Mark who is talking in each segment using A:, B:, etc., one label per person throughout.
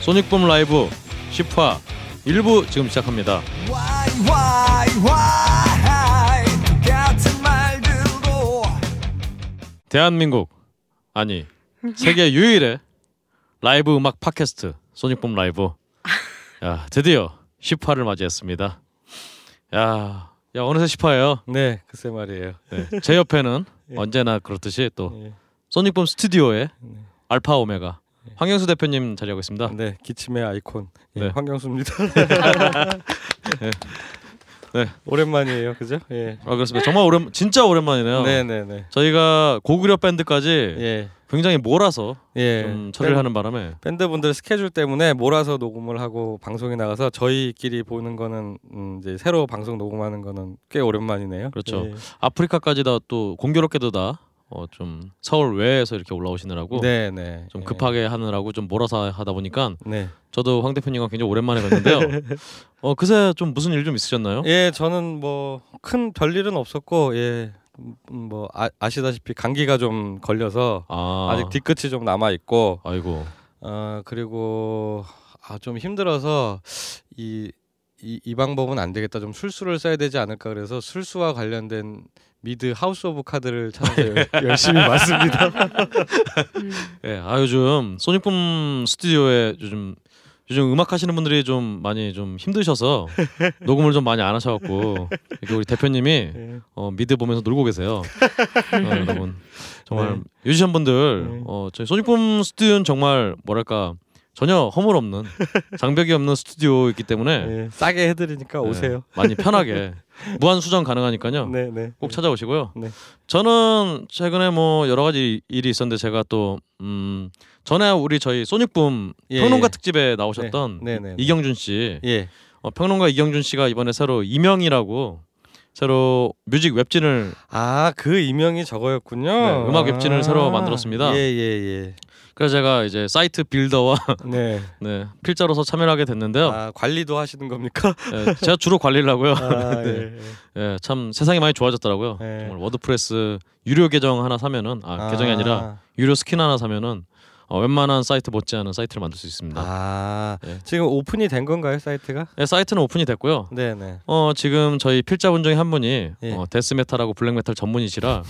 A: 소닉붐 라이브 10화 1부 지금 시작합니다.
B: Why, why, why? 똑같은 말 들고.
A: 대한민국 아니 세계 유일의 라이브 음악 팟캐스트 소닉붐 라이브 야, 드디어 10화를 맞이했습니다. 야, 야 어느새 10화예요.
C: 네, 글쎄 말이에요.
A: 네, 제 옆에는 언제나 그렇듯이 또
C: 예.
A: 소닉붐 스튜디오의 알파 오메가 황영수 대표님 자리하고 있습니다.
C: 네, 기침의 아이콘 예,
A: 네.
C: 황경수입니다.
A: 네.
C: 오랜만이에요, 그죠? 예.
A: 아 그렇습니다. 정말 오랜 진짜 오랜만이네요.
C: 네, 네, 네.
A: 저희가 고구려 밴드까지
C: 예,
A: 굉장히 몰아서
C: 예.
A: 좀 처리를 하는 바람에
C: 밴드분들 스케줄 때문에 몰아서 녹음을 하고 방송에 나가서 저희끼리 보는 거는 음, 이제 새로 방송 녹음하는 거는 꽤 오랜만이네요.
A: 그렇죠.
C: 예.
A: 아프리카까지 다 또 공교롭게도 다어좀 서울 외에서 이렇게 올라오시느라고
C: 네, 네.
A: 좀
C: 예.
A: 급하게 하느라고 좀 몰아서 하다 보니까
C: 네.
A: 저도 황 대표님과 굉장히 오랜만에 뵀는데요. 어 그새 좀 무슨 일 좀 있으셨나요?
C: 예, 저는 뭐 큰 별일은 없었고 예. 음, 뭐 아, 아시다시피 감기가 좀 걸려서
A: 아
C: 아직 뒤끝이 좀 남아 있고
A: 아이고
C: 아 그리고 아 좀 힘들어서 이, 이, 이 방법은 안 되겠다 좀 술수를 써야 되지 않을까 그래서 술수와 관련된 미드 하우스 오브 카드를 찾아서
A: 네,
C: 열- 열심히 맞습니다.
A: 예아 요즘 소닉붐 스튜디오에 요즘 요즘 음악 하시는 분들이 좀 많이 좀 힘드셔서 녹음을 좀 많이 안 하셔갖고 이렇게 우리 대표님이
C: 예.
A: 어, 미드 보면서 놀고 계세요. 어, 여러분 정말
C: 네.
A: 뮤지션 분들
C: 네.
A: 어, 저희 소닉붐 스튜디오는 정말 뭐랄까 전혀 허물 없는 장벽이 없는 스튜디오이기 때문에
C: 예, 싸게 해드리니까
A: 네,
C: 오세요.
A: 많이 편하게 무한 수정 가능하니까요.
C: 네, 네.
A: 꼭 찾아오시고요.
C: 네.
A: 저는 최근에 뭐 여러 가지 일이 있었는데 제가 또 음, 전에 우리 저희 소닉붐
C: 예,
A: 평론가
C: 예.
A: 특집에 나오셨던
C: 네, 네, 네.
A: 이경준 씨
C: 예.
A: 어, 평론가 이경준 씨가 이번에 새로 이명이라고 새로 뮤직 웹진을
C: 아, 그 이명이 저거였군요.
A: 네, 음악 웹진을
C: 아,
A: 새로 만들었습니다.
C: 예, 예, 예.
A: 그래서 제가 이제 사이트 빌더와
C: 네.
A: 네, 필자로서 참여를 하게 됐는데요.
C: 아, 관리도 하시는 겁니까?
A: 예, 제가 주로 관리를 하고요.
C: 아,
A: 네.
C: 예, 예.
A: 예, 참 세상이 많이 좋아졌더라고요.
C: 네.
A: 정말 워드프레스 유료 계정 하나 사면은 아, 계정이 아니라 유료 스킨 하나 사면은 어, 웬만한 사이트 못지않은 사이트를 만들 수 있습니다.
C: 아,
A: 예.
C: 지금 오픈이 된 건가요, 사이트가?
A: 예, 사이트는 오픈이 됐고요.
C: 네, 네.
A: 어 지금 저희 필자분 중에 한 분이
C: 예.
A: 어, 데스메탈하고 블랙메탈 전문이시라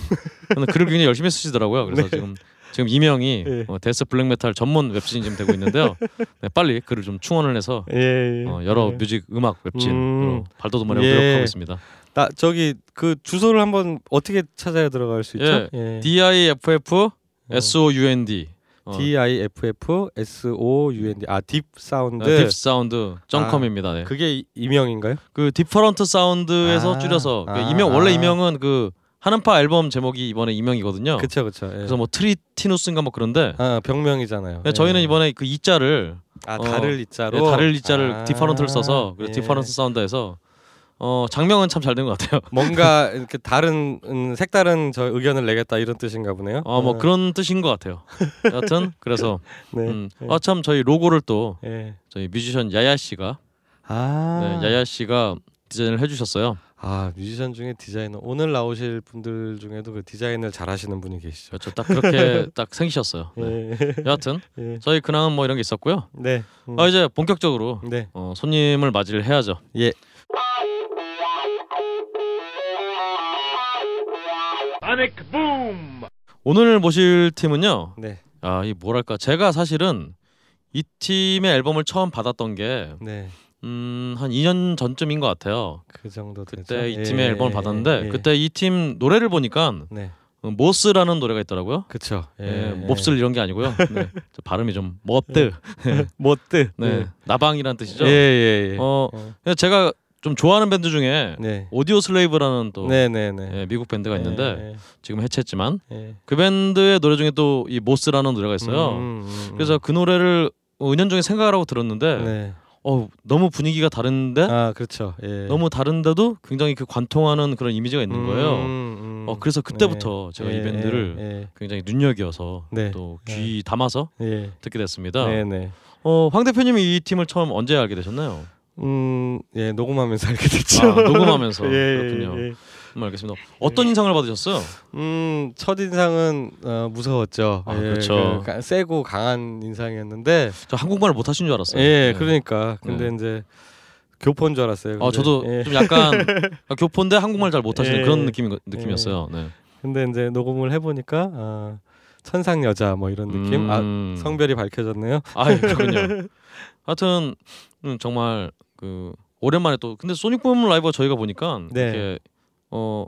A: 근데 글을 굉장히 열심히 쓰시더라고요. 그래서 지금 지금 이명이
C: 네. 예.
A: 어, 데스 블랙메탈 전문 웹진이 지금 되고 있는데요. 네, 빨리 글을 좀 충원을 해서
C: 예. 예.
A: 어, 여러
C: 예.
A: 뮤직 음악 웹진
C: 음.
A: 발돋움 하려고
C: 예.
A: 노력하고 있습니다.
C: 나 저기 그 주소를 한번 어떻게 찾아야 들어갈 수 있죠? 예.
A: D I F F S O U N D 어,
C: D I F F S O U N D 아 딥 사운드
A: 딥 사운드 네,
C: 아.
A: 점컴입니다. 네. 그,
C: 그게 이- 이명인가요?
A: 디퍼런트 그 사운드에서
C: 아,
A: 줄여서 그
C: 아,
A: 이명 원래
C: 아.
A: 이명은 그 하는파 앨범 제목이 이번에 이명이거든요. 그,
C: 그쵸 그쵸. 예.
A: 래서뭐 트리티누스인가 뭐 그런데
C: 아 병명이잖아요. 예.
A: 저희는 이번에 그 이자를
C: 아
A: 어,
C: 다를 이자로
A: 다를 이자를
C: 아,
A: 디퍼런트를 써서 그래서
C: 예.
A: 디퍼런트 사운드에서 어 장명은 참 잘 된 것 같아요.
C: 뭔가 이렇게 다른 음, 색다른 저 의견을 내겠다 이런 뜻인가 보네요.
A: 어 뭐
C: 아,
A: 그런 뜻인 것 같아요. 여하튼 그래서
C: 네.
A: 음, 아참 저희 로고를 또
C: 예.
A: 저희 뮤지션 야야 씨가
C: 아.
A: 네, 야야 씨가 디자인을 해주셨어요.
C: 아 뮤지션 중에 디자이너 오늘 나오실 분들 중에도 그 디자인을 잘하시는 분이 계시죠.
A: 그렇죠. 딱 그렇게 딱 생기셨어요. 네.
C: 예.
A: 여하튼
C: 예.
A: 저희 근황은 뭐 이런 게 있었고요.
C: 네. 음.
A: 아 이제 본격적으로
C: 네.
A: 어, 손님을 맞이를 해야죠.
C: 예.
A: 오늘 모실 팀은요.
C: 네.
A: 아 이 뭐랄까 제가 사실은 이 팀의 앨범을 처음 받았던 게
C: 네.
A: 음, 한 2년 전쯤인 것 같아요.
C: 그 정도 되죠.
A: 그때 이
C: 예,
A: 팀의 앨범을
C: 예,
A: 받았는데
C: 예.
A: 그때 이 팀 노래를 보니까
C: 네.
A: 어, 모스라는 노래가 있더라고요.
C: 그쵸.
A: 예, 몹쓸 이런 게 아니고요. 네, 저 발음이 좀 머드.
C: 못드.
A: 네, 나방이란 뜻이죠.
C: 예, 예, 예.
A: 어,
C: 예.
A: 그래서 제가 좀 좋아하는 밴드 중에
C: 네.
A: 오디오 슬레이브라는 또
C: 네, 네, 네.
A: 예, 미국 밴드가 있는데 지금 해체했지만
C: 예, 예.
A: 그 밴드의 노래 중에 또 이 모스라는 노래가 있어요.
C: 음, 음, 음.
A: 어, 그래서 그 노래를 은연중에 생각을 하고 들었는데
C: 네.
A: 어 너무 분위기가 다른데
C: 아 그렇죠. 예.
A: 너무 다른데도 굉장히 그 관통하는 그런 이미지가 있는 거예요.
C: 음, 음.
A: 어 그래서 그때부터
C: 예.
A: 제가
C: 예,
A: 이 밴드를
C: 예,
A: 굉장히 눈여겨서
C: 네.
A: 또 귀 담아서
C: 예. 예.
A: 듣게 됐습니다.
C: 네네.
A: 어, 황 대표님이 이 팀을 처음 언제 알게 되셨나요?
C: 음, 예, 녹음하면서 알게 됐죠.
A: 아, 녹음하면서
C: 예, 예,
A: 그렇군요.
C: 예.
A: 음, 알겠습니다. 어떤 인상을 받으셨어요?
C: 음, 첫 인상은 어, 무서웠죠.
A: 아,
C: 예,
A: 그렇죠.
C: 그 가- 세고 강한 인상이었는데,
A: 저 한국말을 못 하신 줄 알았어요.
C: 예,
A: 네.
C: 그러니까. 근데 이제 교포인 줄 알았어요.
A: 아
C: 근데,
A: 저도
C: 예.
A: 좀 약간 아, 교포인데 한국말 잘 못하시는
C: 예. 음.
A: 그런 느낌 느낌이었어요. 네.
C: 근데 이제 녹음을 해보니까 아, 천상 여자 뭐 이런 느낌. 아,
A: 음.
C: 성별이 밝혀졌네요.
A: 아 예, 그렇군요. 하여튼 음, 정말 그 오랜만에 또 근데 소닉붐 라이브 저희가 보니까
C: 네.
A: 이렇게 어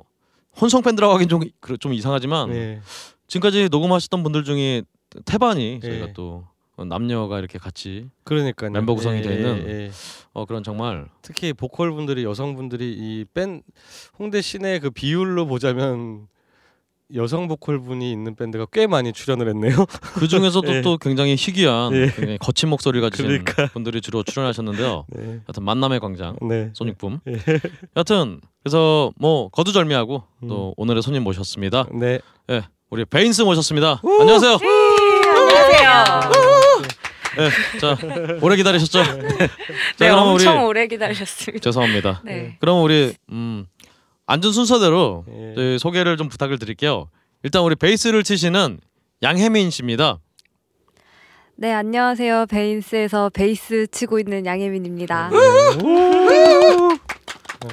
A: 혼성 팬들하고 하긴 좀, 그래- 좀 이상하지만
C: 예.
A: 지금까지 녹음하셨던 분들 중에 태반이 저희가
C: 예.
A: 또 어, 남녀가 이렇게 같이
C: 그러니까요.
A: 멤버 구성이
C: 예,
A: 돼
C: 예,
A: 있는.
C: 예.
A: 어 그런 정말
C: 특히 보컬 분들이 여성 분들이 이 밴 홍대 시내 그 비율로 보자면 여성 보컬 분이 있는 밴드가 꽤 많이 출연을 했네요.
A: 그 중에서도
C: 예.
A: 또 굉장히 희귀한
C: 예.
A: 굉장히 거친 목소리를 가지신
C: 그러니까.
A: 분들이 주로 출연하셨는데요.
C: 네.
A: 하여튼 만남의 광장
C: 네.
A: 소닉붐. 여하튼 그래서 뭐 거두절미하고 또 오늘의 손님 모셨습니다.
C: 네.
A: 예, 우리 베인스 모셨습니다. 안녕하세요.
D: 네. 안녕하세요.
A: 예, 자 오래 기다리셨죠? 네,
D: 네, 엄청 오래 기다리셨습니다.
A: 죄송합니다.
D: 네.
A: 그럼 우리 음, 앉은 순서대로
C: 예.
A: 저희 소개를 좀 부탁을 드릴게요. 일단 우리 베이스를 치시는 양혜민 씨입니다.
E: 네, 안녕하세요. 베인스에서 베이스 치고 있는 양혜민입니다.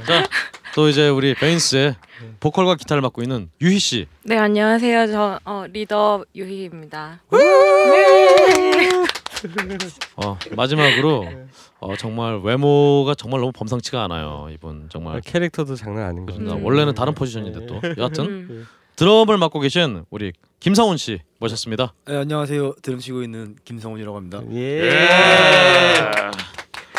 C: 네.
A: 또 이제 우리 베인스의 보컬과 기타를 맡고 있는 유희 씨.
D: 네, 안녕하세요. 저 어, 리더 유희입니다.
A: 어, 마지막으로 어, 정말 외모가 정말 너무 범상치가 않아요. 이분 정말
C: 캐릭터도 장난 아닌 거죠.
A: 그렇습니다.
D: 음.
A: 원래는 다른 포지션인데 또
C: 네.
A: 여하튼
D: 음.
A: 드럼을 맡고 계신 우리 김성훈 씨 모셨습니다.
F: 네, 안녕하세요. 드럼 치고 있는 김성훈이라고 합니다.
A: 예.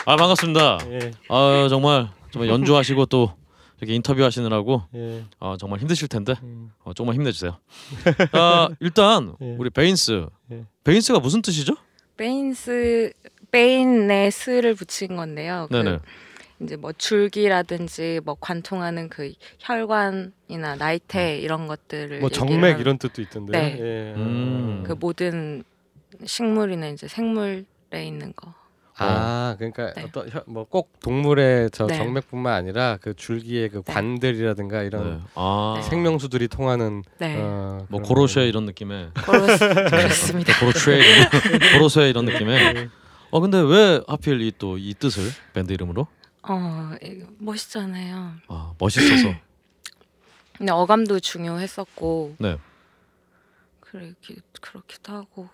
A: 아 반갑습니다.
C: 예.
A: 아 정말 정말 연주하시고 또 이렇게 인터뷰 하시느라고
C: 예.
A: 아, 정말 힘드실 텐데
C: 음.
A: 어, 조금만 힘내주세요. 아 일단
C: 예.
A: 우리 베인스
C: 예.
A: 베인스가 무슨 뜻이죠?
D: 베인스 베인에 스를 붙인 건데요. 그
A: 네네.
C: 아.
D: 이제 뭐 줄기라든지 뭐 관통하는 그 혈관이나 나이테 이런 것들을
C: 뭐
D: 얘기를
C: 정맥
D: 하는
C: 이런 뜻도 있던데요.
D: 예, 네.
C: 예.
A: 음.
D: 그 모든 식물이나 이제 생물에 있는 거.
C: 아, 그러니까
D: 네.
C: 어떤 뭐 꼭 동물의 저
D: 네.
C: 정맥뿐만 아니라 그 줄기의 그
D: 네.
C: 관들이라든가 이런
A: 네. 아
C: 생명수들이 통하는
D: 네.
C: 어,
A: 뭐
C: 그런
A: 고로쉐 이런 느낌의
D: 그렇- 그렇습니다.
A: 고로쉐 이런
C: 네.
A: 고로쉐 이런 느낌의 어 근데 왜 하필 이 또 이 뜻을 밴드 이름으로
D: 어, 이거 멋있잖아요.
A: 아 멋있어서
D: 근데 어감도 중요했었고
A: 네.
D: 그렇게 그렇기도 하고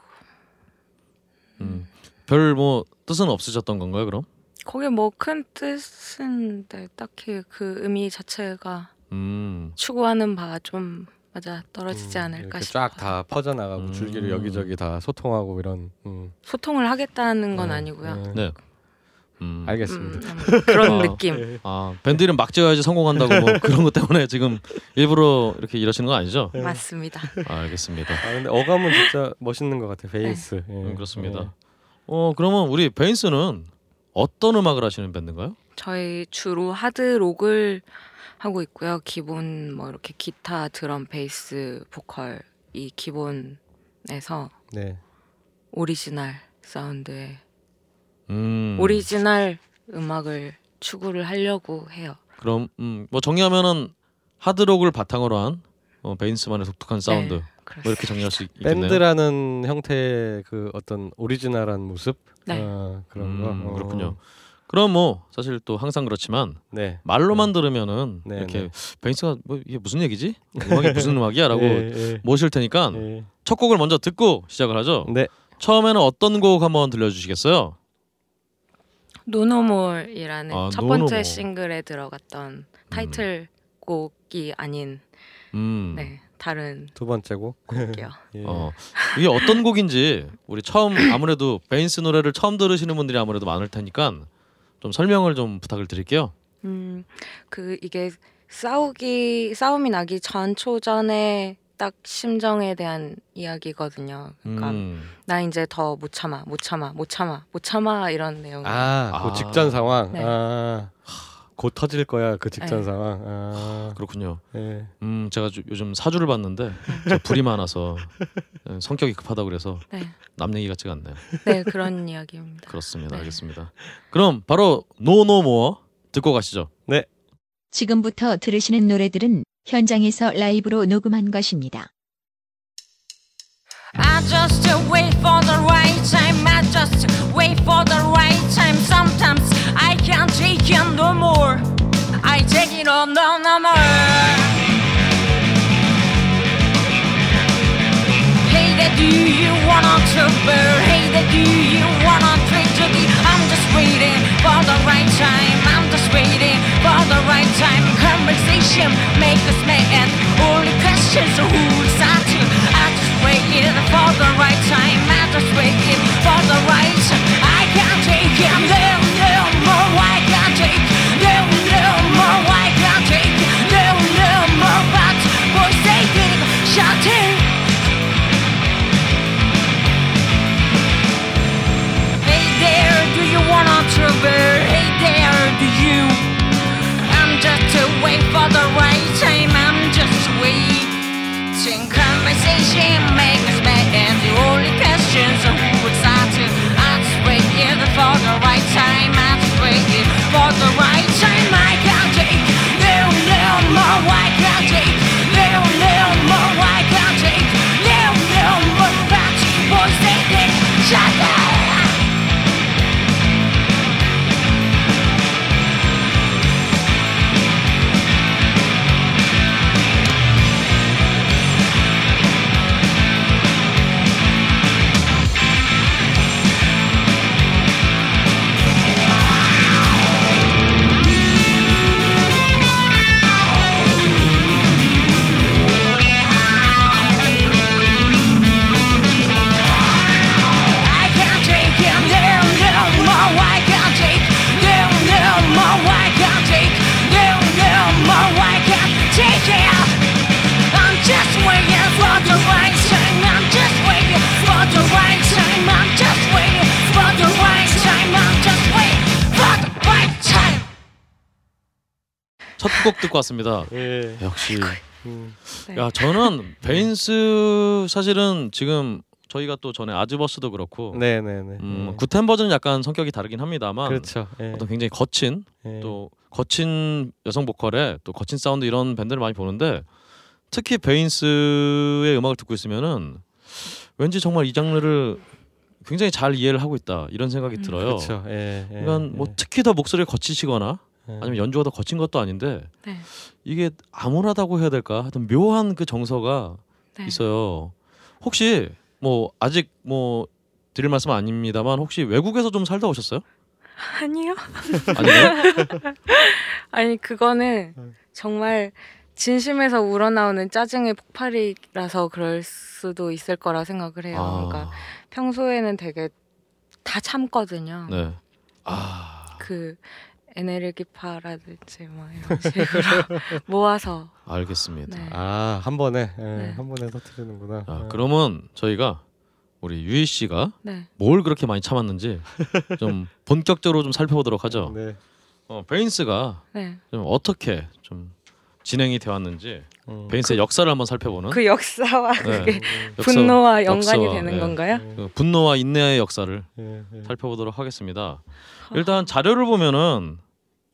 A: 음. 별 뭐 뜻은 없으셨던 건가요 그럼?
D: 거기 뭐 큰 뜻은 네, 딱히 그 의미 자체가
A: 음
D: 추구하는 바가 좀 맞아 떨어지지 않을까 싶어요.
C: 음, 쫙다 퍼져나가고
A: 음.
C: 줄기를 여기저기 다 소통하고 이런. 음.
D: 소통을 하겠다는 건
C: 음,
D: 아니고요.
C: 예.
A: 네. 음.
C: 알겠습니다.
D: 음, 음, 그런
A: 아,
D: 느낌.
C: 예.
A: 아 밴드 이름 막 지어야지 성공한다고 뭐 그런 것 때문에 지금 일부러 이렇게 이러시는 거 아니죠?
C: 네.
D: 맞습니다.
A: 아, 알겠습니다.
C: 아 근데 어감은 진짜 멋있는 것 같아. 베이스.
D: 네.
C: 예.
A: 음, 그렇습니다. 어 그러면 우리 베인스는 어떤 음악을 하시는 밴드인가요?
D: 저희 주로 하드록을 하고 있고요. 기본 뭐 이렇게 기타, 드럼, 베이스, 보컬 이 기본에서
C: 예. 네.
D: 오리지널 사운드에
A: 음,
D: 오리지널 음악을 추구를 하려고 해요. 네,
A: 그럼 음, 뭐 정리하면은 하드록을 바탕으로 한 어, 베인스만의 독특한 사운드
D: 네,
A: 뭐
D: 그렇습니다.
A: 이렇게 정리할 수 있- 있겠네요.
C: 밴드라는 형태의 그 어떤 오리지널한 모습
D: 네.
C: 어, 그런
A: 음,
C: 거 어.
A: 그렇군요. 그럼 뭐 사실 또 항상 그렇지만
C: 네.
A: 말로만 들으면은
C: 네,
A: 이렇게
C: 네.
A: 베인스가 뭐 이게 무슨 얘기지? 음악이 무슨 음악이야라고
C: 예, 예,
A: 모실 테니까
C: 예.
A: 첫 곡을 먼저 듣고 시작을 하죠.
C: 네.
A: 처음에는 어떤 곡 한번 들려주시겠어요?
D: 노노몰이라는
A: 아,
D: 첫
A: 노노몰.
D: 번째 싱글에 들어갔던 타이틀곡이 아닌
A: 음,
D: 네 다른
C: 두 번째 곡.
D: 곡이요.
C: 예.
A: 어, 이게 어떤 곡인지 우리 처음 아무래도 베인스 노래를 처음 들으시는 분들이 아무래도 많을 테니까 좀 설명을 좀 부탁을 드릴게요.
D: 음, 그 이게 싸우기 싸움이 나기 전 초전에 딱 심정에 대한 이야기거든요. 그러니까
A: 음.
D: 나 이제 더 못 참아, 못 참아, 못 참아, 못 참아 이런 내용.
C: 아,
A: 아.
C: 그 직전 상황.
D: 네.
C: 아, 곧 터질 거야 그 직전
D: 네.
C: 상황. 아,
A: 그렇군요.
C: 예.
A: 음, 제가 주- 요즘 사주를 봤는데 제가 불이 많아서 예, 성격이 급하다 그래서
D: 네,
A: 남 얘기 같지가 않네요.
D: 네 그런 이야기입니다.
A: 그렇습니다.
D: 네.
A: 알겠습니다. 그럼 바로 노노모어 듣고 가시죠.
G: 지금부터 들으시는 노래들은 현장에서 라이브로 녹음한 것입니다.
H: I just wait for the right time. I just wait for the right time. Sometimes I can't take it no more. I take it on no, no more. Hey there, do you wanna trouble? Hey there, do you wanna tragedy? I'm just waiting for the right time. I'm just waiting for the right time. Conversation make us mad. Only questions are who's that to? I just waiting for the right time. I just waiting for the right time. I can't take it no, no more. I can't take no, no more. I can't take no, no more. But voice taking, shouting. Hey there, do you wanna trouble? Hey there, do you? I'm just a wait for the right time. I'm just waiting. Conversation make us mad, and the only questions are who it's not to. I'm just waiting for the right time. I'm just waiting for the right time. I can't take no, no more. I can't take no, no more. I can't take no, no more. That's what's taking. Shut up. I can't take it no, no more. I can't take no, no more. I can't take no, no more. I can't take it. I'm just waiting for the right time. I'm just waiting for the right time. I'm just waiting for the right time. I'm just waiting for the right time.
A: 첫 곡 듣고 왔습니다.
C: 예.
A: 아. 역시.
C: 음.
D: 네.
A: 야, 저는 베인스 사실은 지금 저희가 또 전에 아즈버스도 그렇고
C: 네, 네, 네.
A: 음,
C: 예.
A: 구텐 버전은 약간 성격이 다르긴 합니다만
C: 그렇죠. 예.
A: 어떤 굉장히 거친
C: 예.
A: 또 거친 여성 보컬에 또 거친 사운드 이런 밴드를 많이 보는데 특히 베인스의 음악을 듣고 있으면은 왠지 정말 이 장르를 굉장히 잘 이해를 하고 있다 이런 생각이
D: 음.
A: 들어요.
C: 그렇죠. 예. 예.
A: 그러니까 뭐
C: 예.
A: 특히 더 목소리를 거치시거나
C: 예.
A: 아니면 연주가 더 거친 것도 아닌데
D: 네.
A: 이게 아무나다고 해야 될까 하여튼 묘한 그 정서가
D: 네.
A: 있어요. 혹시 뭐 아직 뭐 드릴 말씀 은 아닙니다만 혹시 외국에서 좀 살다 오셨어요?
D: 아니요.
A: 아니요.
D: 아니 그거는
A: 네.
D: 정말 진심에서 우러나오는 짜증의 폭발이라서 그럴 수도 있을 거라 생각을 해요.
A: 아.
D: 그러니까 평소에는 되게 다 참거든요.
A: 네. 아
D: 그 에네르기파라든지 뭐 이런 식으로 모아서
A: 알겠습니다.
D: 네.
C: 아, 한 번에 예,
D: 네.
C: 한 번에 터뜨리는구나.
A: 자,
C: 예.
A: 그러면 저희가 우리 유희 씨가
D: 네.
A: 뭘 그렇게 많이 참았는지 좀 본격적으로 좀 살펴보도록 하죠.
C: 네.
A: 어, 베인스가
D: 네.
A: 좀 어떻게 좀 진행이 되었는지
C: 음.
A: 베인스의 역사를 한번 살펴보는
D: 그 역사와
A: 어? 네.
D: 그게
A: 역사-
D: 분노와 연관이
A: 역사와,
D: 되는
A: 예.
D: 건가요?
A: 그 분노와 인내의 역사를
C: 예, 예.
A: 살펴보도록 하겠습니다.
D: 아.
A: 일단 자료를 보면은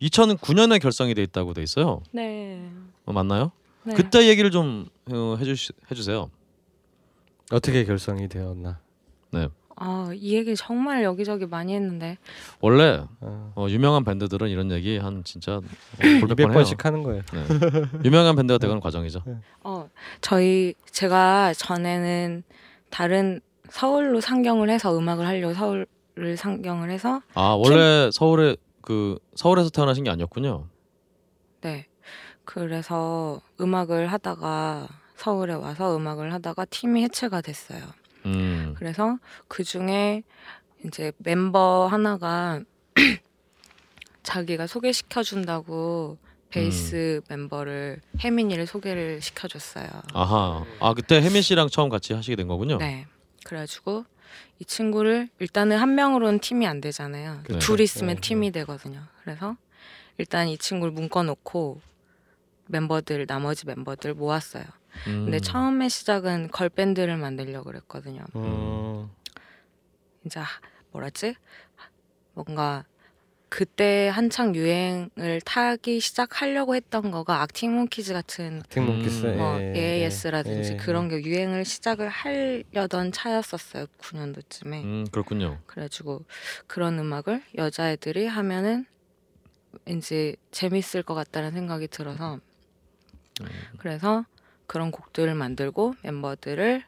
A: 2009년에 결성이 돼 있다고 돼 있어요.
D: 네.
A: 어, 맞나요?
D: 네.
A: 그때 얘기를 좀 어, 해주시, 해주세요.
C: 어떻게 결성이 되었나?
D: 아, 이 얘기 정말 여기저기 많이 했는데.
A: 원래
C: 아.
A: 어, 유명한 밴드들은 이런 얘기 한 진짜 어, 몇백
C: 200번씩 하는 거예요.
A: 네. 유명한 밴드가
C: 네.
A: 되는 과정이죠.
D: 어, 저희 제가 전에는 다른 서울로 상경을 해서 음악을 하려고 서울을 상경을 해서
A: 아 원래 서울에 그 서울에서 태어나신 게 아니었군요.
D: 네. 그래서 음악을 하다가 서울에 와서 음악을 하다가 팀이 해체가 됐어요.
A: 음,
D: 그래서 그 중에 이제 멤버 하나가 자기가 소개시켜 준다고 베이스 멤버를 혜민이를 소개를 시켜줬어요.
A: 아하. 아 그때 혜민 씨랑 처음 같이 하시게 된 거군요.
D: 네. 그래가지고 이 친구를 일단은 한 명으로는 팀이 안 되잖아요.
A: 그렇죠.
D: 둘이 있으면
C: 네,
D: 팀이 되거든요. 그래서 일단 이 친구를 묶어놓고 멤버들 나머지 멤버들 모았어요.
A: 음.
D: 근데 네, 처음에 시작은 걸 밴드를 만들려고 그랬거든요.
A: 어.
C: 음.
D: 진짜 뭐라지? 뭔가 그때 한창 유행을 타기 시작하려고 했던 거가 악팅몬키즈 같은
C: 틱몽키스
A: 음.
D: 뭐
C: 예,
D: AS라든지
A: 네.
C: 예.
D: 그런 게 유행을 시작을 하려던 차였었어요. 9년도쯤에.
A: 음 그렇군요.
D: 그래가지고 그런 음악을 여자애들이 하면은 왠지 재밌을 것 같다는 생각이 들어서
A: 음.
D: 그래서 그런 곡들을 만들고 멤버들을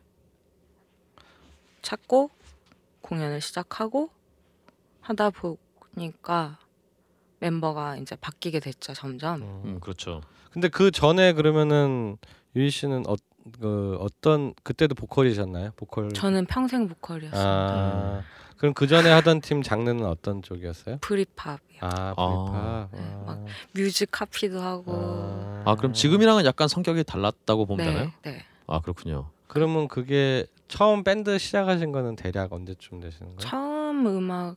D: 찾고 공연을 시작하고 하다 보니까 멤버가 이제 바뀌게 됐죠 점점
C: 어.
A: 음 그렇죠.
C: 근데 그 전에 그러면은 유희 씨는 어, 그 어떤 그때도 보컬이셨나요? 보컬.
D: 저는 평생 보컬이었습니다
C: 아 그럼 그 전에 하던 팀 장르는 어떤 쪽이었어요?
D: 프리팝이요
C: 아
A: 아.
C: 보이팝.
D: 네,
C: 아.
D: 막뭐 뮤직 카피도 하고
A: 아 그럼 지금이랑은 약간 성격이 달랐다고 보면 되나요?
D: 네, 네.
A: 아 그렇군요.
C: 그러면 그게 처음 밴드 시작하신 거는 대략 언제쯤 되시는 거예요?
D: 처음 음악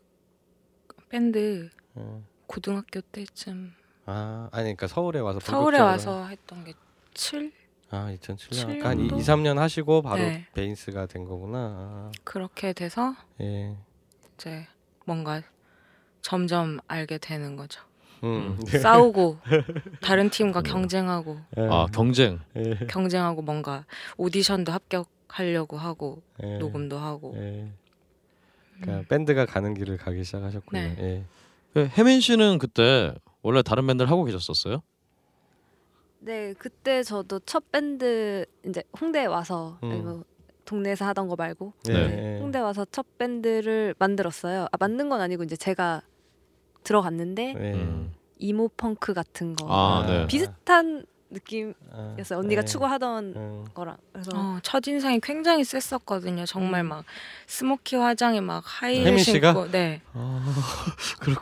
D: 밴드
C: 예.
D: 고등학교 때쯤
C: 아 아니 그러니까 서울에 와서
D: 서울에
C: 본격적으로-
D: 와서 했던 게 7?
C: 아 2007년
D: 칠
C: 한 2,
D: 년도?
C: 3년 하시고 바로
D: 네.
C: 베인스가 된 거구나. 아,
D: 그렇게 돼서
C: 예.
D: 이제 뭔가 점점 알게 되는 거죠.
C: 음.
D: 싸우고 다른 팀과
C: 네.
D: 경쟁하고
C: 예.
A: 아 경쟁.
C: 예.
D: 경쟁하고 뭔가 오디션도 합격하려고 하고
C: 예.
D: 녹음도 하고
C: 예. 그러니까 밴드가 가는 길을 가기 시작하셨군요.
D: 네.
C: 예.
A: 그 혜민 씨는 그때 원래 다른 밴드를 하고 계셨었어요?
E: 네, 그때 저도 첫 밴드 이제 홍대에 와서
C: 음.
E: 아니 뭐 동네에서 하던 거 말고
C: 예.
A: 네.
C: 예.
E: 홍대 와서 첫 밴드를 만들었어요. 아 만든 건 아니고 이제 제가 들어갔는데
D: 네.
C: 예.
A: 음.
E: 이모 펑크 같은 거
A: 아, 네.
E: 비슷한 느낌이었어요.
C: 아,
E: 언니가
C: 예.
E: 추구하던
C: 음.
E: 거랑 그래서
D: 어, 첫인상이 굉장히 셌었거든요. 정말
E: 음.
D: 막 스모키 화장에 막 하이힐
C: 혜민 씨가?
D: 신고 네.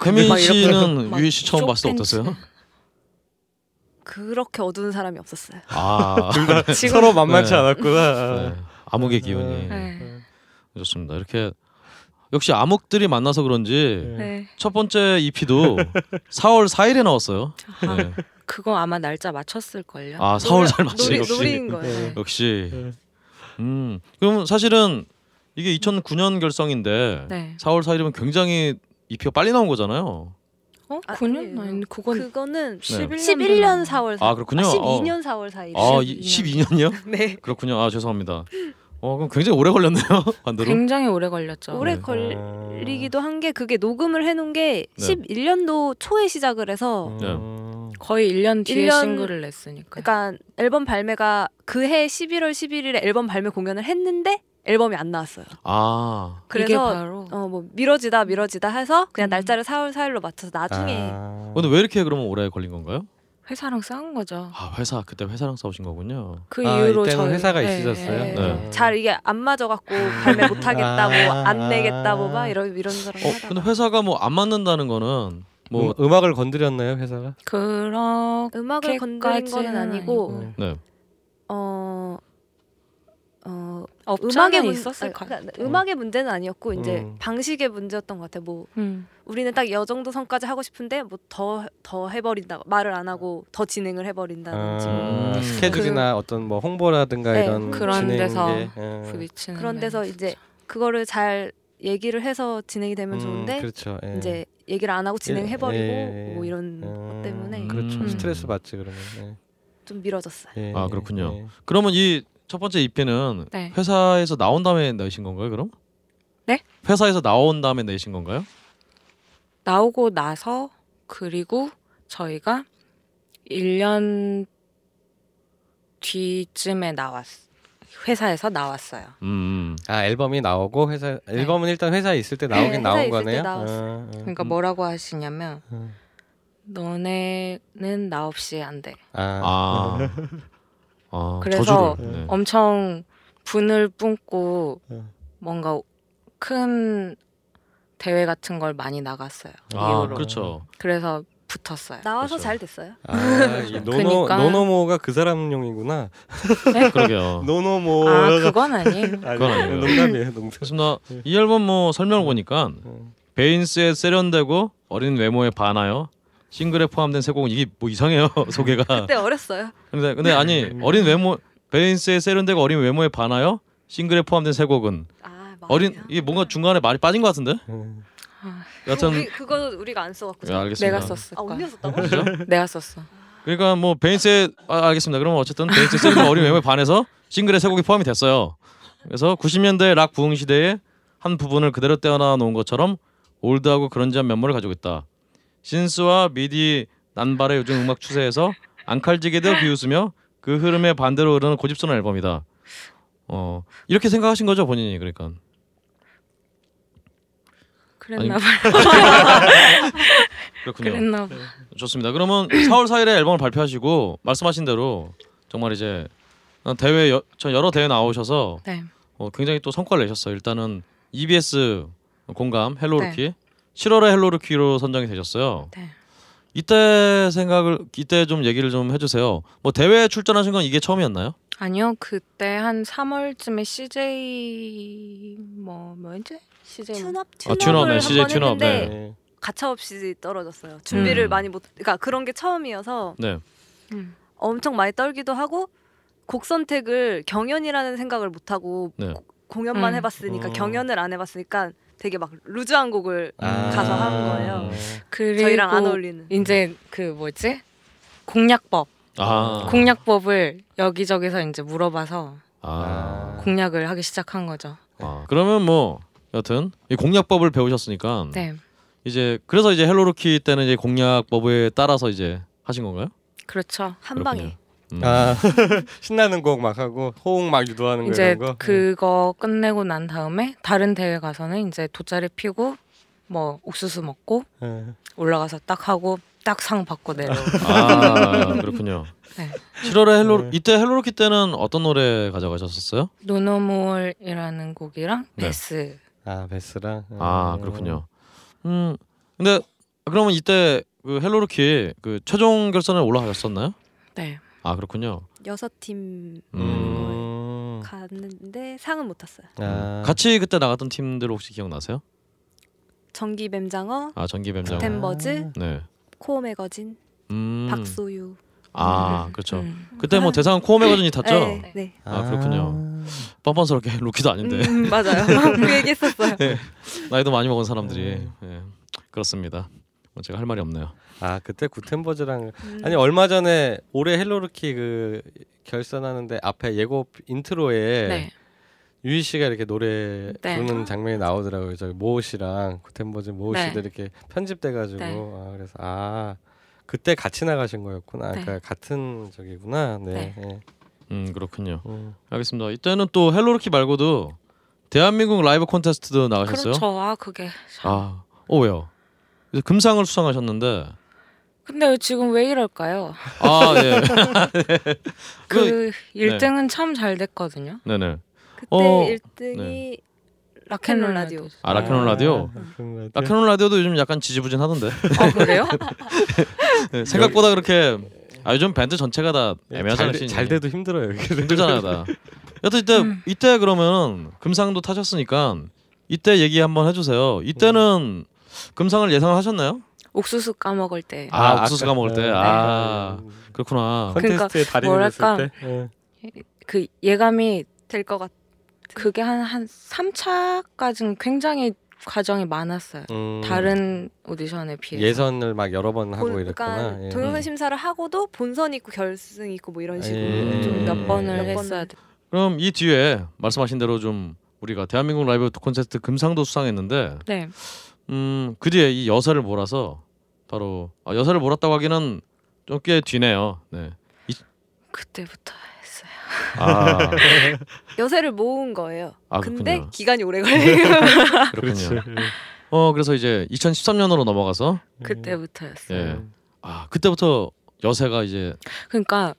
A: 혜민
D: 막 이렇게
A: 씨는
D: 막
A: 유희 씨 처음 봤을 때
D: 쇼팬츠.
A: 어땠어요?
E: 그렇게 어두운 사람이 없었어요.
A: 아
C: 서로 만만치
A: 네.
C: 않았구나.
A: 네. 암흑의 기운이
D: 네.
A: 좋습니다. 이렇게 역시 암흑들이 만나서 그런지
D: 네.
A: 첫 번째 E EP도 4월 4일에 나왔어요.
D: 아,
A: 네.
D: 그거 아마 날짜 맞췄을 걸요.
A: 아 4월 잘 맞지
E: 노리,
A: 역시.
E: 노리인 거예요.
C: 네.
A: 역시. 음 그럼 사실은 이게 2009년 결성인데
D: 네.
A: 4월 4일이면 굉장히 EP가 빨리 나온 거잖아요.
D: 어?
E: 아,
D: 9년?
E: 아니에요.
D: 아니, 그건
E: 그거는
D: 11년
E: 11년 4월
A: 아, 그렇군요.
E: 12년 4월
D: 네,
E: 4일.
A: 아 12년이요?
E: 네.
A: 그렇군요. 아 죄송합니다. 어 그럼 굉장히 오래 걸렸네요. 반대로.
D: 굉장히 오래 걸렸죠.
E: 아, 오래
A: 네.
E: 걸리기도 한 게 그게 녹음을 해놓은 게
A: 네.
E: 11년도 초에 시작을 해서
C: 음.
A: 네.
D: 거의 1년 뒤에
E: 1년
D: 싱글을 냈으니까. 요
E: 그러니까 앨범 발매가 그해 11월 11일에 앨범 발매 공연을 했는데 앨범이 안 나왔어요.
A: 아
D: 이게
E: 그래서
D: 바로
E: 어 뭐 미뤄지다 미뤄지다 해서 그냥
D: 음.
E: 날짜를 4월 4일로 맞춰서 나중에
C: 아.
A: 근데 왜 이렇게 그러면 오래 걸린 건가요?
D: 회사랑 싸운 거죠.
A: 아 회사 그때 회사랑 싸우신 거군요. 어,
D: 그
C: 아,
D: 이후로
C: 이때는
D: 저희
C: 회사가 있으셨어요?
E: 예,
A: 네.
E: 잘 이게 안 맞아갖고 발매 못하겠다 뭐
C: 아.
E: 안 내겠다 뭐 막 이런 이런
A: 어
E: 저런
A: 근데
E: 하다가
A: 회사가 뭐 안 맞는다는 거는 뭐
C: 뭐 음, 악을 건드렸나요 회사가?
D: 그런
E: 음악을 건드린 거는
D: 그렇게까지는
E: 아니고
D: 아니고.
A: 네.
E: 어, 어
D: 업장에
E: 음악의 문-
D: 있었을
E: 아니,
D: 것
E: 그러니까
D: 같아요.
E: 음악의 문제는 아니었고 이제
C: 음.
E: 방식의 문제였던 것 같아. 뭐
D: 음.
E: 우리는 딱 여 정도 선까지 하고 싶은데 뭐 더 더 해버린다 말을 안 하고 더 진행을
C: 아.
E: 해버린다든지
A: 음.
C: 스케줄이나 어떤 뭐 홍보라든가
E: 그 네,
C: 이런
D: 그런
C: 진행에,
D: 데서
C: 예.
D: 부딪히는 네.
E: 그런 데서
D: 면이
E: 이제
D: 있었죠.
E: 그거를 잘 얘기를 해서 진행이 되면
C: 음,
E: 좋은데
C: 그렇죠.
A: 네.
C: 예.
E: 이제 얘기를 안 하고 진행해버리고
C: 예, 예,
E: 뭐 이런
C: 음,
E: 것 때문에
C: 그렇죠.
A: 아. 음.
C: 스트레스 받지 그러면. 예.
E: 좀 미뤄졌어요.
C: 예,
A: 아, 그렇군요.
C: 예.
A: 그러면 이 첫 번째 EP는
D: 네.
A: 회사에서 나온 다음에 내신 건가요, 그럼?
D: 네?
A: 회사에서 나온 다음에 내신 건가요?
D: 나오고 나서 그리고 저희가 1년 뒤쯤에 나왔 회사에서 나왔어요.
A: 음.
C: 아 앨범이 나오고 회사 앨범은 일단 회사에 있을 때
E: 네,
C: 나오긴 나온
E: 회사에 있을 때
C: 거네요.
E: 나왔어요. 음.
C: 아,
A: 음.
D: 그러니까 뭐라고 하시냐면
C: 음.
D: 너네는 나 없이 안 돼.
C: 아,
A: 아. 아,
D: 그래서
A: 저주를. 네.
D: 엄청 분을 뿜고
C: 음.
D: 뭔가 큰 대회 같은 걸 많이 나갔어요.
A: 아,
D: 이후로.
A: 그렇죠.
D: 그래서 붙었어요.
E: 나와서
A: 그렇죠.
E: 잘 됐어요.
C: 아, 이 노노
D: 그러니까.
C: 노노모가 그 사람용이구나.
D: 네.
A: 그러게요.
C: 노노모.
D: 아 그건 아니에요.
C: 어. 아니,
A: 그건 아니고요.
C: 농담이에요, 농담.
A: 그렇습니다. 이 앨범 뭐 설명을 보니까
C: 음.
A: 베인스의 세련되고 어린 외모에 반하여 싱글에 포함된 세 곡은 이게 뭐 이상해요 소개가.
E: 그때 네, 어렸어요.
A: 근데, 근데 아니 어린 외모 베인스의 세련되고 어린 외모에 반하여 싱글에 포함된 세 곡은
E: 아, 맞아요.
A: 어린 이게 뭔가 중간에 말이 빠진 것 같은데. 여튼
E: 우리, 그거 우리가 안 써갖고.
A: 예, 알겠습니다. 그렇죠?
D: 내가
E: 아
D: 썼을
E: 언니가
D: 거야.
E: 썼다고?
D: 내가 썼어.
A: 그러니까 뭐 베인스의 아, 알겠습니다. 그러면 어쨌든 베인스의 세련된 어린 외모에 반해서 싱글에 세 곡이 포함이 됐어요. 그래서 90년대 락 부흥 시대의 한 부분을 그대로 떼어놔 놓은 것처럼 올드하고 그런지한 면모를 가지고 있다. 신스와 미디 난발의 요즘 음악 추세에서 앙칼지게도 비웃으며 그 흐름에 반대로 흐르는 고집스러운 앨범이다. 어 이렇게 생각하신 거죠 본인이 그러니까
D: 그랬나
A: 아니,
D: 봐.
A: 그렇군요.
D: 그랬나 봐.
A: 좋습니다. 그러면 4월 4일에 앨범을 발표하시고 말씀하신 대로 정말 이제 대회 여, 전 여러 대회 나오셔서
D: 네.
A: 어, 굉장히 또 성과를 내셨어요. 일단은 EBS 공감 헬로루키
D: 네.
A: 7월에 헬로루키로 선정이 되셨어요.
D: 네.
A: 이때 생각을 이때 좀 얘기를 좀 해주세요. 뭐 대회에 출전하신 건 이게 처음이었나요?
D: 아니요 그때 한 3월쯤에 CJ 뭐 뭐였지? CJ 뭐.
E: 튜업
A: 아,
E: 튜업을
A: 튜너업네,
E: 한번
A: CJ 튜너업,
E: 했는데
C: 네.
E: 가차없이 떨어졌어요.
A: 음.
E: 준비를 많이 못. 그러니까 그런 게 처음이어서
A: 네.
D: 음.
E: 엄청 많이 떨기도 하고 곡 선택을 경연이라는 생각을 못 하고
A: 네.
E: 공연만
D: 음.
E: 해봤으니까
C: 어.
E: 경연을 안 해봤으니까 되게 막 루즈한 곡을
C: 아.
E: 가서 한 거예요.
D: 그리고
E: 저희랑 안 어울리는.
D: 이제 그 뭐지? 공략법.
A: 아.
D: 공략법을 여기저기서 이제 물어봐서
A: 아.
C: 아.
D: 공략을 하기 시작한 거죠.
A: 아. 그러면 뭐 여튼 이 공략법을 배우셨으니까
D: 네.
A: 이제 그래서 이제 헬로루키 때는 이제 공략법에 따라서 이제 하신 건가요?
D: 그렇죠.
E: 한 방에.
A: 음.
C: 아, 신나는 곡 막 하고 호응 막 유도하는 거
D: 이제
C: 이런 거.
D: 그거 끝내고 난 다음에 다른 대회 가서는 이제 돗자리 피고 뭐 옥수수 먹고
C: 네.
D: 올라가서 딱 하고 딱 상 받고 내려오고.
A: 아 그렇군요.
D: 네.
A: 7월에 헬로
C: 네.
A: 이때 헬로루키 때는 어떤 노래 가져가셨었어요?
D: 노노몰이라는 곡이랑
A: 네.
D: 베스.
C: 아 베스랑.
A: 아 그렇군요. 음 근데 그러면 이때 그 헬로루키 그 최종 결선에 올라가셨었나요?
D: 네.
A: 아 그렇군요.
E: 여섯 팀
A: 음.
C: 음.
E: 갔는데 상은 못 탔어요.
C: 아.
A: 같이 그때 나갔던 팀들 혹시 기억나세요?
E: 전기 뱀장어,
A: 아 전기뱀장.
E: 스탠- 템버즈?
A: 네.
E: 코어 매거진,
A: 음.
E: 박소유.
A: 아 그렇죠.
D: 음.
A: 그때 뭐 대상 코어 매거진이 탔죠.
E: 네. 네.
A: 아, 그렇군요. 뻔뻔스럽게 루키도 아닌데.
E: 음, 맞아요. 그 얘기했었어요.
D: 음.
A: 나이도 많이 먹은 사람들이 예, 그렇습니다. 뭐 제가 할 말이 없네요.
C: 아 그때 구텐버즈랑
E: 음.
C: 아니 얼마 전에 올해 헬로루키 그 결선하는데 앞에 예고 인트로에
D: 네.
C: 유희 씨가 이렇게 노래
D: 네.
C: 부르는 장면이 나오더라고요. 저기 모호 씨랑 구텐버즈 모호
D: 네.
C: 씨도 이렇게 편집돼가지고
D: 네.
C: 아, 그래서 아 그때 같이 나가신 거였구나.
D: 네.
C: 그러니까 같은 저기구나. 네.
D: 네.
C: 네.
A: 음 그렇군요.
C: 음.
A: 알겠습니다. 이때는 또 헬로루키 말고도 대한민국 라이브 콘테스트도 나가셨어요.
D: 그렇죠. 아 그게. 참.
A: 아, 어 왜요? 이제 금상을 수상하셨는데
D: 근데 지금 왜 이럴까요?
A: 아 예.
D: 그 1등은 참 잘 됐거든요.
A: 네네.
E: 그때
A: 어,
E: 1등이
A: 네.
E: 락앤롤 라디오.
A: 아 라켓논 라디오.
C: 라켓놀 라디오.
A: 라켓논 라디오도 요즘 약간 지지부진하던데.
D: 아 그래요?
A: 네, 생각보다 그렇게 아 요즘 밴드 전체가 다 애매하잖아요.
C: 네, 예. 잘, 돼-
A: 신인이.
C: 잘 돼도 힘들어요. 여기.
A: 힘들잖아요, 다. 여튼 이때 이때 그러면 금상도 타셨으니까 이때 얘기 한번 해주세요. 이때는 금상을 예상하셨나요?
D: 옥수수 까먹을 때.
A: 아, 옥수수
C: 아까-
A: 까먹을 때.
C: 네.
A: 아. 그렇구나.
C: 컨테스트에 달인을
D: 그러니까 뭐랄까.
C: 했을 때. 예.
D: 그 예감이
E: 될 것 같아.
D: 그게 한한 3차까지는 굉장히 과정이 많았어요.
C: 음,
D: 다른 오디션에 비해서. 그러니까
C: 예선을 막 여러 번 하고
E: 본-
C: 이랬구나. 예.
E: 동영상 그러니까 심사를 하고도 본선 있고 결승 있고 뭐 이런 식으로
C: 예.
E: 좀
D: 좀몇
C: 음.
D: 번을
E: 몇
D: 했어야
E: 번을.
D: 돼.
A: 그럼 이 뒤에 말씀하신 대로 좀 우리가 대한민국 라이브 콘테스트 금상도 수상했는데
D: 네.
A: 음, 그 뒤에 이 여사를 몰아서 바로 아, 여사를 몰았다고 하기는 좀 꽤 뒤네요. 네.
D: 그때부터 했어요.
A: 아,
E: 여세를 모은 거예요.
A: 아,
E: 근데
A: 그렇군요.
E: 기간이 오래 걸려요.
A: 그렇군요.
C: 예.
A: 어, 그래서 이제 2013년으로 넘어가서
C: 음.
D: 그때부터였어요.
A: 예. 아, 그때부터 여세가 이제
D: 그러니까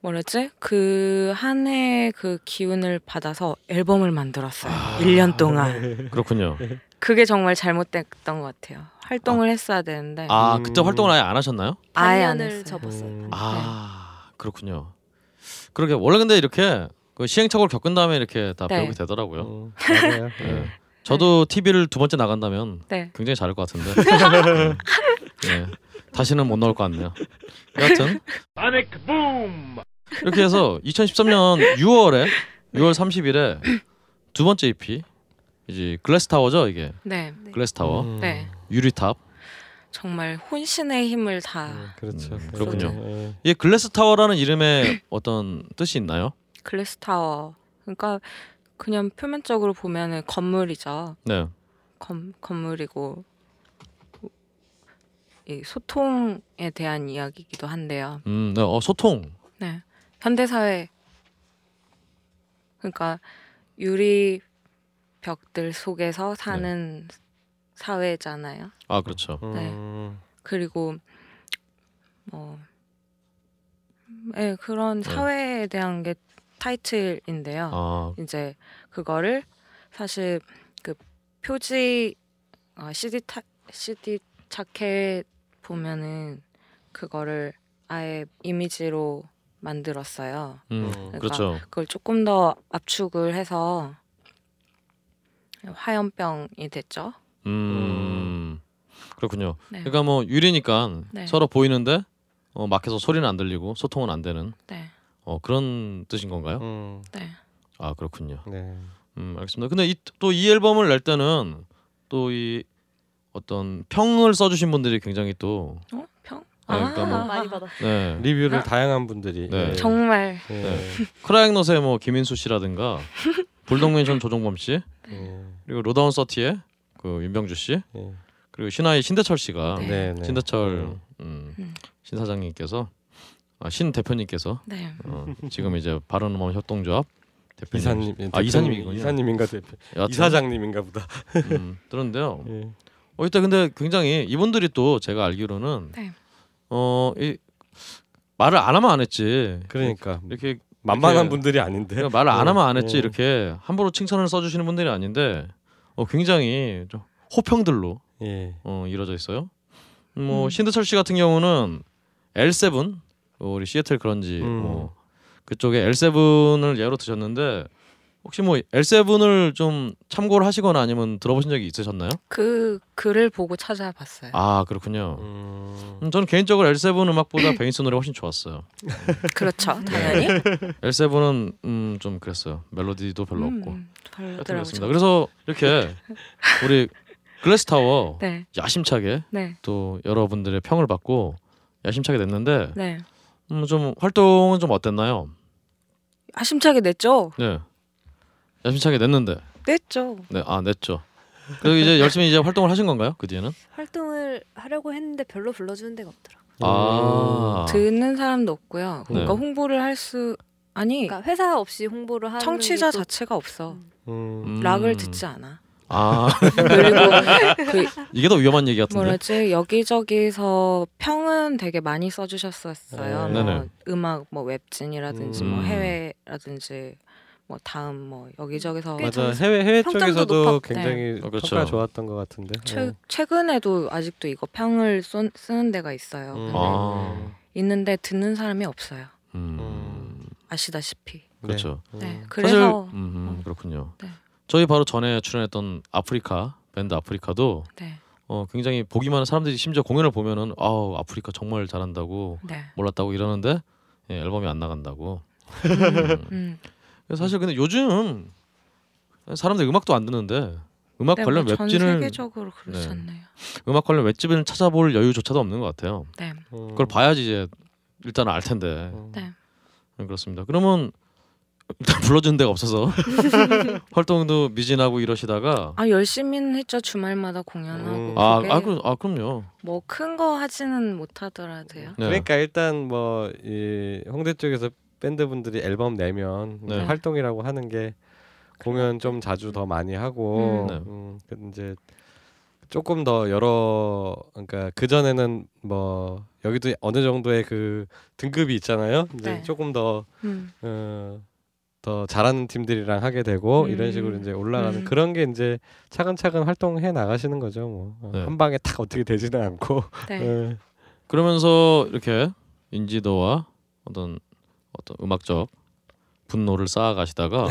D: 뭐랬지? 그 한 해 그 기운을 받아서
C: 아, 네.
D: 앨범을 만들었어요. 1년 동안.
A: 그렇군요.
D: 그게 정말 잘못됐던 것 같아요. 활동을 했어야 되는데 아,
A: 아 그때
C: 음.
A: 활동을 아예 안 하셨나요?
D: 예안
E: 반년을
D: 했어요.
A: 음.
E: 접었어요.
A: 아 그렇군요. 그러게 원래 근데 이렇게 그 시행착오를 겪은 다음에 이렇게 다
D: 네.
A: 배우게 되더라고요.
C: 음, 맞아요.
A: 예. 저도 TV를 두 번째 나간다면
D: 네.
A: 굉장히 잘할 것 같은데. 예. 예. 다시는 못 나올 것 같네요. 여하튼 이렇게 해서 2013년 6월에 6월 30일에 두 번째 EP 이제 글래스 타워죠 이게
D: 네,
A: 글래스 타워
C: 음,
D: 네.
A: 유리탑
D: 정말 혼신의 힘을
E: 아,
D: 다
C: 음, 그렇죠.
A: 음, 그렇군요.
C: 예.
A: 이게 글래스 타워라는 이름의 어떤 뜻이 있나요?
D: 글래스 타워. 그러니까 그냥 표면적으로 보면은 건물이죠.
A: 네.
D: 건, 건물이고 이 소통에 대한 이야기이기도 한데요.
A: 음, 네. 어, 소통.
D: 네. 현대 사회 그러니까 유리 벽들 속에서 사는 사회잖아요.
A: 아 그렇죠.
D: 네.
C: 음,
D: 그리고 뭐 네, 그런
A: 네.
D: 사회에 대한 게 타이틀인데요.
A: 아
D: 이제 그거를 사실 그 표지 어, CD 타, CD 자켓 보면은 그거를 아예 이미지로 만들었어요.
A: 음,
C: 그러니까
A: 그렇죠.
D: 그걸 조금 더 압축을 해서 화염병이 됐죠.
A: 음 그렇군요.
D: 네.
A: 그러니까 뭐 유리니까
D: 네.
A: 서로 보이는데 어, 막혀서 소리는 안 들리고 소통은 안 되는
D: 네.
A: 어, 그런 뜻인 건가요?
C: 음,
D: 네.
A: 아 그렇군요.
C: 네.
A: 음 알겠습니다. 근데 이 또 이 앨범을 낼 때는 또 이 어떤 평을 써주신 분들이 굉장히 또
D: 어? 평?
A: 네, 그러니까 뭐-
E: 아, 많이 받았어요.
A: 네.
C: 리뷰를
E: 아.
C: 다양한 분들이.
A: 네.
C: 예.
D: 정말
C: 예.
A: 크라잉넛의 뭐 김인수 씨라든가 불독맨션 조종범 씨
E: 네.
C: 예.
A: 그리고 로다운 서티의 그 윤병주 씨
C: 예.
A: 그리고 신하의 신대철 씨가
D: 네.
C: 네, 네.
A: 신대철
C: 음.
A: 음,
D: 음.
A: 신 사장님께서 아, 신 대표님께서
D: 네.
A: 어, 지금 이제 바른음원 협동조합 대표님
C: 이사님 예,
A: 아
C: 대표님,
A: 이사님이군요. 아,
C: 이사님인가 대표
A: 여하튼,
C: 이사장님인가 보다.
A: 음, 들었는데요.
C: 예.
A: 어 이때 근데 굉장히 이분들이 또 제가 알기로는
D: 네.
A: 어이 말을 안 하면 안 했지.
C: 그러니까
A: 예. 이렇게
C: 만만한
A: 이렇게-
C: 분들이 아닌데.
A: 말을 안
C: 네.
A: 하면 안 했지
C: 네.
A: 이렇게 함부로 칭찬을 써주시는 분들이 아닌데 어 굉장히 좀 호평들로
C: 예.
A: 어, 이루어져 있어요. 음, 뭐 신드철 씨 같은 경우는 L7 어, 우리 시애틀 그런지
C: 음.
A: 뭐 그쪽에 L7을 예로 드셨는데 혹시 뭐 L7을 좀 참고를 하시거나 아니면 들어보신 적이 있으셨나요?
D: 그 글을 보고 찾아봤어요.
A: 아 그렇군요.
C: 음.
A: 음, 저는 개인적으로 L7 음악보다 베인스 노래 훨씬 좋았어요.
D: 그렇죠. 당연히.
A: L7은 음, 좀 그랬어요. 멜로디도 별로
D: 음,
A: 없고. 하여튼 그렇습니다.
D: 별로더라고요.
A: 그래서 이렇게 우리 글래스타워
D: 네.
A: 야심차게
D: 네.
A: 또 여러분들의 평을 받고 야심차게 냈는데
D: 네.
A: 음, 좀 활동은 좀 어땠나요?
D: 아심차게 냈죠.
A: 네. 야심차게 냈는데.
D: 냈죠.
A: 네, 아, 냈죠. 그리고 이제 열심히 이제 활동을 하신 건가요? 그 뒤에는?
E: 활동을 하려고 했는데 별로 불러주는 데가 없더라고요.
A: 아.
D: 듣는 사람도 없고요.
A: 네.
D: 그러니까 홍보를 할 수 아니
E: 그러니까 회사 없이 홍보를 하는
D: 청취자
E: 게 또-
D: 자체가 없어.
C: 음.
A: 음.
D: 락을 듣지 않아.
A: 아,
D: 그리고 그
A: 이게 더 위험한 얘기 같은데.
D: 뭐라지 여기저기서 평은 되게 많이 써주셨었어요.
C: 아,
D: 뭐
A: 네네.
D: 음악 뭐 웹진이라든지 뭐
A: 음.
D: 해외라든지 뭐 다음 뭐 여기저기서
E: 꽤
C: 맞아 해외 해외
E: 평점도
C: 쪽에서도
E: 높았고. 네.
C: 굉장히
A: 어, 그렇죠.
C: 평가 좋았던 것 같은데.
A: 네.
C: 예.
D: 최, 최근에도 아직도 이거 평을 쏜- 쓰는 데가 있어요.
C: 음.
D: 근데
A: 아.
D: 있는데 듣는 사람이 없어요.
A: 음.
D: 아시다시피.
A: 그렇죠.
C: 음.
D: 네.
A: 사실
D: 그래서
A: 음, 음, 그렇군요.
D: 네.
A: 저희 바로 전에 출연했던 아프리카 밴드 아프리카도
D: 네.
A: 어, 굉장히 보기만 하는 사람들이 심지어 공연을 보면은 아우, 아프리카 정말 잘한다고
D: 네.
A: 몰랐다고 이러는데 예, 앨범이 안 나간다고. 음.
D: 음.
A: 그래서 사실 근데 요즘 사람들 음악도 안 듣는데 음악
D: 네,
A: 관련
D: 뭐전
A: 웹진을
D: 세계적으로 그러셨네요.
A: 음악 관련 웹진을 찾아볼 여유조차도 없는 것 같아요.
D: 네.
C: 음.
A: 그걸 봐야지 이제 일단 알 텐데
C: 음.
D: 네.
A: 음, 그렇습니다. 그러면 일단 불러준 데가 없어서 활동도 미진하고 이러시다가
D: 아 열심히는 했죠 주말마다 공연하고
C: 음.
A: 아,
D: 그게
A: 아, 그, 아 그럼요.
D: 뭐 큰 거 하지는 못하더라도요.
A: 네.
C: 그러니까 일단 뭐 이 홍대 쪽에서 밴드 분들이 앨범 내면 뭐
A: 네.
C: 활동이라고 하는 게
D: 그렇죠.
C: 공연 좀 자주 더 많이 하고
A: 음.
C: 음.
A: 네.
C: 그 이제 조금 더 여러 그러니까 그 전에는 뭐 여기도 어느 정도의 그 등급이 있잖아요. 이제
D: 네.
C: 조금 더
D: 음.
C: 어, 더 잘하는 팀들이랑 하게 되고 이런
D: 음.
C: 식으로 이제 올라가는
D: 음.
C: 그런 게 이제 차근차근 활동해 나가시는 거죠. 뭐한
A: 네.
C: 방에 탁 어떻게 되지는 않고.
D: 네.
C: 예.
A: 그러면서 이렇게 인지도와 어떤 어떤 음악적 분노를 쌓아 가시다가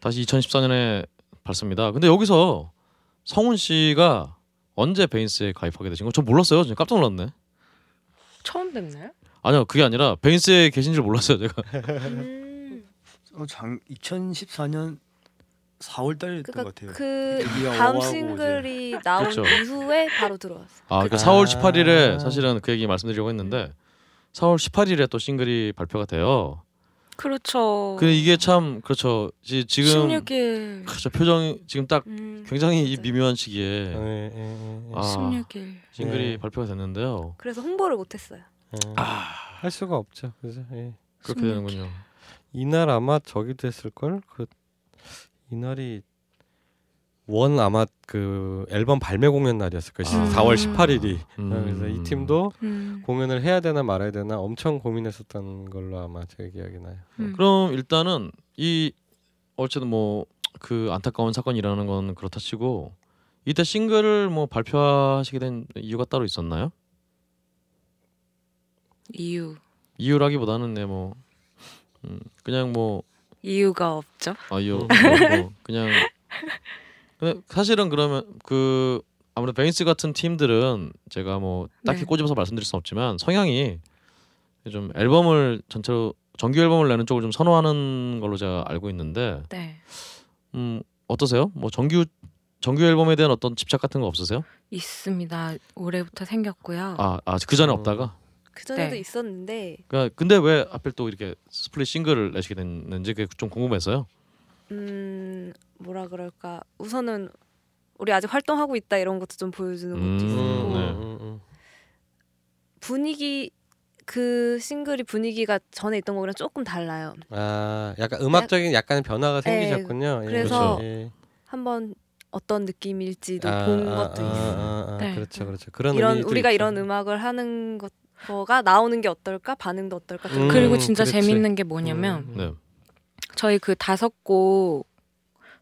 A: 다시 2014년에 발습니다. 근데 여기서 성훈 씨가 언제 베인스에 가입하게 되신 거저 몰랐어요. 진짜 깜짝 놀랐네.
D: 처음 뵙나요?
A: 아니요 그게 아니라 베인스에 계신 줄 몰랐어요 제가.
E: 음.
F: 어, 장 2014년 4월 달이었던
E: 그러니까
F: 것 같아요.
E: 그
F: 드디어
E: 다음
F: 와하고
E: 싱글이 나온
A: 그쵸.
E: 이후에 바로 들어왔어.
A: 아, 그러니까
C: 아.
A: 4월 18일에 사실은 그 얘기 말씀드리려고 했는데 4월 18일에 또 싱글이 발표가 돼요.
D: 그렇죠.
A: 근데 이게 참 그렇죠. 지, 지금
D: 16일,
A: 그 표정이 지금 딱
E: 음.
A: 굉장히 이 미묘한 시기에
C: 예, 예, 예, 예.
A: 아,
D: 16일.
A: 싱글이
C: 네.
A: 발표가 됐는데요.
E: 그래서 홍보를 못했어요.
C: 예.
A: 음.
F: 아,
C: 할 수가 없죠. 그죠? 예.
A: 그렇게
D: 16일.
A: 되는군요.
C: 이날 아마 저기 됐을 걸. 그 이날이 원 아마 그 앨범 발매 공연 날이었을 거예요.
A: 아.
C: 4월 18일이.
A: 음.
C: 그래서 이 팀도
D: 음.
C: 공연을 해야 되나 말아야 되나 엄청 고민했었던 걸로 아마 제 기억이 나요.
D: 음.
A: 그럼 일단은 이 어쨌든 뭐 그 안타까운 사건이라는 건 그렇다 치고 이때 싱글을 뭐 발표하시게 된 이유가 따로 있었나요?
D: 이유.
A: 이유라기보다는 네, 뭐 음, 그냥 뭐
D: 이유가 없죠.
E: 어.
A: 아유 뭐 그냥 근데 사실은 그러면 그 아무래도 베인스 같은 팀들은 제가 뭐 딱히
D: 네.
A: 꼬집어서 말씀드릴 수는 없지만 성향이 좀 앨범을 전체로 정규 앨범을 내는 쪽을 좀 선호하는 걸로 제가 알고 있는데
D: 네.
A: 음 어떠세요? 뭐 정규 정규 앨범에 대한 어떤 집착 같은 거 없으세요?
D: 있습니다. 올해부터 생겼고요.
A: 아 아 그 전에 없다가
E: 그 전에도
D: 네.
E: 있었는데
A: 그러니까 근데 왜 하필 또 이렇게 스플릿 싱글을 내시게 됐는지 그게 좀 궁금해서요.
E: 음 뭐라 그럴까 우선은 우리 아직 활동하고 있다 이런 것도 좀 보여주는 것도
A: 음,
E: 있었고
A: 네.
E: 분위기 그 싱글이 분위기가 전에 있던 거랑 조금 달라요.
C: 아, 약간 음악적인 약간의 변화가 생기셨군요.
E: 네,
C: 예,
E: 그래서
A: 그렇죠.
C: 예.
E: 한번 어떤 느낌일지도
C: 아,
E: 본
C: 아,
E: 것도
C: 아,
E: 있어요.
C: 아, 아,
D: 네.
C: 그렇죠, 그렇죠. 그런
E: 이런
C: 의미도
E: 우리가
C: 있죠.
E: 이런 음악을 하는 것 거가 나오는 게 어떨까 반응도 어떨까 좀
C: 음,
D: 그리고 진짜
C: 그렇지.
D: 재밌는 게 뭐냐면
C: 음,
A: 네.
D: 저희 그 다섯 곡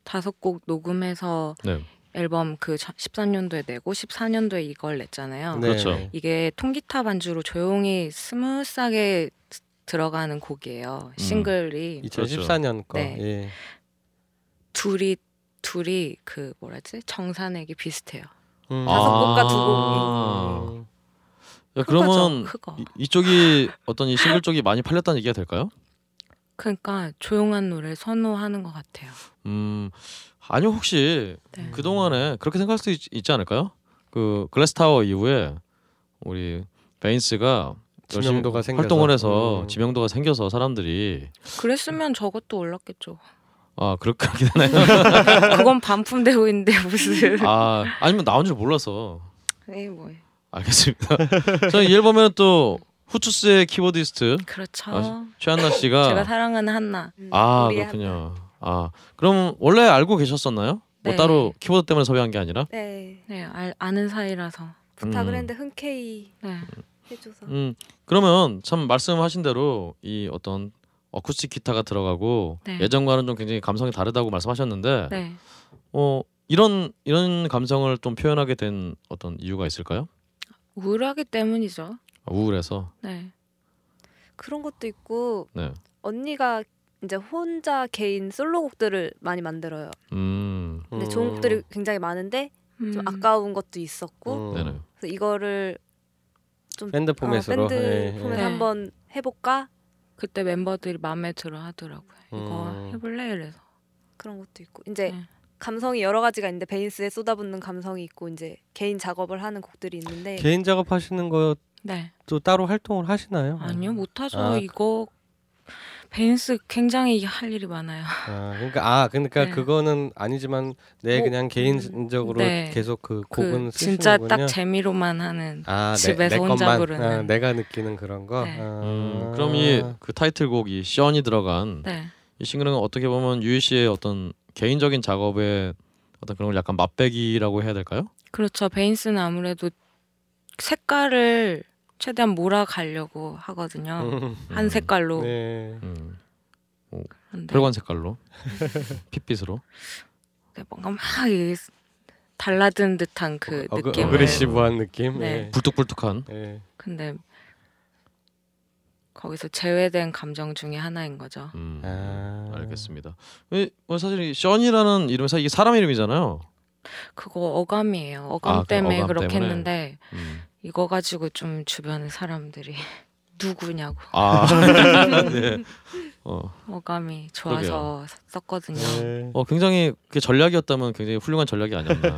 D: 다섯 곡 녹음해서
A: 네.
D: 앨범 그 13년도에 내고 14년도에 이걸 냈잖아요.
C: 네.
A: 그렇죠.
D: 이게 통기타 반주로 조용히 스무스하게 들어가는 곡이에요. 싱글이
C: 2014년 거.
D: 네.
C: 예.
D: 둘이 둘이 그 뭐라지 정산액이 비슷해요.
C: 음.
E: 다섯
A: 아.
E: 곡과 두
A: 아.
E: 곡이
C: 음.
A: 야, 그러면
D: 흑어.
A: 이, 이쪽이 어떤 이 싱글 쪽이 많이 팔렸다는 얘기가 될까요?
D: 그러니까 조용한 노래 선호하는 것 같아요.
A: 음 아니요 혹시
D: 네.
A: 그 동안에 그렇게 생각할 수도 있, 지 않을까요? 그 글래스 타워 이후에 우리 베인스가 열심히
C: 지명도가 생겨서.
A: 활동을 해서
C: 음.
A: 지명도가 생겨서 사람들이
D: 그랬으면 저것도 올랐겠죠.
A: 아 그렇게 하게 되나요?
D: 그건 반품되고 있는데 무슨?
A: 아 아니면 나온 줄 몰라서
D: 에이 뭐
A: 알겠습니다. 저는 이 앨범에는 또 후추스의 키보디스트
D: 그렇죠.
A: 아, 최한나
D: 제가
A: 씨가
D: 사랑하는 한나.
A: 아
E: 우리
A: 그렇군요. 아 그럼 원래 알고 계셨었나요? 뭐
D: 네.
A: 따로 키보드 때문에 섭외한 게 아니라?
E: 네
D: 네, 알, 아는 사이라서.
E: 부탁을
A: 음.
E: 했는데 흔쾌히
D: 네.
E: 해줘서
A: 음 그러면 참 말씀하신 대로 이 어떤 어쿠스틱 기타가 들어가고
D: 네.
A: 예전과는 좀 굉장히 감성이 다르다고 말씀하셨는데
D: 네.
A: 어 이런 이런 감성을 좀 표현하게 된 어떤 이유가 있을까요?
D: 우울하기 때문이죠.
A: 아, 우울해서
D: 네.
E: 그런 것도 있고
A: 네.
E: 언니가 이제 혼자 개인 솔로곡들을 많이 만들어요.
A: 음
D: 네,
E: 근데 좋은 곡들이 굉장히 많은데
D: 음.
E: 좀 아까운 것도 있었고
C: 음.
A: 네네
E: 그래서 이거를
D: 아,
C: 밴드 포맷으로.
E: 어, 밴드
C: 예, 예.
E: 포맷
D: 네.
E: 한번 해볼까
D: 그때 멤버들이 마음에 들어 하더라고요. 이거
C: 음.
D: 해볼래 이래서.
E: 그런 것도 있고 이제
D: 네.
E: 감성이 여러 가지가 있는데 베이스에 쏟아붓는 감성이 있고 이제 개인 작업을 하는 곡들이 있는데
C: 개인 작업하시는 것도
D: 네.
C: 따로 활동을 하시나요?
D: 아니요 뭐. 못하죠.
C: 아,
D: 이거 벤스 굉장히 할 일이 많아요.
C: 아, 그러니까 아, 그러니까
D: 네.
C: 그거는 아니지만 내
E: 뭐,
C: 그냥 개인적으로
D: 네.
C: 계속 그 곡은
D: 그
C: 쓰시는군요.
D: 진짜 딱 재미로만 하는.
C: 아,
D: 집에서 혼자
C: 것만,
D: 부르는.
C: 아, 내가 느끼는 그런 거.
D: 네.
C: 아.
A: 음, 그럼 이 그 타이틀곡 이 시언이
C: 음.
A: 들어간
D: 네.
A: 이 싱글은 어떻게 보면 유희 씨의 어떤 개인적인 작업의 어떤 그런 걸 약간 맛배기라고 해야 될까요?
D: 그렇죠. 베인스는 아무래도 색깔을 최대한 몰아가려고 하거든요.
C: 음,
D: 한 색깔로.
C: 네.
A: 음.
D: 근데
A: 혈관 색깔로 핏빛으로
D: 네, 뭔가 막 이- 달라든 듯한 그
C: 어그-
D: 느낌을
C: 어그레시브한 느낌.
D: 네.
A: 불뚝불뚝한
C: 예. 예.
D: 근데 거기서 제외된 감정 중에 하나인 거죠.
A: 음,
C: 아.
A: 알겠습니다. 이- 뭐 사실 이 션이라는 이름에서 이게 사람 이름이잖아요.
D: 그거 어감이에요. 어감
A: 아, 그
D: 때문에
A: 어감
D: 그렇게
A: 때문에.
D: 했는데
A: 음.
D: 이거 가지고 좀 주변의 사람들이 누구냐고
A: 아, 네. 어,
D: 어감이 좋아서 썼거든요.
C: 예.
A: 어, 굉장히 그게 전략이었다면 굉장히 훌륭한 전략이 아니었나.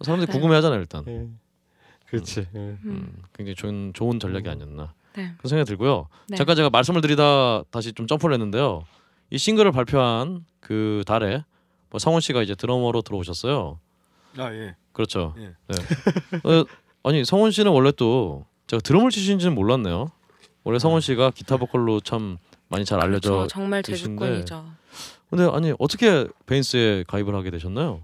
A: 사람들이 궁금해하잖아요 일단.
C: 예. 그렇지. 예.
D: 음.
A: 음, 굉장히 좋은 좋은 전략이 아니었나.
D: 네.
A: 그런 생각이 들고요.
D: 네.
A: 잠깐 제가 말씀을 드리다 다시 좀 점프를 했는데요. 이 싱글을 발표한 그 달에 뭐 성원 씨가 이제 드러머로 들어오셨어요.
F: 아 예.
A: 그렇죠.
F: 예.
A: 네. 어, 아니 성원 씨는 원래 또 제가 드럼을 치시는지는 몰랐네요.
F: 음.
A: 원래 성원 씨가 기타 보컬로 참 많이 잘 알려져.
D: 그렇죠. 정말
A: 계신데.
D: 제주꾼이죠.
A: 근데 아니 어떻게 베인스에 가입을 하게 되셨나요?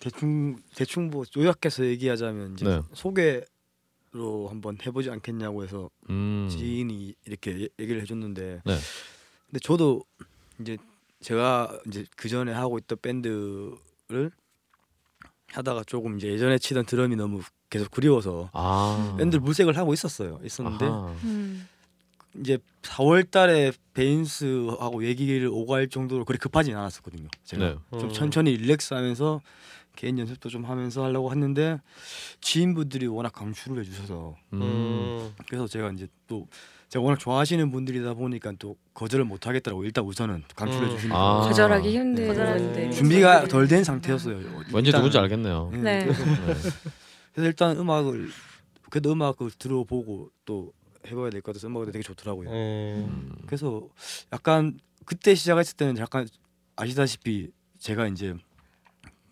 F: 대충 대충 뭐 요약해서 얘기하자면 이제
A: 네.
F: 소개로 한번 해보지 않겠냐고 해서
A: 음.
F: 지인이 이렇게 얘- 얘기를 해줬는데
A: 네.
F: 근데 저도 이제 제가 이제 그 전에 하고 있던 밴드를 하다가 조금 이제 예전에 치던 드럼이 너무 계속 그리워서
A: 아.
F: 밴드 물색을 하고 있었어요 있었는데
A: 아하.
D: 음.
F: 이제 4월달에 베인스하고 얘기를 오갈 정도로 그렇게 급하진 않았었거든요 제가
A: 네.
F: 좀
C: 음.
F: 천천히 릴렉스하면서 개인 연습도 좀 하면서 하려고 했는데 지인분들이 워낙 감추를 해주셔서
A: 음.
C: 음.
F: 그래서 제가 이제 또 제가 워낙 좋아하시는 분들이다 보니까 또 거절을 못 하겠더라고 일단 우선은 감출해
C: 음.
A: 아. 네.
F: 주시니까
D: 거절하기 힘든
E: 거절하는데
F: 준비가 덜 된 상태였어요.
A: 왠지
F: 일단.
A: 음. 누군지 알겠네요.
F: 예.
D: 네.
F: 그래서 일단 음악을 그래도 음악을 들어보고 또 해봐야 될 것 같아서 음악이 되게 좋더라고요.
C: 예.
F: 그래서 약간 그때 시작했을 때는 약간 아시다시피 제가 이제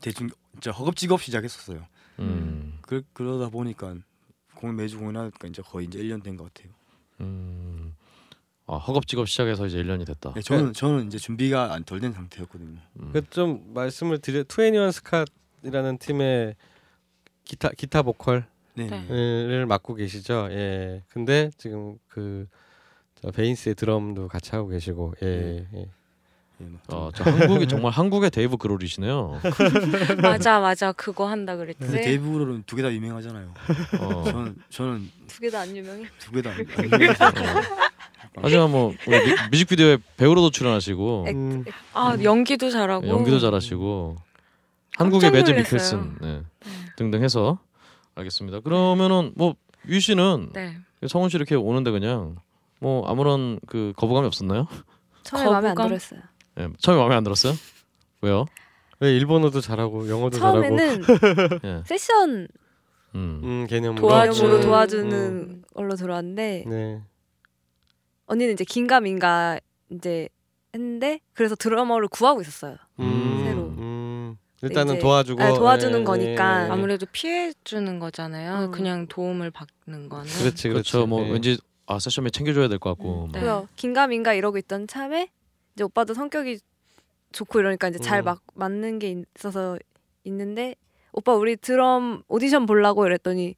F: 대충 진짜 허겁지겁 시작했었어요.
A: 음.
F: 그, 그러다 보니까 공연 매주 공연하니까 이제 거의 이제 1년 된 것 같아요.
A: 음. 아, 허겁지겁 시작해서 이제 1년이 됐다.
F: 네, 저는 저는 이제 준비가 덜 된 상태였거든요.
C: 그 좀 말씀을 드려 투애니원 스캇이라는 팀의 기타 기타 보컬
F: 네.
D: 네.
C: 을 맡고 계시죠. 예. 근데 지금 그 저, 베인스의 드럼도 같이 하고 계시고
A: 음.
C: 예. 예.
F: 예, 막 좀-
A: 아, 저 한국이 정말 한국의 데이브 그롤이시네요.
D: 맞아 맞아 그거 한다
F: 근데
E: 네.
D: 그랬지.
F: 데이브 그롤은 두 개 다 유명하잖아요.
A: 어.
F: 저는 저는
E: 두 개 다 안 유명해.
F: 두 개 다 유명해서
A: 하지만 뭐 우리 뮤- 뮤직비디오에 배우로도 출연하시고
E: 액-
C: 음,
D: 아 연기도 잘하고
A: 연기도 잘하시고
D: 깜짝
A: 한국의 매즈
D: 놀랐어요.
A: 미켈슨 네. 등등 해서 알겠습니다. 그러면은 뭐 유씨는
D: 네.
A: 성훈 씨 이렇게 오는데 그냥 뭐 아무런 그 거부감이 없었나요?
E: 처음에 마음에 안
D: 거부감?
E: 들었어요.
A: 예, 처음에 마음에 안 들었어요? 왜요?
C: 왜 일본어도 잘하고 영어도 잘하고
E: 처음에는
A: 예.
E: 세션
A: 음.
C: 음, 개념으로
D: 도와주-
E: 도와주는
D: 도와주는-
E: 도와주는 걸로 들어왔는데
C: 네.
E: 언니는 이제 긴가민가 이제 했는데 그래서 드러머를 구하고 있었어요.
D: 네.
C: 음,
E: 새로.
C: 음. 일단은
E: 이제-
C: 도와주고
E: 아, 도와주는
C: 예,
E: 거니까.
C: 예, 예.
D: 아무래도 피해 주는 거잖아요.
E: 음.
D: 그냥 도움을 받는 거는.
C: 그렇지 그렇지.
A: 그렇죠. 뭐
C: 예.
A: 왠지 아 세션에 챙겨줘야 될 것 같고 뭐.
D: 음,
A: 막
D: 네.
E: 그래서 긴가민가 이러고 있던 참에 이제 오빠도 성격이 좋고 이러니까 이제 잘
C: 음.
E: 막 맞는 게 있어서 있는데 오빠 우리 드럼 오디션 보려고 이랬더니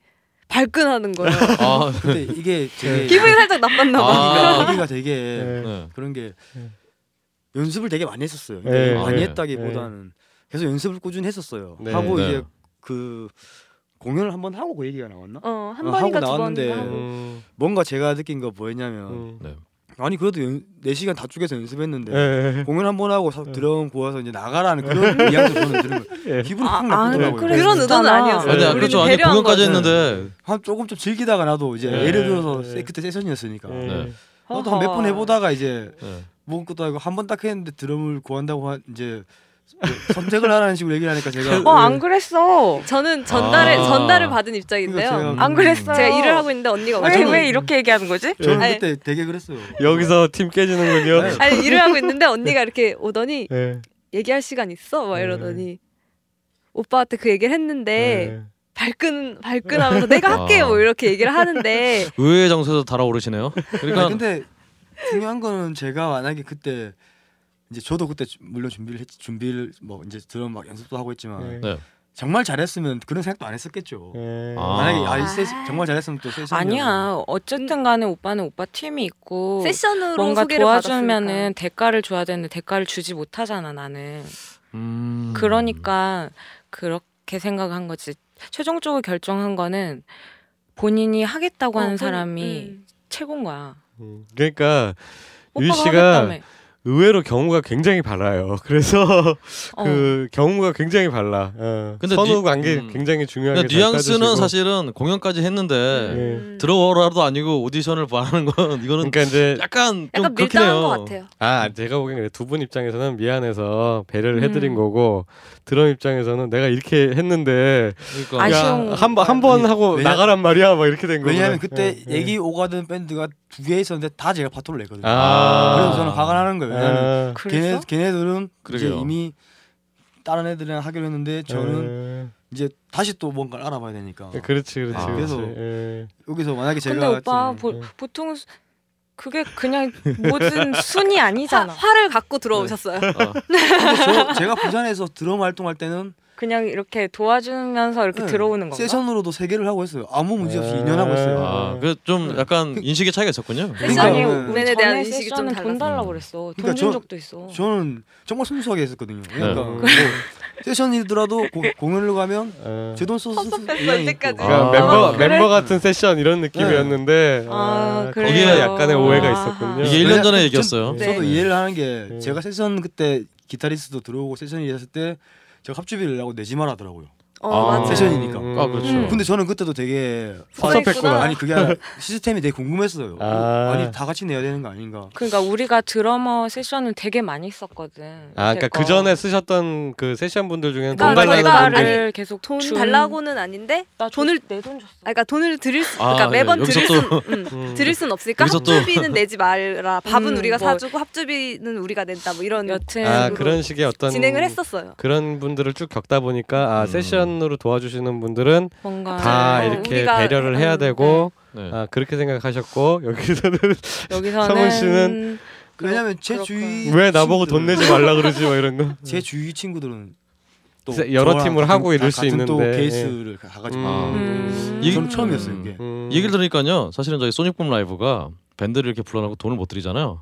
E: 발끈하는 거예요.
A: 아,
F: 근데 이게 되게
E: 기분이 살짝 나빴나 봐.
A: 네. 아.
F: 얘기가 되게
C: 예.
A: 네.
F: 그런 게
C: 네.
F: 연습을 되게 많이 했었어요.
C: 네,
F: 많이
A: 네.
F: 했다기보다는 계속 연습을 꾸준히 했었어요.
C: 네.
F: 하고
A: 네.
F: 이제 그 공연을 한번 하고 그 얘기가 나왔나?
E: 어, 한
F: 어,
E: 번인가 두
F: 하고 나왔는데.
E: 번인가 하고.
C: 음,
F: 뭔가 제가 느낀 거 뭐였냐면
C: 음.
A: 네.
F: 아니 그래도 연, 4시간 다 쪼개서 연습했는데
C: 예, 예.
F: 공연 한 번 하고 사- 드럼 구워서 이제 나가라는 그런 이야기도 저는 들으면
C: 예.
F: 기분이
D: 아,
F: 확
D: 아,
F: 나쁘더라고요.
D: 그래.
E: 그런 의도는
D: 그랬잖아.
E: 아니었어요.
A: 아니,
C: 네.
A: 아, 그렇죠.
E: 우리는
A: 아니
E: 배려한
A: 공연까지
E: 거죠.
A: 했는데
F: 한 조금 좀 즐기다가 나도 이제
C: 네.
F: 예를 들어서
C: 네.
F: 세- 그때 세션이었으니까
C: 예.
A: 네.
F: 나도 한 몇 번 해보다가 이제
A: 네.
F: 먹은 것도 아니고 한 번 딱 했는데 드럼을 구한다고 한 이제 그 선택을 하라는 식으로 얘기를 하니까 제가
D: 어 안 그랬어.
E: 저는 전달을
A: 아.
E: 전달을 받은 입장인데요.
F: 그러니까
D: 안 그랬어요. 예.
E: 제가 일을 하고 있는데 언니가
D: 왜,
E: 와서
F: 아, 저는-
D: 왜 이렇게 얘기하는 거지?
F: 음, 저는
E: 아니.
F: 그때 되게 그랬어요.
C: 여기서 팀
A: 네.
C: 깨지는군요.
E: 아니 일을 하고 있는데 언니가 이렇게 오더니
C: 예.
E: 얘기할 시간 있어?
A: 네.
E: 막 이러더니 오빠한테 그 얘기를 했는데
C: 예.
E: 발끈 발끈하면서 내가 할게
A: 네. 아.
E: 뭐 이렇게 얘기를 하는데
A: 의외의 장소에서 달아오르시네요.
F: 아니,
A: 그러니까
F: 근데 중요한 거는 제가 만약에 그때 이제 저도 그때 주- 물론 준비를 했지 준비를 뭐 이제 드럼 막 연습도 하고 했지만
C: 예.
A: 네.
F: 정말 잘했으면 그런 생각도 안 했었겠죠.
A: 아.
F: 만약에 아, 이 세시, 정말 잘했으면 또 세션
D: 아니야. 어쨌든 간에 오빠는 오빠 팀이
A: 뭐
D: 있고
E: 세션으로
D: 뭔가
E: 소개를
D: 도와주면은 대가를 줘야 되는데 대가를 주지 못하잖아, 나는.
A: 음.
D: 그러니까 그렇게 생각한 거지. 최종적으로 결정한 거는 어, 본인이 음. 하겠다고
E: 어,
D: 하는 사람이
E: 음,
D: 최고인 거야.
C: 음. 그러니까 유희
D: 오빠가
C: 씨가
D: 하겠다며.
C: 의외로 경우가 굉장히 발라요. 그래서
D: 어.
C: 그 경우가 굉장히 발라. 어.
A: 근데
C: 선후
A: 뉘-
C: 관계
A: 음.
C: 굉장히 중요하게
A: 그러니까
C: 잘
A: 뉘앙스는
C: 따지시고.
A: 사실은 공연까지 했는데
C: 예.
F: 음.
E: 음.
A: 들어오라도 아니고 오디션을 말하는 건 이거는
C: 그러니까 이제
A: 약간 좀
E: 약간
A: 그렇긴 해요.
E: 밀당한 것 같아요.
C: 아
F: 음.
C: 제가 보기엔 그래 두 분 입장에서는 미안해서 배려를 해드린
D: 음.
C: 거고 드럼 입장에서는 내가 이렇게 했는데
A: 그러니까
D: 아쉬운 네. 거니까.
C: 야한번 한 번
F: 아니,
C: 하고
F: 왜냐-
C: 나가란 예, 말이야 막 이렇게 된 거고
F: 왜냐하면 그때 얘기 오가던 밴드가 두 개 있었는데 다 제가 파토를 냈거든요.
A: 그러니까
C: 아.
F: 그래서 저는 화가 나는 거예요. 왜냐면
C: 아.
F: 걔네,
D: 그래서
F: 걔네들은 이제
A: 그러게요.
F: 이미 다른 애들이랑 하기로 했는데
A: 네.
C: 예.
F: 저는 이제 다시 또 뭔가를 알아봐야 되니까
C: 그렇지 그렇지
F: 아,
C: 그렇지.
F: 그래서-
C: 예.
F: 여기서 만약에 제가
D: 근데 오빠
F: 지금
D: 보,
F: 네.
D: 보통 수- 그게 그냥 모든 순이 아니잖아.
E: 화,
A: 네.
E: 를 갖고 들어오셨어요.
F: 근데 저, 제가 부산에서 드럼 활동할 때는
D: 그냥 이렇게 도와주면서 이렇게
F: 네,
D: 들어오는 건가?
F: 세션으로도 세 개를 하고 했어요. 아무 문제 없이
C: 아.
F: 2년 하고 했어요.
A: 아,
F: 음.
A: 그좀 약간 인식의 차이가 있었군요.
F: 그러니까-
D: 아니
F: 그러니까요.
D: 우리
E: 네.
D: 전에
E: 네.
D: 세션은 돈
E: 네.
D: 달라고 그랬어. 돈
F: 그러니까
D: 준
F: 저-
D: 적도 있어.
F: 저는 정말 순수하게 했었거든요. 그러니까
A: 네.
C: 음,
F: 뭐 세션이더라도 고- 공연을 가면
C: 예.
F: 제 돈 써서 쓸
E: 섭섭했어,
F: 의향이
E: 이때까지.
F: 있고. 네.
C: 그러니까
A: 네. 아.
C: 멤버
A: 그래?
C: 멤버 같은 세션 이런 느낌이었는데
D: 아,
C: 네. 아,
D: 그래요?
C: 거기에 약간의 오해가
D: 아하.
C: 있었군요.
A: 이게 1년 전에
F: 전-
A: 얘기했어요.
E: 네.
F: 저도 이해를 하는 게
C: 네.
F: 제가 세션 그때 기타리스트도 들어오고 세션이 했을 때 제가 합주비를 내고 내지 말하더라고요.
E: 어,
A: 아.
E: 맞아요.
F: 세션이- 세션이니까.
A: 아, 그렇죠.
D: 음.
F: 근데 저는 그때도 되게
C: 섭섭했구나.
F: 아니 그게 아니라 시스템이 되게 궁금했어요.
C: 아.
F: 아. 니다 같이 내야 되는 거 아닌가?
D: 그러니까 우리가 드러머 세션을 되게 많이 썼거든.
C: 아, 그러니까 그
D: 이제껏.
C: 전에 쓰셨던 그 세션 분들 중에는 돈
E: 그러니까
C: 달라는
E: 저희가-
C: 분들
D: 대가를 계속
E: 돈
D: 준-
E: 달라고는 아닌데
D: 나
E: 돈을-
D: 내 돈 줬어.
E: 아, 그러니까 돈을 드릴 수,
A: 아,
E: 그러니까
A: 네.
E: 매번
A: 여기서
E: 드릴
A: 또-
E: 순, 음,
C: 음.
E: 드릴 순 없으니까
A: 여기서 또-
E: 합주비는 내지 말라. 밥은
D: 음,
E: 우리가
D: 뭐.
E: 사주고 합주비는 우리가 낸다. 뭐 이런
D: 여튼
C: 아
E: 식으로
C: 그런 식의 어떤
E: 진행을 했었어요.
C: 그런 분들을 쭉 겪다 보니까 아
A: 음.
C: 세션으로 도와주시는 분들은
D: 뭔가
C: 다
E: 어,
C: 이렇게
E: 우리가-
C: 배려를 해야
E: 음,
C: 되고
A: 네.
C: 아 그렇게 생각하셨고 여기서는
D: 여기서는
C: 성훈 씨는
F: 왜냐면 제
D: 그렇구나.
F: 주위
C: 왜 나보고
F: 친구들은-
C: 돈 내지 말라 그러지 막 이런 거
F: 제 주위 친구들은 또
C: 세- 여러
F: 저랑
C: 팀을 하고
F: 같은- 아,
C: 이럴 수
F: 같은 또
C: 있는데,
F: 케이스를 다 가지고 아,
D: 음.
A: 이-
F: 저는 처음이었어요 이게.
C: 음.
A: 얘기를 들으니까요. 사실은 저희 소닉붐 라이브가 밴드를 이렇게 불러놓고 돈을 못 드리잖아요.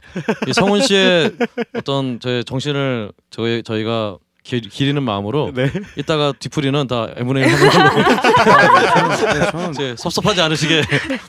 A: 이 성훈 씨의 어떤 저의 정신을 저희 저희가 기, 기리는 마음으로
C: 네.
A: 이따가 뒤풀이는 다 M&A를 하는 걸로
F: 네, 저는
A: 이제 섭섭하지 않으시게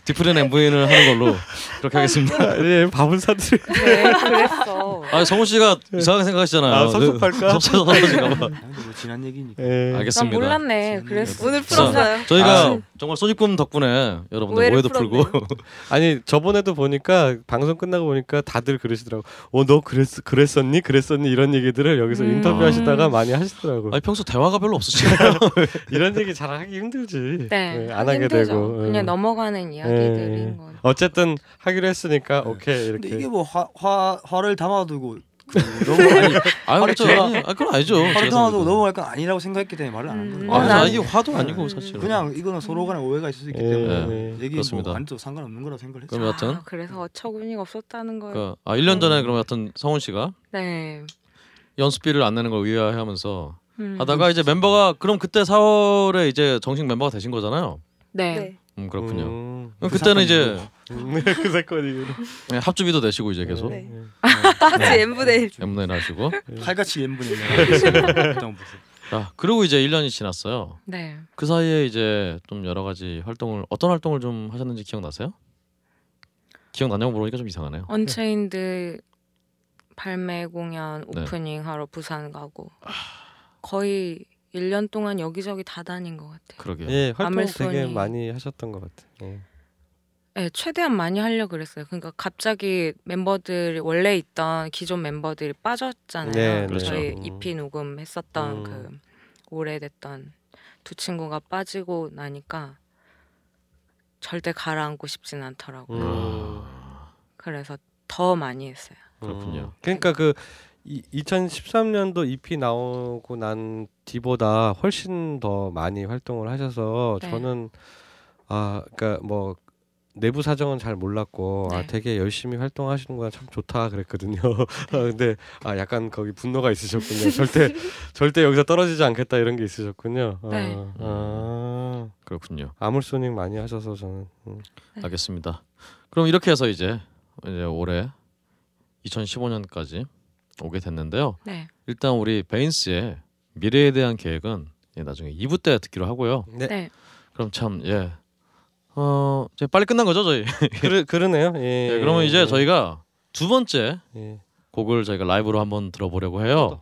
A: 뒤풀이는 M&A를 하는 걸로 그렇게 하겠습니다.
C: 아, 예, 밥은 사드려
D: 네, 그랬어.
A: 아 성훈 씨가 이상하게 생각하시잖아요.
C: 아, 섭섭할까?
A: 섭섭하실까 봐.
F: 아니, 뭐 지난 얘기니까.
C: 예.
D: 난
A: 알겠습니다.
C: 음,
D: 몰랐네. 그랬어.
E: 오늘
A: 자,
E: 풀었어요.
A: 저희가 정말 소닉붐 덕분에 여러분들
E: 오해를
A: 오해도
E: 풀었네요.
A: 풀고
C: 아니 저번에도 보니까 방송 끝나고 보니까 다들 그러시더라고 어 너 그랬, 그랬었니 그랬었니 이런 얘기들을 여기서
D: 음.
C: 인터뷰하시다가 많이 하시더라고
A: 아니 평소 대화가 별로 없으시잖아요.
C: 이런 얘기 잘 하기 힘들지
D: 네,
C: 예, 안 하게
D: 힘들죠.
C: 되고 예.
D: 그냥 넘어가는
C: 예.
D: 이야기들인 건.
C: 어쨌든 하기로
A: 네.
C: 했으니까 오케이
F: 근데
C: 이렇게
F: 이게 뭐 화 화 화를 담아두고 그 너무 아니
A: 아니 그렇죠.
F: 제가-
A: 아니, 아, 그건 아니죠. 제가
F: 화를 담아두고
A: 생각해도.
F: 넘어갈 건 아니라고 생각했기 때문에 말을 안 한 거예요.
D: 음.
A: 아,
D: 어,
A: 그래서
D: 난-
A: 아, 이게 화도 아니고 사실.
F: 그냥 이거는 서로 간에 오해가 있을 수 있기
C: 예,
F: 때문에
C: 예.
F: 얘기
A: 그렇습니다.
F: 뭐 안도 상관없는 거라고 생각을 했죠.
A: 그럼 여튼
D: 아, 그래서 어처구니가 없었다는 거예요.
A: 그러니까 아 1년 전에 그럼 하여튼 성훈 씨가
D: 네.
A: 연습비를 안 내는 걸 의아해하면서
D: 음.
A: 하다가 이제 멤버가 그럼 그때 4월에 이제 정식 멤버가 되신 거잖아요.
D: 네.
E: 네.
A: 음 그렇군요.
C: 음,
A: 그럼 그때는
F: 그
A: 이제
C: 음, 그 사건 이후로
A: 네, 합주비도 내시고 이제 계속
E: 네.
F: 같이
E: M분의
A: 엠문을 하시고
F: 칼같이 네. M분의 1. 일단 보세요.
A: 자 그리고 이제 1년이 지났어요.
D: 네.
A: 그 사이에 이제 좀 여러 가지 활동을 어떤 활동을 좀 하셨는지 기억나세요? 기억나냐고 물어보니까 좀 이상하네요.
D: 언체인드 발매 공연
A: 네.
D: 오프닝 하러 부산 가고 거의 1년 동안 여기저기 다 다닌 것 같아요.
A: 그러게요.
C: 예, 활동 되게
D: 아멜소니.
C: 많이 하셨던 것 같아. 예.
D: 네, 최대한 많이 하려 고 그랬어요. 그러니까 갑자기 멤버들이 원래 있던 기존 멤버들이 빠졌잖아요.
C: 네,
A: 그렇죠.
D: 저희
C: 음.
D: EP 녹음했었던
C: 음.
D: 그 오래됐던 두 친구가 빠지고 나니까 절대 가라앉고 싶진
A: 아,
D: 않더라고요.
C: 음,
D: 그래서 더 많이 했어요.
A: 그렇군요.
C: 그러니까 그 이, 2013년도 EP 나오고 난 뒤보다 훨씬 더 많이 활동을 하셔서
D: 네.
C: 저는 아, 그러니까 뭐 내부 사정은 잘 몰랐고 아
D: 네.
C: 되게 열심히 활동하시는구나 참 좋다 그랬거든요. 아, 근데 아 약간 거기 분노가 있으셨군요. 절대 절대 여기서 떨어지지 않겠다 이런 게 있으셨군요. 아,
D: 네.
C: 아,
A: 그렇군요.
C: 아물소닝 많이 하셔서 저는 음,
A: 알겠습니다. 그럼 이렇게 해서 이제 이제 올해 2015년까지 오게 됐는데요.
D: 네.
A: 일단 우리 베인스의 미래에 대한 계획은 예, 나중에 2부 때 듣기로 하고요.
C: 네.
D: 네.
A: 그럼 참 예. 어, 이제 빨리 끝난 거죠, 저희.
C: 그러, 그러네요. 예.
A: 예, 그러면 이제
C: 예,
A: 저희가 두 번째
C: 예.
A: 곡을 저희가 라이브로 한번 들어보려고 해요.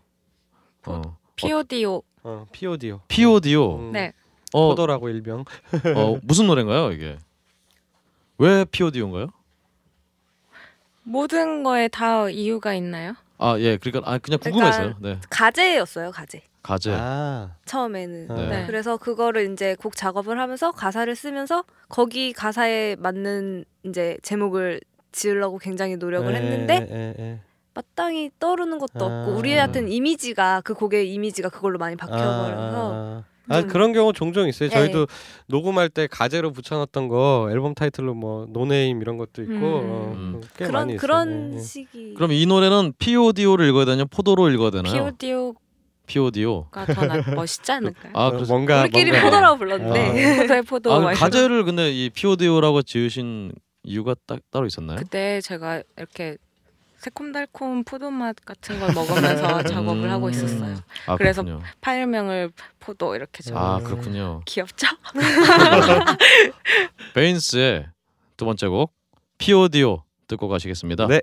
A: 어,
D: PODO.
C: 어, POD요.
A: PODO.
D: 네.
A: 어,
C: 음. 포도라고 일명.
A: 어, 무슨 노래인가요, 이게? 왜 PODO인가요?
D: 모든 거에 다 이유가 있나요?
A: 아, 예. 그러니까 아 그냥
E: 그러니까
A: 궁금해서요. 네.
E: 가제였어요 가제
A: 가제.
C: 아.
E: 처음에는
C: 네.
A: 네.
E: 그래서 그거를 이제 곡 작업을 하면서 가사를 쓰면서 거기 가사에 맞는 이제 제목을 지으려고 굉장히 노력을
C: 예,
E: 했는데
C: 예, 예.
E: 마땅히 떠오르는 것도
C: 아.
E: 없고 우리한테는 이미지가 그 곡의 이미지가 그걸로 많이 바뀌어버려서
C: 아, 아, 아. 아,
E: 좀-
C: 그런 경우 종종 있어요.
E: 예.
C: 저희도 녹음할 때 가제로 붙여놨던 거 앨범 타이틀로 뭐 노네임 이런 것도 있고 어,
A: 음.
C: 꽤 많이
E: 그런
C: 있어요.
E: 그런
C: 예, 예.
E: 식이
A: 그럼 이 노래는 PODO를 읽어야 되냐? 포도로 읽어야 되나요?
D: PODO가
A: PODO.
D: 더 나, 멋있지 않을까요?
A: 아,
C: 어,
A: 그래서
C: 뭔가
E: 우리끼리 네.
C: 뭔가- 아,
E: 포도라고 불렀는데
D: 포도의 음. 포도.
A: 아, 그럼
D: 막 이런
A: 가제를 근데 이 PODO라고 지으신 이유가 딱 따로 있었나요?
D: 그때 제가 이렇게 새콤달콤 포도맛 같은 걸 먹으면서 그 작업을 하고 있었어요.
A: 음. 아,
D: 그래서
A: 그렇군요.
D: 파일명을 포도 이렇게 좀
A: 아, 그렇군요.
D: 귀엽죠?
A: 베인스의 두 번째 곡 PODO 듣고 가시겠습니다.
C: 네.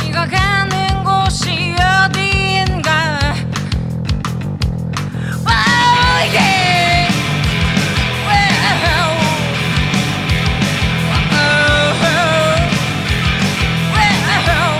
H: 네가 가는 곳이 어디인가 Oh yeah Oh, Well oh, Well Well Oh,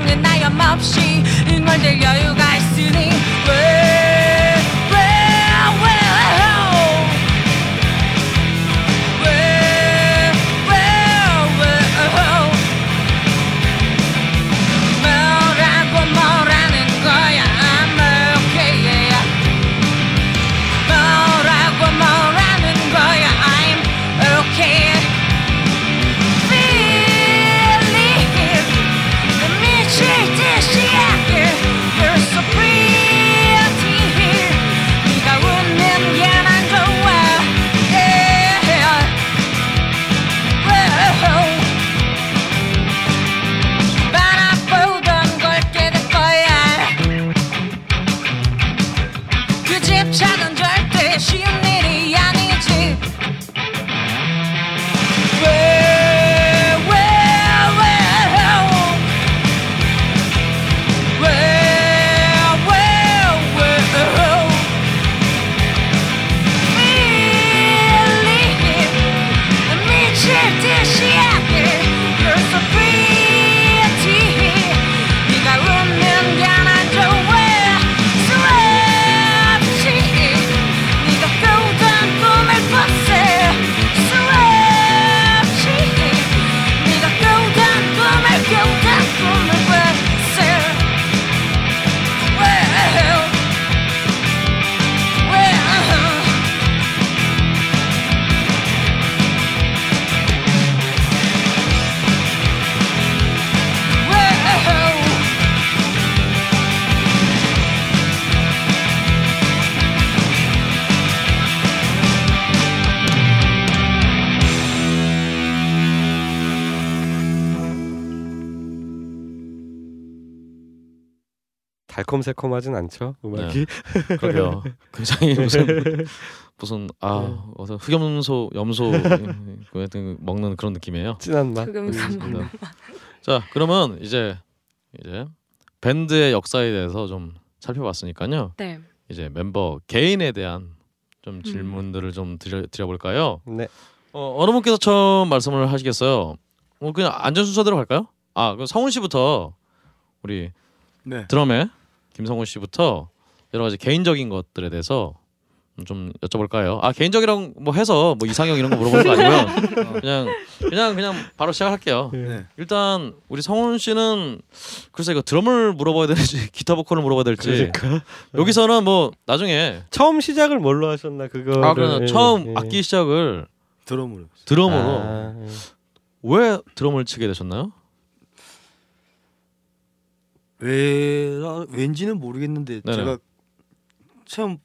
H: 그
C: 달콤새콤하진 않죠 음악이.
A: 네. 그러게요. 굉장히 무슨 무슨 아 어서 흑염소 염소 그 하여튼 먹는 그런 느낌이에요. 네.
C: 진한 맛.
D: 흑염소
C: 음,
D: 먹는
C: 음.
A: 자 그러면 이제 이제 밴드의 역사에 대해서 좀 살펴봤으니까요.
D: 네.
A: 이제 멤버 개인에 대한 좀 질문들을 좀 드려 드려볼까요?
C: 네.
A: 어, 어느 분께서 처음 말씀을 하시겠어요? 뭐 그냥 안전 순서대로 갈까요? 아 그럼 성훈 씨부터 우리
F: 네.
A: 드럼의 김성훈 씨부터 여러 가지 개인적인 것들에 대해서 좀 여쭤볼까요? 아 개인적이랑 뭐 해서 뭐 이상형 이런 거 물어보는 거 아니고요. 그냥 그냥 그냥 바로 시작할게요.
F: 네.
A: 일단 우리 성훈 씨는 글쎄 이거 드럼을 물어봐야 될지 기타 보컬을 물어봐야 될지
C: 그러니까
A: 여기서는 뭐 나중에
C: 처음 시작을 뭘로 하셨나 예, 그거.
A: 아, 그러나 처음 악기 시작을
F: 드럼으로.
A: 드럼으로
C: 아. 예.
A: 왜 드럼을 치게 되셨나요?
F: 왜 아, 왠지는 모르겠는데
A: 네네.
F: 제가 처음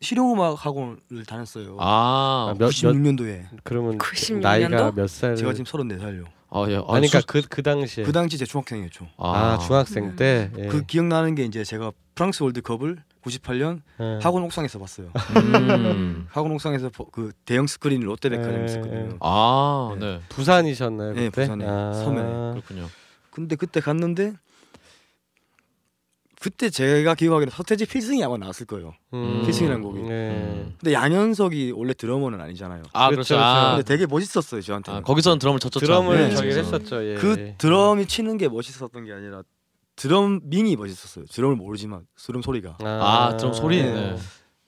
F: 실용음악 학원을 다녔어요.
A: 아,
C: 몇, 네. 몇
F: 96년도에
C: 그러면
D: 96년도?
C: 나이가 몇 살?
F: 제가 지금 34살요.
A: 아 예, 아,
C: 아니 그러니까
A: 수-
C: 그 그 당시에
F: 그 당시 제 중학생이었죠.
C: 아, 중학생
D: 음.
C: 때. 예.
F: 그 기억나는 게 이제 제가 프랑스 월드컵을 98년
C: 예.
F: 학원 옥상에서 봤어요.
A: 음.
F: 학원 옥상에서 보- 그 대형 스크린 롯데백화점 있었거든요.
A: 아,
F: 네.
A: 네.
C: 부산이셨나요
F: 네,
C: 그때? 아.
F: 부산에, 섬에.
A: 그렇군요.
F: 근데 그때 갔는데 그때 제가 기억하기로는 서태지 필승이 아마 나왔을 거예요.
A: 음.
F: 그 피싱이라는 곡이.
C: 네.
A: 음.
F: 근데 양현석이 원래 드러머는 아니잖아요.
A: 아,
C: 그렇죠,
A: 그렇죠. 아,
F: 근데 되게 멋있었어요 저한테는.
A: 아, 거기서는 드럼을 쳤죠.
C: 드럼을
F: 네.
C: 저기
F: 저기를
C: 했었죠. 예.
F: 그 드럼이 치는 게 멋있었던 게 아니라 드럼 민이 멋있었어요. 드럼을 모르지만 드럼 소리가.
C: 어.
A: 아, 드럼 소리.
F: 네.
A: 네.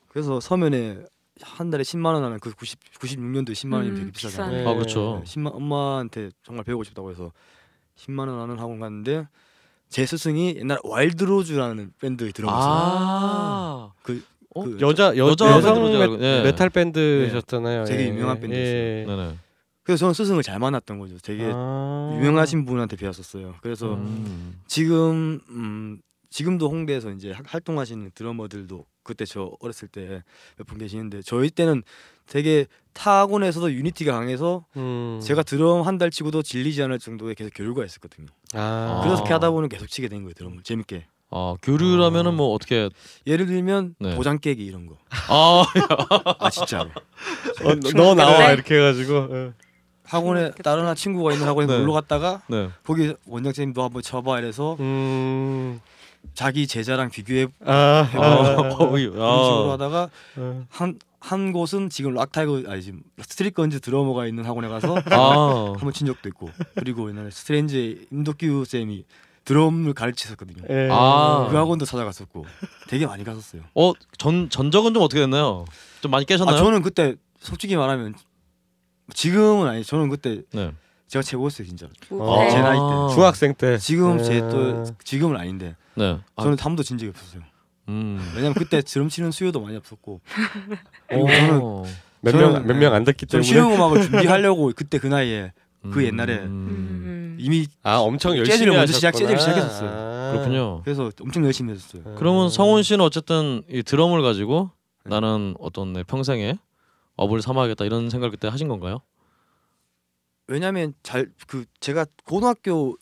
F: 그래서 서면에 한 달에 10만 원 하는 그 90, 96년도에 10만 원이
D: 음,
F: 되게 비싸잖아요.
D: 비싸네.
A: 아, 그렇죠.
F: 10만 엄마한테 정말 배우고 싶다고 해서 10만 원 하는 학원 갔는데 제 스승이 옛날 와일드로즈라는 밴드의 드러머였어요.
A: 아.
F: 그-
A: 어?
F: 그
C: 여자 여,
A: 여자
C: 여성
A: 밴드로 제가 알고- 네.
C: 메, 메탈 밴드셨잖아요.
F: 되게
C: 예.
F: 유명한
A: 네,
F: 밴드였어요.
A: 네.
F: 그래서 저는 스승을 잘 만났던 거죠. 되게
C: 아.
F: 유명하신 분한테 배웠었어요. 그래서
A: 음.
F: 지금 음, 지금도 홍대에서 이제 하- 활동하시는 드러머들도 그때 저 어렸을 때 몇 분 계시는데 저희 때는 되게 타학원에서도 유니티가 강해서
C: 음.
F: 제가 드럼 한 달 치고도 질리지 않을 정도의 계속 교류가 있었거든요.
C: 아.
A: 그래서-
F: 그렇게 하다 보면 계속 치게 된 거예요 드럼을 재밌게.
A: 아, 교류라면은 뭐 어떻게
F: 예를 들면
A: 네.
F: 도장 깨기 이런 거.
A: 아,
F: 아 진짜로.
C: 어, 너, 너 나와
D: 네.
C: 이렇게 해가지고. 예.
F: 학원에 다른 한 친구가 있는 학원에
A: 네.
F: 놀러 갔다가
A: 네.
F: 거기 원장님 너 한번 쳐봐 이래서
C: 음.
F: 자기 제자랑 비교해 보는
C: 아.
A: 아, 어이,
F: 식으로
A: 아.
F: 네. 하다가
C: 아.
F: 한, 한 곳은 지금 락타이거 아니 지금 스트릿 건즈 드러머가 있는 학원에 가서
A: 아.
F: 한번 친 적도 있고 그리고 옛날에 스트레인지의 임덕규 쌤이 드럼을 가르치셨거든요.
C: 예.
A: 아.
F: 그 학원도 찾아갔었고 되게 많이 갔었어요.
A: 어, 전 전적은 좀 어떻게 됐나요? 좀 많이
F: 아
A: 깨셨나요?
F: 저는 그때 솔직히 말하면 지금은 아니 저는 그때
A: 네.
F: 제가 최고였어요 진짜.
C: 어.
F: 제
D: 네.
F: 나이
A: 아.
F: 때.
C: 중학생 때.
F: 지금
C: 예.
F: 제 또 지금은 네. 아닌데
A: 네. 아,
F: 저는 담도 진 적이 없었어요.
A: 음.
F: 왜냐면 그때 드럼 치는 수요도 많이 없었고 그리고
A: 오.
C: 몇
F: 저는-
C: 명 몇 명 안 듣기
F: 좀
C: 때문에.
F: 실용음악을 준비하려고 그때 그 나이에 그
A: 음.
F: 옛날에
D: 음.
F: 이미
C: 아 엄청 열심히
F: 재즈를 먼저 시작-
C: 하셨구나.
F: 재즈를 시작했었어요.
C: 아.
A: 그렇군요.
F: 그래서 엄청 열심히 했었어요.
A: 그러면 성훈 씨는 어쨌든 이 드럼을 가지고
F: 네.
A: 나는 어떤 내 평생에 업을 삼아야겠다 이런 생각을 그때 하신 건가요?
F: 왜냐면 잘 그 제가 고등학교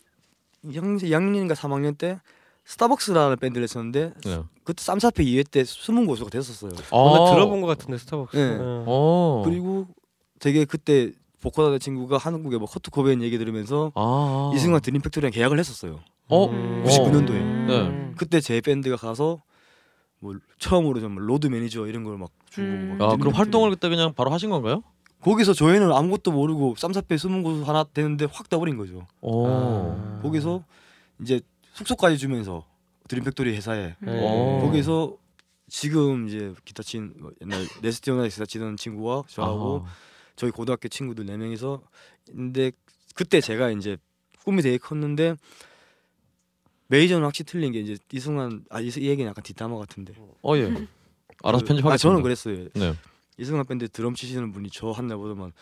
F: 2학년인가 3학년 때 스타벅스라는 밴드를 했었는데
A: 네.
F: 그때 쌈사페 2회 때 숨은 고수가 됐었어요.
C: 뭔가 들어본 것 같은데 스타벅스.
F: 네.
C: 어.
A: 어.
F: 아. 그리고 되게 그때 보컬하던 친구가 한국의 뭐 커트 코베인 얘기 들으면서
A: 아.
F: 이승환 드림팩토리랑 계약을 했었어요.
A: 어.
D: 음.
F: 99년도에.
A: 네.
F: 그때 제 밴드가 가서 뭐 처음으로 좀 로드 매니저 이런 걸 막 주고
D: 음.
F: 막
A: 아,
F: 드림팩토리.
A: 그럼 활동을 그때 그냥 바로 하신 건가요?
F: 거기서 저희는 아무것도 모르고 쌈사페 숨은 고수 하나 되는데 확 떠버린 거죠.
A: 오.
C: 아.
F: 거기서 이제 숙소까지 주면서 드림팩토리
C: 예.
F: 회사에
A: 어.
F: 거기서 지금 이제 기타 친 옛날 네스티오나 기타 치던 친구와 저하고 저희 고등학교 친구들 네 명이서 근데 그때 제가 이제 꿈이 되게 컸는데 메이저는 확실히 틀린 게 이제 이승환 아이 이 얘기는 약간 뒷담화 같은데
A: 어 예. 알아서
F: 그-
A: 편집하겠습니다.
F: 아, 저는 그랬어요.
A: 네.
F: 이승환 밴드 드럼 치시는 분이 저 한날 보더만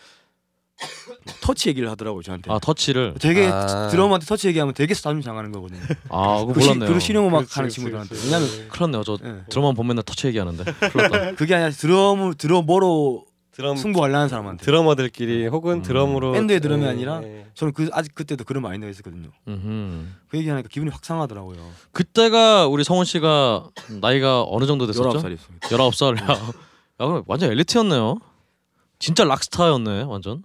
F: 터치 얘기를 하더라고요 저한테.
A: 아, 터치를.
F: 되게
C: 아.
F: 드럼한테 터치 얘기하면 되게 싸움 장하는 거거든요.
A: 아, 그거
F: 뭐 그리고 시-
A: 몰랐네요.
F: 그리고 실용음악
C: 그렇지,
F: 하는
C: 그렇지,
F: 친구들한테.
C: 그렇지. 예.
F: 왜냐면
A: 큰일 났네요. 저
F: 예.
A: 드럼만 보면 맨날 터치 얘기하는데. 큰일 났다.
F: 그게 아니라 드럼을 드럼으로
C: 드럼
F: 승부하려는 사람한테.
C: 드러머들끼리 혹은
A: 음.
C: 드럼으로
F: 음. 밴드의
C: 예,
F: 드럼이 아니라?
C: 예.
F: 저는 그 아직 그때도 그런 마인드가 있었거든요.
A: 음흠.
F: 그 얘기하니까 기분이 확 상하더라고요.
A: 그때가 우리 성원 씨가 나이가 어느 정도 됐었죠?
F: 19살이었어요.
A: 19살. 야, 야, 그럼 완전 엘리트였네요. 진짜 락스타였네, 완전.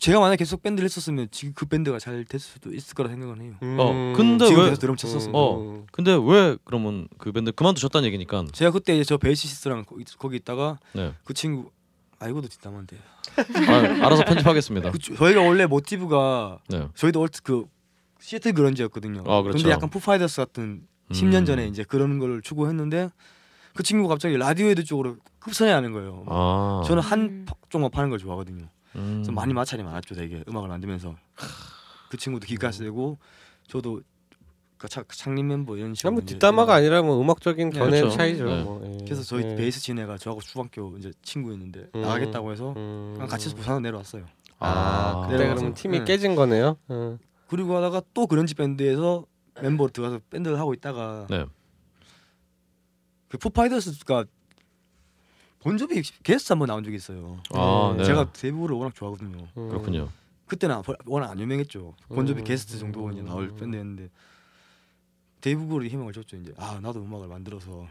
F: 제가 만약 계속 밴드를 했었으면 지금 그 밴드가 잘 됐을 수도 있을 거라 생각은 해요.
C: 음.
A: 어, 근데
F: 지금
A: 왜-
F: 계속 드럼 쳤었으면.
A: 어. 근데 왜 그러면 그 밴드 그만두셨다는 얘기니까.
F: 제가 그때 이제 저 베이시스트랑 거기, 거기 있다가
A: 네.
F: 그 친구 아이고도 뒷담한데.
A: 아, 알아서 편집하겠습니다.
F: 그, 주- 저희가 원래 모티브가
A: 네.
F: 저희도 얼트 그 시애틀 그런지였거든요.
A: 아, 그렇죠.
F: 근데 약간 푸파이더스 같은
A: 음.
F: 10년 전에 이제 그런 걸 추구했는데 그 친구가 갑자기 라디오헤드 쪽으로 급선회하는 거예요.
A: 아.
F: 저는 한
E: 음.
F: 파- 쪽만 파는 걸 좋아하거든요.
A: 음.
F: 그래서 많이 마찰이 많았죠, 되게 음악을 만들면서 그 친구도 기가스 되고 저도 그 차- 창립 멤버 이런 식으로
C: 그냥 뭐
F: 이제
C: 뒷담화가
F: 이런-
C: 아니라 뭐 음악적인
F: 음. 네,
C: 견해
A: 그렇죠.
C: 차이죠.
A: 네.
C: 뭐. 예.
F: 그래서 저희
C: 예.
F: 베이스 친애가 저하고 중학교 이제 친구였는데
C: 음.
F: 나가겠다고 해서
C: 음.
F: 그냥 아, 같이 해서 부산으로 내려왔어요.
C: 아,
A: 아,
C: 그때
F: 내려가서.
C: 그러면 팀이
F: 네.
C: 깨진 거네요. 어.
F: 그리고 하다가 또 그런지 밴드에서 멤버로 들어가서 밴드를 하고 있다가
A: 네.
F: 그 푸파이더스가 본 적이 게스트 한 번 나온 적이 있어요.
A: 아, 네.
F: 제가 데뷔를 워낙 좋아하거든요.
C: 음.
A: 그렇군요.
F: 그때는 아- 워낙 안 유명했죠. 본조비
C: 음.
F: 게스트 정도 이제 나올
C: 음.
F: 밴드였는데 데뷔곡으로 희망을 줬죠. 이제 아 나도 음악을 만들어서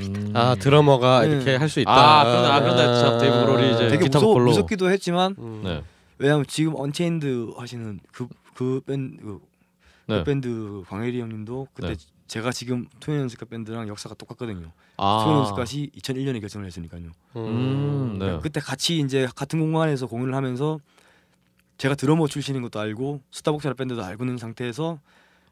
A: 음.
C: 아 드러머가
F: 네.
C: 이렇게 할 수 있다.
A: 아, 그러다- 아, 그러다 참 데이브 브롤이 이제- 네,
F: 되게
A: 기타
F: 무서,
A: 보컬로.
F: 무섭기도 했지만
C: 음.
A: 네.
F: 왜냐하면 지금 언체인드 하시는 그 그 밴드 그, 그
A: 네.
F: 밴드 광일이 형님도 그때
A: 네.
F: 제가 지금 투현연습가 밴드랑 역사가 똑같거든요.
A: 아.
F: 투현연습가시 2001년에 결성을 했으니까요.
A: 음, 네.
F: 그때 같이 이제 같은 공간에서 공연을 하면서 제가 드러머 출신인 것도 알고 스타벅스라 밴드도 알고 있는 상태에서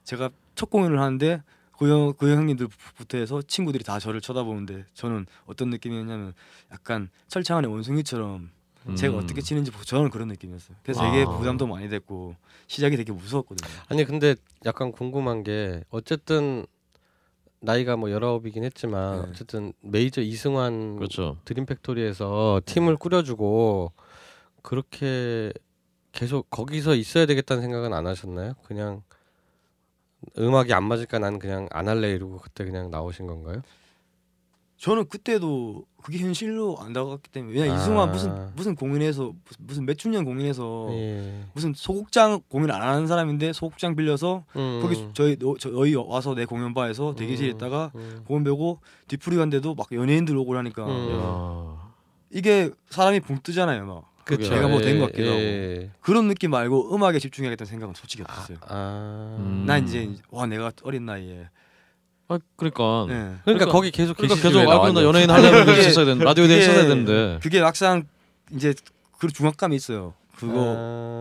F: 제가 첫 공연을 하는데 그, 형, 그 형님들부터 해서 친구들이 다 저를 쳐다보는데 저는 어떤 느낌이었냐면 약간 철창안의 원숭이처럼 제가
A: 음.
F: 어떻게 치는지 보고 저는 그런 느낌이었어요. 그래서
A: 아.
F: 되게 부담도 많이 됐고 시작이 되게 무서웠거든요.
C: 아니 근데 약간 궁금한 게 어쨌든 나이가 뭐 열아홉이긴 했지만
F: 네.
C: 어쨌든 메이저 이승환
A: 그렇죠.
C: 드림팩토리에서 팀을 꾸려주고 그렇게 계속 거기서 있어야 되겠다는 생각은 안 하셨나요? 그냥 음악이 안 맞을까 난 그냥 안 할래 이러고 그때 그냥 나오신 건가요?
F: 저는 그때도 그게 현실로 안 다가갔기 때문에 왜냐
C: 아.
F: 이승환 무슨 무슨 공연에서 무슨 몇 주년 공연에서
C: 예.
F: 무슨 소극장 공연 안 하는 사람인데 소극장 빌려서
C: 음.
F: 거기 저희 너, 저희 와서 내 공연 봐에서 대기실에
C: 음.
F: 있다가
C: 음.
F: 공연 배고 뒤풀이 간데도 막 연예인들 오고 하니까
C: 음.
A: 야.
F: 이게 사람이 붕 뜨잖아요 막
A: 그게
C: 그쵸.
F: 내가 뭐
C: 예,
F: 된것 같기도
C: 예.
F: 그런 느낌 말고 음악에 집중해야겠다는 생각은 솔직히 없었어요
C: 아.
A: 음.
F: 난 이제 와 내가 어린 나이에
A: 아, 그러니까.
F: 예.
C: 그러니까,
A: 그러니까-
C: 거기 계속
A: 그러니까
C: 계시지
A: 계속
C: 왜
A: 아, 나
C: 나왔냐고.
A: 연예인 하려면
F: 그게-
A: 있었어야 되는데 라디오에
F: 그게-
A: 있었어야 되는데.
F: 그게 막상 이제 그 중압감이 있어요 그거
C: 아.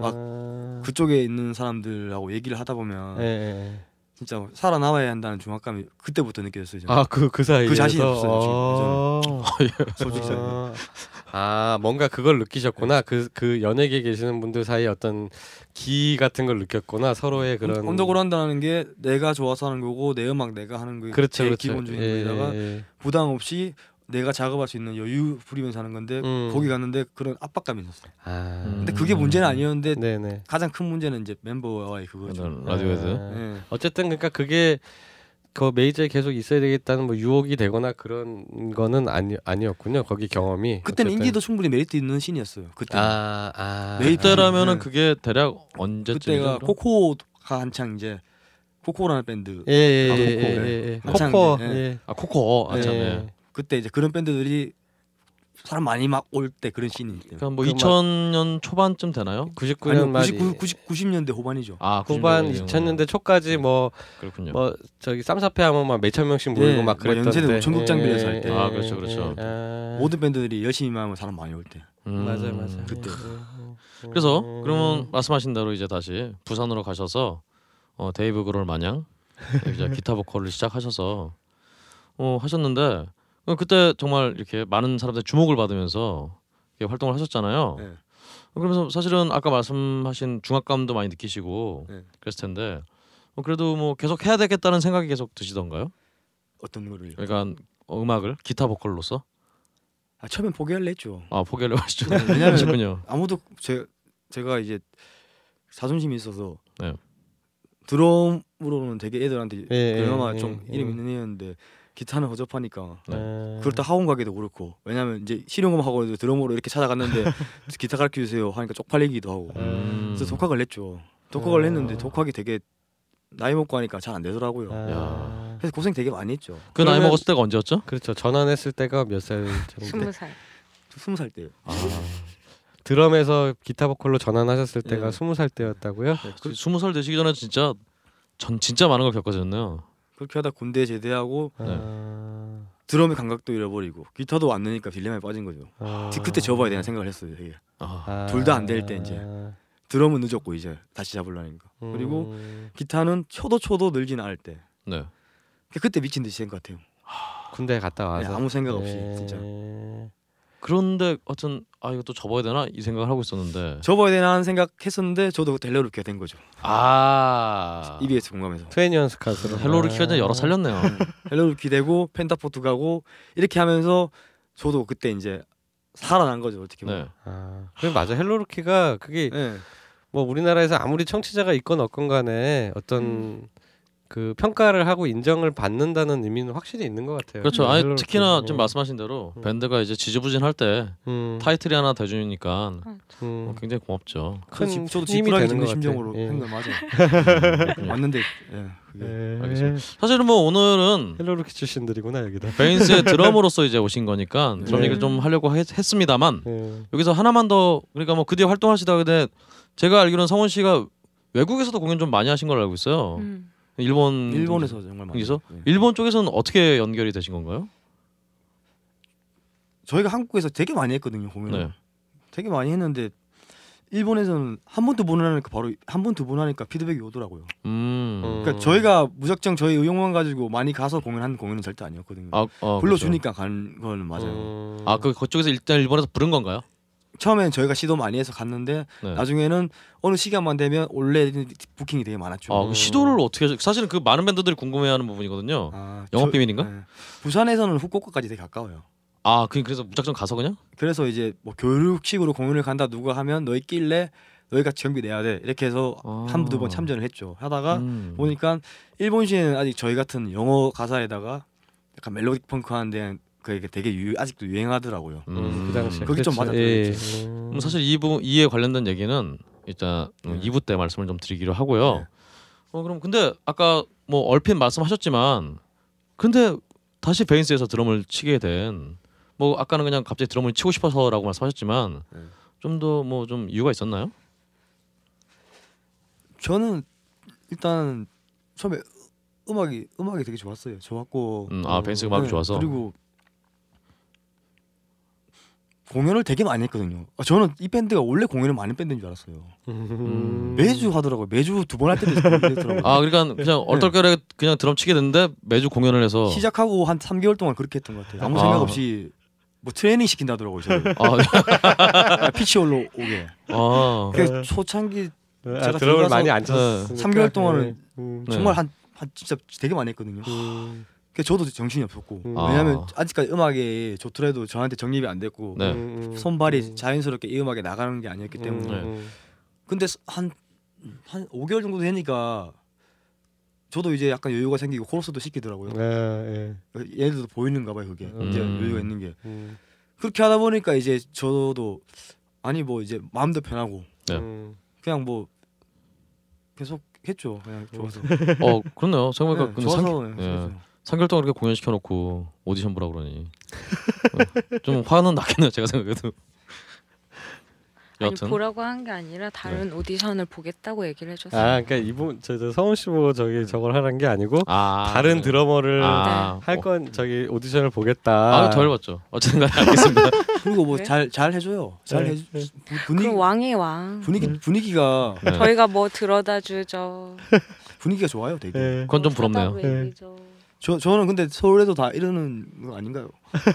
C: 막
F: 그쪽에 있는 사람들하고 얘기를 하다 보면
C: 예, 예.
F: 진짜 살아남아야 한다는 중압감이 그때부터 느껴졌어요 저는.
C: 아그 그 사이에
F: 그 자신이 없어요, 그
C: 솔직히
F: 솔직히
C: 아, 아 뭔가 그걸 느끼셨구나 그 그 연예계 계시는 분들 사이에 어떤 기 같은 걸 느꼈구나 서로의 그런
F: 음, 언덕으로 한다는 게 내가 좋아서 하는 거고 내 음악 내가 하는 거고
C: 그렇죠
F: 제
C: 그렇죠
F: 기본적인
C: 예,
F: 거에다가
C: 예, 예.
F: 부담 없이 내가 작업할 수 있는 여유 부리면서 하는 건데
C: 음.
F: 거기 갔는데 그런 압박감이 있었어요.
C: 아
F: 근데 그게 문제는 아니었는데
C: 네네
F: 가장 큰 문제는 이제 멤버와의 그거죠.
A: 맨날 네, 라디오에서.
C: 아,
F: 네.
C: 어쨌든 그러니까 그게 그 메이저에 계속 있어야 되겠다는 뭐 유혹이 되거나 그런 거는 아니 아니었군요 거기 경험이
F: 그때는
C: 어쨌든.
F: 인기도 충분히 메리트 있는 신이었어요. 그때
C: 아, 아.
F: 메이저
A: 그때라면은
F: 네.
A: 그게 대략 언제쯤이죠?
F: 그때가
A: 그럼?
F: 코코가 한창 이제 코코라는 밴드
C: 예, 예,
F: 아,
C: 예,
F: 코코.
C: 예, 예, 예.
F: 한창
C: 코코.
F: 때,
C: 예.
F: 예.
A: 아 코코 아
F: 네.
A: 참. 예.
C: 예.
F: 그때 이제 그런 밴드들이 사람 많이 막 올 때 그런 신이 있대요.
A: 그러니까 뭐
C: 그
A: 2000년 초반쯤 되나요?
C: 99년
F: 아니면
C: 말
F: 99, 90, 90년대 호반이죠.
A: 아
C: 후반
A: 90년대
C: 2000년대 초까지 뭐 뭐
A: 그렇군요.
C: 저기 쌈사패 하면 막 몇천 명씩
F: 예,
C: 모이고 막
F: 네.
C: 예,
F: 뭐
C: 그랬던
F: 연세대
C: 때.
F: 우천국 장비에서 할 때.
A: 아, 그렇죠, 그렇죠.
C: 아.
F: 모든 밴드들이 열심히 하면 사람 많이 올 때.
A: 음.
C: 맞아요, 맞아요. 음.
F: 그때.
A: 그래서 그러면 말씀하신 대로 이제 다시 부산으로 가셔서 어, 데이브 그롤 마냥 이제 기타 보컬을 시작하셔서 어, 하셨는데 어, 그때 정말 이렇게 많은 사람들 주목을 받으면서 이렇게 활동을 하셨잖아요. 어,
F: 네.
A: 그러면서 사실은 아까 말씀하신 중압감도 많이 느끼시고
F: 네.
A: 그랬을 텐데 어, 그래도 뭐 계속 해야 되겠다는 생각이 계속 드시던가요?
F: 어떤 거를요?
A: 그러니까 어, 음악을 기타 보컬로서
F: 아, 처음엔 포기할래 했죠.
A: 아 포기를 하시죠.
F: 네, 왜냐면-
A: 하셨군요.
F: 아무도 제, 제가 이제 자존심이 있어서
A: 네.
F: 드럼으로는 되게 애들한테
C: 예,
F: 그나마
C: 예,
F: 좀
C: 예.
F: 이름 있는 애였는데 기타는 허접하니까
A: 네.
C: 아.
F: 그렇다 학원 가기도 그렇고 왜냐면 이제 실용음 학원에서 드럼으로 이렇게 찾아갔는데 기타 가르쳐 주세요 하니까 쪽팔리기도 하고
C: 네.
A: 음.
F: 그래서 독학을 냈죠 독학을
C: 음.
F: 했는데 독학이 되게 나이 먹고 하니까 잘 안 되더라고요
C: 네. 아. 야.
F: 그래서 고생 되게 많이 했죠
A: 그 나이
C: 그러면-
A: 먹었을 때가 언제였죠?
C: 그렇죠. 전환했을 때가 몇 살 정도?
D: 스무 살.
F: 스무 살 때요
A: 아,
C: 드럼에서 기타 보컬로 전환하셨을 때가
F: 네.
C: 스무 살 때였다고요?
A: 그 스무 살 되시기 전에 진짜 전 진짜 많은 걸 겪어졌네요.
F: 그렇게 하다 군대 제대하고
A: 네.
C: 아.
F: 드럼의 감각도 잃어버리고 기타도 안 느니까 딜레마에 빠진 거죠
C: 아.
F: 그때 접어야 되는 생각을 했어요 되게
A: 아,
C: 아.
F: 둘다안될때 이제. 드럼은 늦었고 이제 다시 잡으려니까 그리고
C: 음,
F: 기타는 쳐도 쳐도 늘진 않을 때
A: 네.
F: 그때 미친 듯이 한것 같아요
C: 군대 갔다
F: 네,
C: 와서
F: 아무 생각 없이
C: 예.
F: 진짜
A: 그런데 하여튼 아 이거 또 접어야 되나 이 생각을 하고 있었는데
F: 접어야 되나 하는 생각했었는데 저도 델러루키가 된 거죠
A: 아
F: EBS 공감에서
C: 트웨니언스 카드로 아.
A: 헬로르키가 그냥 열어 살렸네요.
F: 델러루키 되고 펜타포트 가고 이렇게 하면서 저도 그때 이제 살아난 거죠 어떻게
A: 네.
F: 보면
C: 아, 그래 맞아 헬로르키가 그게
F: 네.
C: 뭐 우리나라에서 아무리 청취자가 있건 없건 간에 어떤
F: 음.
C: 그 평가를 하고 인정을 받는다는 의미는 확실히 있는 것 같아요.
A: 그렇죠.
C: 음,
A: 아니
C: 헬로르키.
F: 뭐.
A: 특히나
C: 음,
A: 지금 말씀하신 대로
C: 음.
A: 밴드가 이제 지지부진할 때
C: 음,
A: 타이틀이 하나 대주니까
C: 음,
A: 어, 굉장히 고맙죠.
F: 그 집-
C: 큰
F: 저도
C: 힘이 되는
F: 지푸라기 짚는
C: 것
F: 심정으로
C: 같아. 예.
F: 한거 맞아
A: 그렇군요.
F: 맞는데 예, 그게
C: 예.
A: 알겠습니다. 사실은 뭐 오늘은
C: 헬로르키 출신들이구나 여기다.
A: 베인스의 드럼으로서 이제 오신 거니까 드럼
F: 네.
A: 얘기를 좀 하려고 했, 습니다만
C: 예.
A: 여기서 하나만 더 그러니까 뭐 그 뒤에 활동하시다 근데 제가 알기로는 성원 씨가 외국에서도 공연 좀 많이 하신 걸 알고 있어요.
D: 음.
A: 일본
F: 일본에서 정말 많이
A: 여기서?
F: 예.
A: 일본 쪽에서는 어떻게 연결이 되신 건가요?
F: 저희가 한국에서 되게 많이 했거든요 공연을
A: 네.
F: 되게 많이 했는데 일본에서는 한 번 두 번 하니까 바로 한 번 두 번 하니까 피드백이 오더라고요.
A: 음.
C: 음.
F: 그러니까 저희가 무작정 저희 의욕만 가지고 많이 가서 공연한 공연은 절대 아니었거든요.
A: 아, 어,
F: 불러주니까 간 거는 맞아요.
C: 음.
A: 그렇죠. 아, 그 거쪽에서 일단 일본에서 부른 건가요?
F: 처음엔 저희가 시도 많이 해서 갔는데
A: 네.
F: 나중에는 어느 시간만 되면 원래 부킹이 되게 많았죠.
A: 아, 그 시도를 어떻게 하셨- 사실은 그 많은 밴드들이 궁금해하는 부분이거든요.
F: 아,
A: 영업
F: 저-
A: 비밀인가?
F: 네. 부산에서는 후쿠오카까지 되게 가까워요.
A: 아, 그 그래서 무작정 가서 그냥?
F: 그래서 이제 뭐 교육식으로 공연을 간다 누가 하면 너희 끼래 너희가 경비 내야 돼 이렇게 해서
A: 아.
F: 한 두 번 참전을 했죠. 하다가
A: 음.
F: 보니까 일본시에는 아직 저희 같은 영어 가사에다가 약간 멜로딕 펑크하는 데는 그게 되게 유, 아직도 유행하더라고요.
A: 음.
C: 그 당시에
F: 그게 좀
C: 그랬지.
F: 맞아
A: 예.
C: 음.
A: 음, 사실 이부 이에 관련된 얘기는 일단
F: 네.
A: 2부 때 말씀을 좀 드리기로 하고요.
F: 네.
A: 어 그럼 근데 아까 뭐 얼핏 말씀하셨지만 근데 다시 베인스에서 드럼을 치게 된 뭐 아까는 그냥 갑자기 드럼을 치고 싶어서라고 말씀하셨지만
F: 네.
A: 좀 더 뭐 좀 이유가 있었나요?
F: 저는 일단 처음에 음악이 음악이 되게 좋았어요. 좋았고
A: 음, 아
C: 음,
A: 베인스가 마음이
F: 네,
A: 좋아서
F: 그리고 공연을 되게 많이 했거든요. 아, 저는 이 밴드가 원래 공연을 많이 밴드인 줄 알았어요.
C: 음.
F: 매주 하더라고요. 매주 두 번 할 때도 있고 그랬더라고요.
A: 아 그러니까 그냥 얼떨결에 그냥 드럼 치게 됐는데 매주 공연을 해서
F: 네. 시작하고 한 3개월 동안 그렇게 했던 것 같아요. 아무
A: 아.
F: 생각 없이 뭐 트레이닝 시킨다더라고요. 저를. 아,
A: 아,
F: 피치홀로 오게.
A: 아
C: 네.
F: 그 초창기
C: 아,
F: 제가
C: 드럼을
F: 들어가서
C: 많이 안
A: 네.
C: 쳤으니까
F: 3개월 동안은
C: 예. 음.
A: 네.
F: 정말 한, 한 진짜 되게 많이 했거든요.
C: 음.
F: 그 저도 정신이 없었고
C: 음.
F: 왜냐하면
A: 아.
F: 아직까지 음악에 좋더라도 저한테 정립이 안 됐고
A: 네.
C: 음, 음.
F: 손발이
C: 음.
F: 자연스럽게 이 음악에 나가는 게 아니었기 때문에
A: 네.
F: 근데 한한 한 5개월 정도 되니까 저도 이제 약간 여유가 생기고 코러스도 시키더라고요.
A: 네.
F: 그
C: 예, 예.
F: 얘네들도 보이는가 봐요 그게
C: 음.
F: 이제 여유가 있는 게
C: 음.
F: 그렇게 하다 보니까 이제 저도 아니 뭐 이제 마음도 편하고
A: 네.
C: 음.
F: 그냥 뭐 계속 했죠 그냥 좋아서
A: 어 그렇네요
F: 네,
A: 생각해보니까 근데 삼-
F: 좋아서
A: 예.
F: 예.
A: 3개월 동안 그렇게 공연 시켜놓고 오디션 보라 그러니 어, 좀 화는 나겠네요 제가 생각해도
D: 아니
A: 여하튼
D: 보라고 한 게 아니라 다른 오디션을 보겠다고 얘기를 해줬어요.
C: 아, 그러니까 이분 저, 저 성훈 씨 보고 저기 저걸 하란 게 네. 아니고 뭐.
A: 아,
C: 다른
A: 네.
C: 드러머를
A: 아,
C: 할
A: 어,
C: 건 저기 오디션을 보겠다.
A: 아덜 봤죠 어쨌든 간에 알겠습니다
F: 그리고 뭐
D: 네.
F: 잘 잘 해줘요 잘
C: 네,
F: 해주
C: 네. 음.
F: 부- 분위기
D: 그럼 왕의 왕.
F: 분위기 분위기가
A: 네.
D: 저희가 뭐 들어다 주죠.
F: 분위기가 좋아요 되게
C: 예.
A: 그건 좀
D: 뭐
A: 부럽네요
D: 사다 얘기죠.
F: 저 저는 근데 서울에도 다 이러는 거 아닌가요?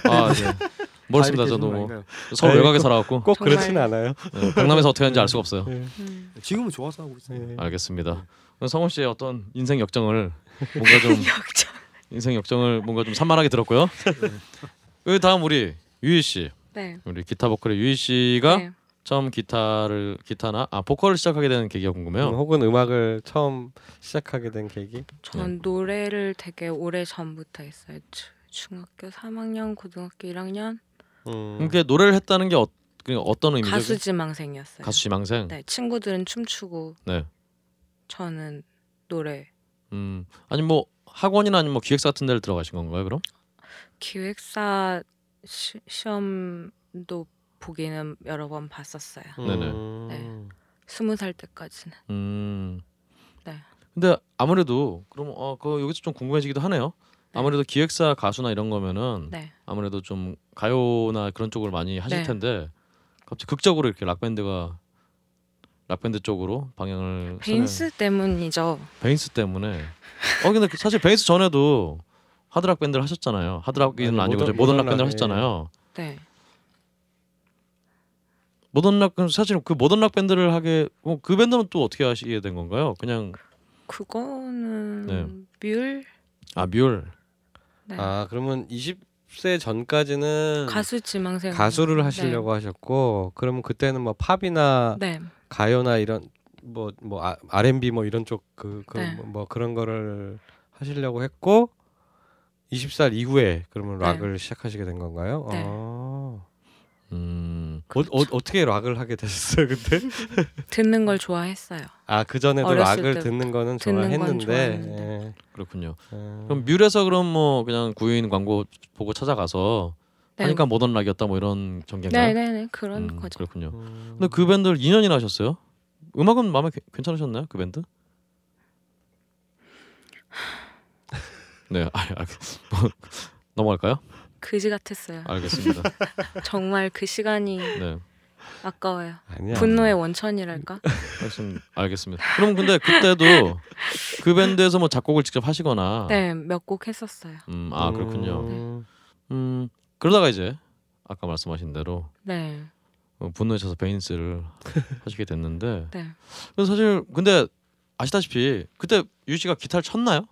A: 아 네. 모르겠습니다 저도
F: 다 이렇게 해주는
A: 뭐
F: 거 아닌가요?
A: 서울
C: 네,
A: 외곽에
C: 꼭-
A: 살아갖고
C: 꼭
D: 정말.
C: 그렇진 않아요.
A: 네, 강남에서 어떻게 하는지 알 수가 없어요
F: 네.
C: 예.
D: 음.
F: 지금은 좋아서 하고 있어요.
C: 예.
A: 알겠습니다 그럼 성훈 씨의 어떤 인생 역정을 뭔가 좀
D: 역전.
A: 인생 역정을 뭔가 좀 산만하게 들었고요 그 다음 우리 유희 씨
D: 네.
A: 우리 기타 보컬의 유희 씨가
D: 네.
A: 처음 기타를 기타나 아 보컬을 시작하게 되는 계기가 궁금해요.
C: 음, 혹은 음악을 처음 시작하게 된 계기.
A: 네.
D: 전 노래를 되게 오래 전부터 했어요. 주- 중학교 3학년, 고등학교 1학년
C: 음.
A: 그러니까 노래를 했다는 게 어, 그게 어떤 의미죠?
D: 가수 지망생이었어요.
A: 가수 지망생.
D: 네, 친구들은 춤추고
A: 네.
D: 저는 노래
A: 음. 아니 뭐 학원이나 아니면 뭐 기획사 같은 데를 들어가신 건가요, 그럼?
D: 기획사 시, 시험도 보기는 여러 번 봤었어요.
C: 음.
A: 네네.
D: 네. 스무 살 때까지는.
A: 음.
D: 네.
A: 근데 아무래도 그럼 어, 그 여기서 좀 궁금해지기도 하네요.
D: 네.
A: 아무래도 기획사 가수나 이런 거면은
D: 네.
A: 아무래도 좀 가요나 그런 쪽을 많이 하실
D: 네.
A: 텐데 갑자기 극적으로 이렇게 락 밴드가 락 밴드 쪽으로 방향을
D: 베인스 때문이죠.
A: 선행- 베인스 때문에 어 근데 그 사실 베인스 전에도 하드락 밴드를 하셨잖아요. 하드락은
C: 아니,
A: 아니고
C: 모던-
A: 모던, 모던 락
C: 모던
A: 밴드를
C: 락에.
A: 하셨잖아요.
D: 네.
A: 모던 락 사실 그 모던 락 밴드를 하게 어, 그 밴드는 또 어떻게 하시게 된 건가요? 그냥
D: 그거는
A: 네.
D: 뮤율
A: 아 뮤얼
D: 네.
C: 아 그러면 20세 전까지는
D: 가수 지망생
C: 가수를 하시려고 하셨고 그러면 그때는 뭐 팝이나
D: 네. 네.
C: 가요나 이런 뭐 뭐 아, R&B 뭐 이런 쪽그뭐 그,
D: 네.
C: 뭐 그런 거를 하시려고 했고 20살 이후에 그러면
D: 네.
C: 락을 시작하시게 된 건가요?
D: 네. 그렇죠.
C: 아.
A: 음
C: 어, 어, 떻게 락을 하게 되셨어요 그때?
D: 듣는 걸 좋아했어요.
C: 아 그전에도
D: 어렸을
C: 락을
D: 때부터
C: 듣는 거는
D: 듣는 건
C: 좋아했는데
A: 그렇군요.
C: 예. 음.
A: 그럼 뮤얼에서 그럼 뭐 그냥 구인 광고 보고 찾아가서
D: 네.
A: 하니까 모던 락이었다 뭐 이런 전개인가요?
D: 네네네 그런
A: 음,
D: 거죠.
A: 그렇군요.
C: 음.
A: 근데 그 밴드를 2년이나 하셨어요? 음악은 마음에 괜- 괜찮으셨나요? 그 밴드? 네, 알, 알, 뭐, 넘어갈까요?
D: 그지 같았어요.
A: 알겠습니다. 아.
D: 정말 그 시간이
A: 네,
D: 아까워요.
C: 아니야.
D: 분노의 원천이랄까?
A: 아. 알겠습니다. 알겠습니다. 그럼 근데 그때도 그 밴드에서 뭐 작곡을 직접 하시거나,
D: 네, 몇 곡 했었어요.
A: 음, 아 그렇군요.
C: 음.
A: 음, 그러다가 이제 아까 말씀하신 대로
D: 네,
A: 어, 분노에 차서 베인스를 하시게 됐는데,
D: 네.
A: 그래서 사실 근데 아시다시피 그때 유 씨가 기타를 쳤나요?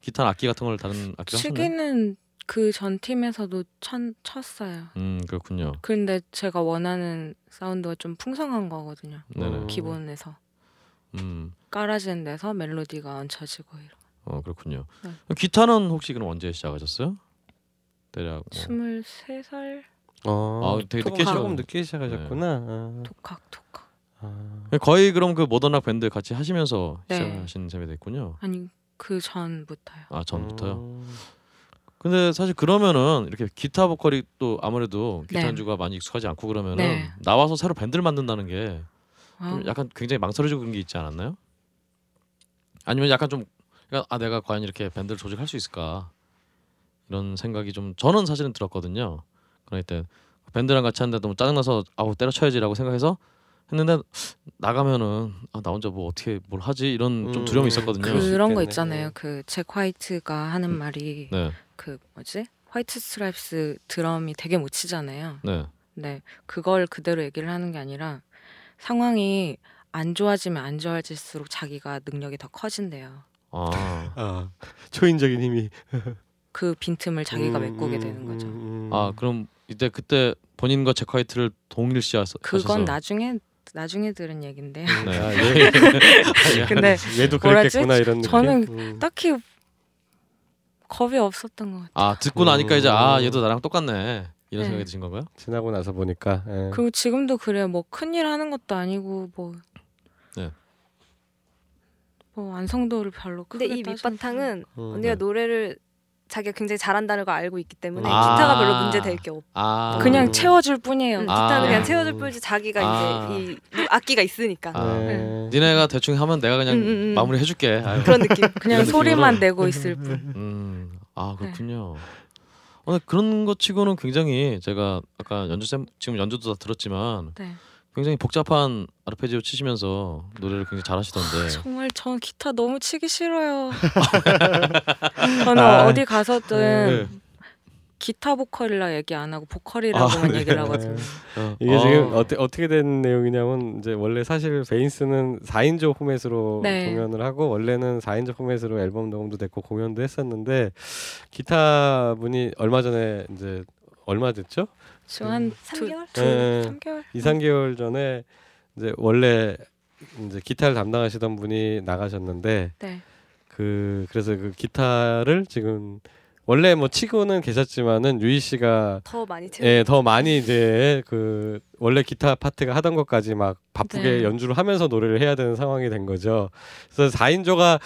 A: 기타 악기 같은 걸 다른 악기를 하셨나요?
D: 치기는 그 전 팀에서도 천, 쳤어요.
A: 음 그렇군요.
D: 근데 제가 원하는 사운드가 좀 풍성한 거거든요.
A: 네네.
C: 음.
D: 기본에서
A: 음,
D: 깔아지는 데서 멜로디가 얹혀지고 이런.
A: 어 그렇군요.
D: 네.
A: 기타는 혹시 그럼 언제 시작하셨어요? 대략 뭐.
D: 스물세 살
C: 어.
A: 아, 되게
C: 조금-
A: 늦게 네. 시작-
C: 조금 늦게 시작하셨구나. 아.
D: 독학 독학.
C: 아.
A: 거의 그럼 그 모던락 밴드 같이 하시면서
D: 네.
A: 시작하신 셈이 됐군요.
D: 아니 그 전부터요.
A: 아 전부터요.
C: 음.
A: 근데 사실 그러면은 이렇게 기타 보컬이 또 아무래도
D: 네.
A: 기타 연주가 많이 익숙하지 않고 그러면은
D: 네.
A: 나와서 새로 밴드를 만든다는 게
D: 아,
A: 좀 약간 굉장히 망설여지고 그런 게 있지 않았나요? 아니면 약간 좀 약간 아 내가 과연 이렇게 밴드를 조직할 수 있을까 이런 생각이 좀 저는 사실은 들었거든요. 그럴 때 밴드랑 같이 하는데 너무 짜증나서 아우 때려쳐야지라고 생각해서 했는데 나가면은 아, 나 혼자 뭐 어떻게 뭘 하지 이런 좀
C: 음,
A: 두려움이
C: 음.
A: 있었거든요.
D: 네. 그런
C: 있겠네.
D: 거
C: 음.
D: 있잖아요. 그 잭 화이트가 하는 말이
A: 네,
D: 그 뭐지? 화이트 스트라이프스 드럼이 되게 못 치잖아요.
A: 네,
D: 네, 그걸 그대로 얘기를 하는 게 아니라 상황이 안 좋아지면 안 좋아질수록 자기가 능력이 더 커진대요.
A: 아,
C: 아. 초인적인 힘이
D: 그 빈틈을 자기가
C: 음,
D: 메꾸게
C: 음,
D: 되는 거죠.
C: 음, 음.
A: 아 그럼 이때 그때 본인과 제카이트를 동일시하셔서
D: 그건 나중에 나중에 들은
A: 네.
D: 얘긴데요.
C: 아,
D: 근데
C: 얘도
D: 뭐라지?
C: 그랬겠구나 이런 느낌.
D: 저는
C: 음.
D: 딱히 겁이 없었던 것 같아요.
A: 아 듣고 나니까 이제 아
C: 음.
A: 얘도 나랑 똑같네 이런
D: 네.
A: 생각이 드신 건가요?
C: 지나고 나서 보니까 예.
D: 그리고 지금도 그래요. 뭐 큰일 하는 것도 아니고 뭐.
A: 네.
D: 뭐 완성도를 별로
E: 근데
D: 크게
E: 이
D: 따지는
E: 밑바탕은
C: 음,
A: 네.
E: 언니가 노래를 자기가 굉장히 잘한다는 걸 알고 있기 때문에
A: 아.
E: 기타가 별로 문제될 게 없고
A: 아
D: 그냥
C: 음.
D: 채워줄 뿐이에요.
E: 음,
A: 아.
E: 기타 는 그냥
C: 음.
E: 채워줄 뿐이지 자기가
A: 아.
E: 이제 이 악기가 있으니까
A: 아.
C: 네.
A: 니네가 대충 하면 내가 그냥
E: 음, 음, 음.
A: 마무리 해줄게. 아유.
E: 그런 느낌.
D: 그냥
A: 이런
D: 소리만 내고 있을 뿐.
A: 음, 아
D: 네.
A: 그렇군요. 어, 근데 그런 것 치고는 굉장히 제가 아까 연주 쌤 지금 연주도 다 들었지만
D: 네.
A: 굉장히 복잡한 아르페지오 치시면서 노래를 굉장히 잘하시던데.
D: 정말 전 기타 너무 치기 싫어요. 저는
C: 아.
D: 어디
A: 네.
D: 가서든 기타 보컬이라 얘기 안
A: 아,
D: 하고 보컬이라고만
A: 네.
D: 얘기를 하거든요.
A: 어,
C: 이게
A: 어,
C: 지금 어때, 어떻게 된 내용이냐면 이제 원래 사실 베인스는 4인조 포맷으로
D: 네.
C: 공연을 하고 원래는 4인조 포맷으로 앨범 녹음도 됐고 공연도 했었는데 기타 분이 얼마 전에 이제 얼마 됐죠?
D: 지금 한 두,
E: 3개월?
D: 두,
C: 네.
D: 3개월?
C: 2, 3개월 전에 이제 원래 이제 기타를 담당하시던 분이 나가셨는데
D: 네.
C: 그 그래서 그 기타를 지금 원래 뭐 치고는 계셨지만은 유희 씨가
E: 더 많이 채워.
D: 네.
C: 예, 더 많이 이제 그 원래 기타 파트가 하던 것까지 막 바쁘게
D: 네.
C: 연주를 하면서 노래를 해야 되는 상황이 된 거죠. 그래서 4인조가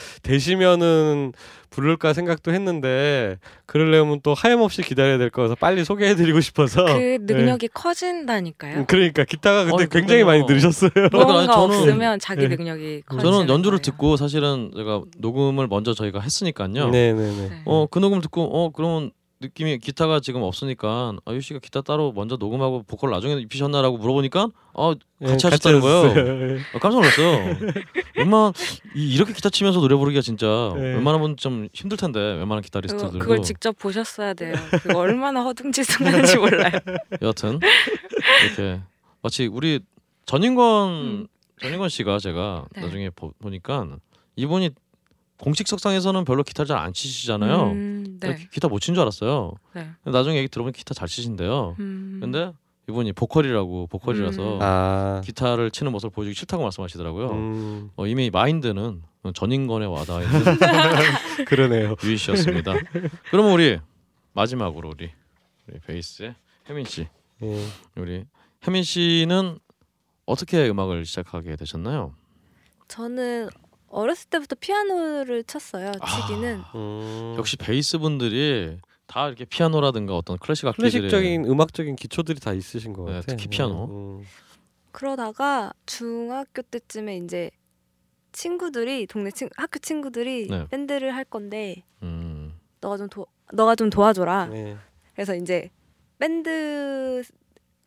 C: 되시면은 부를까 생각도 했는데 그러려면 또 하염없이 기다려야 될 거라서 빨리 소개해 드리고 싶어서
A: 네.
D: 그 능력이 커진다니까요.
C: 예. 그러니까 기타가 근데
A: 아니,
C: 굉장히
A: 어, 그러니까요.
C: 많이 늘으셨어요.
D: 뭔가
A: 아니, 저는-
D: 그러니까 없으면 자기
C: 예.
D: 능력이 커지는
A: 아, 저는 연주를
D: 거예요.
A: 듣고 사실은 제가 녹음을 먼저 저희가 했으니까요.
C: 네, 네, 네.
D: 네.
A: 어 그 녹음 듣고 어 그러면 느낌이 기타가 지금 없으니까 아유 씨가 기타 따로 먼저 녹음하고 보컬 나중에 입히셨나라고 물어보니까 어 같이 하셨다는 거예요.
C: 하셨어요. 예.
A: 아, 깜짝 놀랐어요. 웬만 이- 이렇게 기타 치면서 노래 부르기가 진짜
C: 네.
A: 웬만하면 좀 힘들 텐데 웬만한
D: 어, 그거-
A: 기타리스트들도
D: 그걸 직접 보셨어야 돼요. 그거 얼마나 허둥지둥하는지
A: 네.
D: 몰라요.
A: 여하튼 이렇게 마치 우리 전인권
D: 음.
A: 전인권 씨가 제가
D: 네.
A: 나중에 보, 보니까 이분이 공식 석상에서는 별로 기타를 잘 안 치시잖아요.
D: 음,
A: 나
D: 네.
A: 기- 기타 못 친 줄 알았어요.
D: 네.
A: 근데 나중에 얘기 들어보면 기타 잘 치신대요.
D: 음.
A: 근데 이분이 보컬이라고 보컬이라서
D: 음.
C: 아.
A: 기타를 치는 모습을 보여주기 싫다고 말씀하시더라고요.
C: 음,
A: 어, 이미 마인드는 전인권에 와닿아 있는
C: 그러네요.
A: 유희 씨였습니다. 그러면 우리 마지막으로 우리, 우리 베이스의 혜민 씨.
C: 예.
A: 우리 혜민 씨는 어떻게 음악을 시작하게 되셨나요?
E: 저는 어렸을 때부터 피아노를 쳤어요.
A: 아.
E: 치기는
C: 음.
A: 역시 베이스 분들이 다 이렇게 피아노라든가 어떤 클래식 악기들
C: 클래식적인 음악적인 기초들이 다 있으신 것
A: 네,
C: 같아요.
A: 특히 피아노.
C: 음.
E: 그러다가 중학교 때쯤에 이제 친구들이 동네 친 학교 친구들이
A: 네.
E: 밴드를 할 건데
A: 음,
E: 너가 좀 도, 너가 좀 도와줘라.
C: 네.
E: 그래서 이제 밴드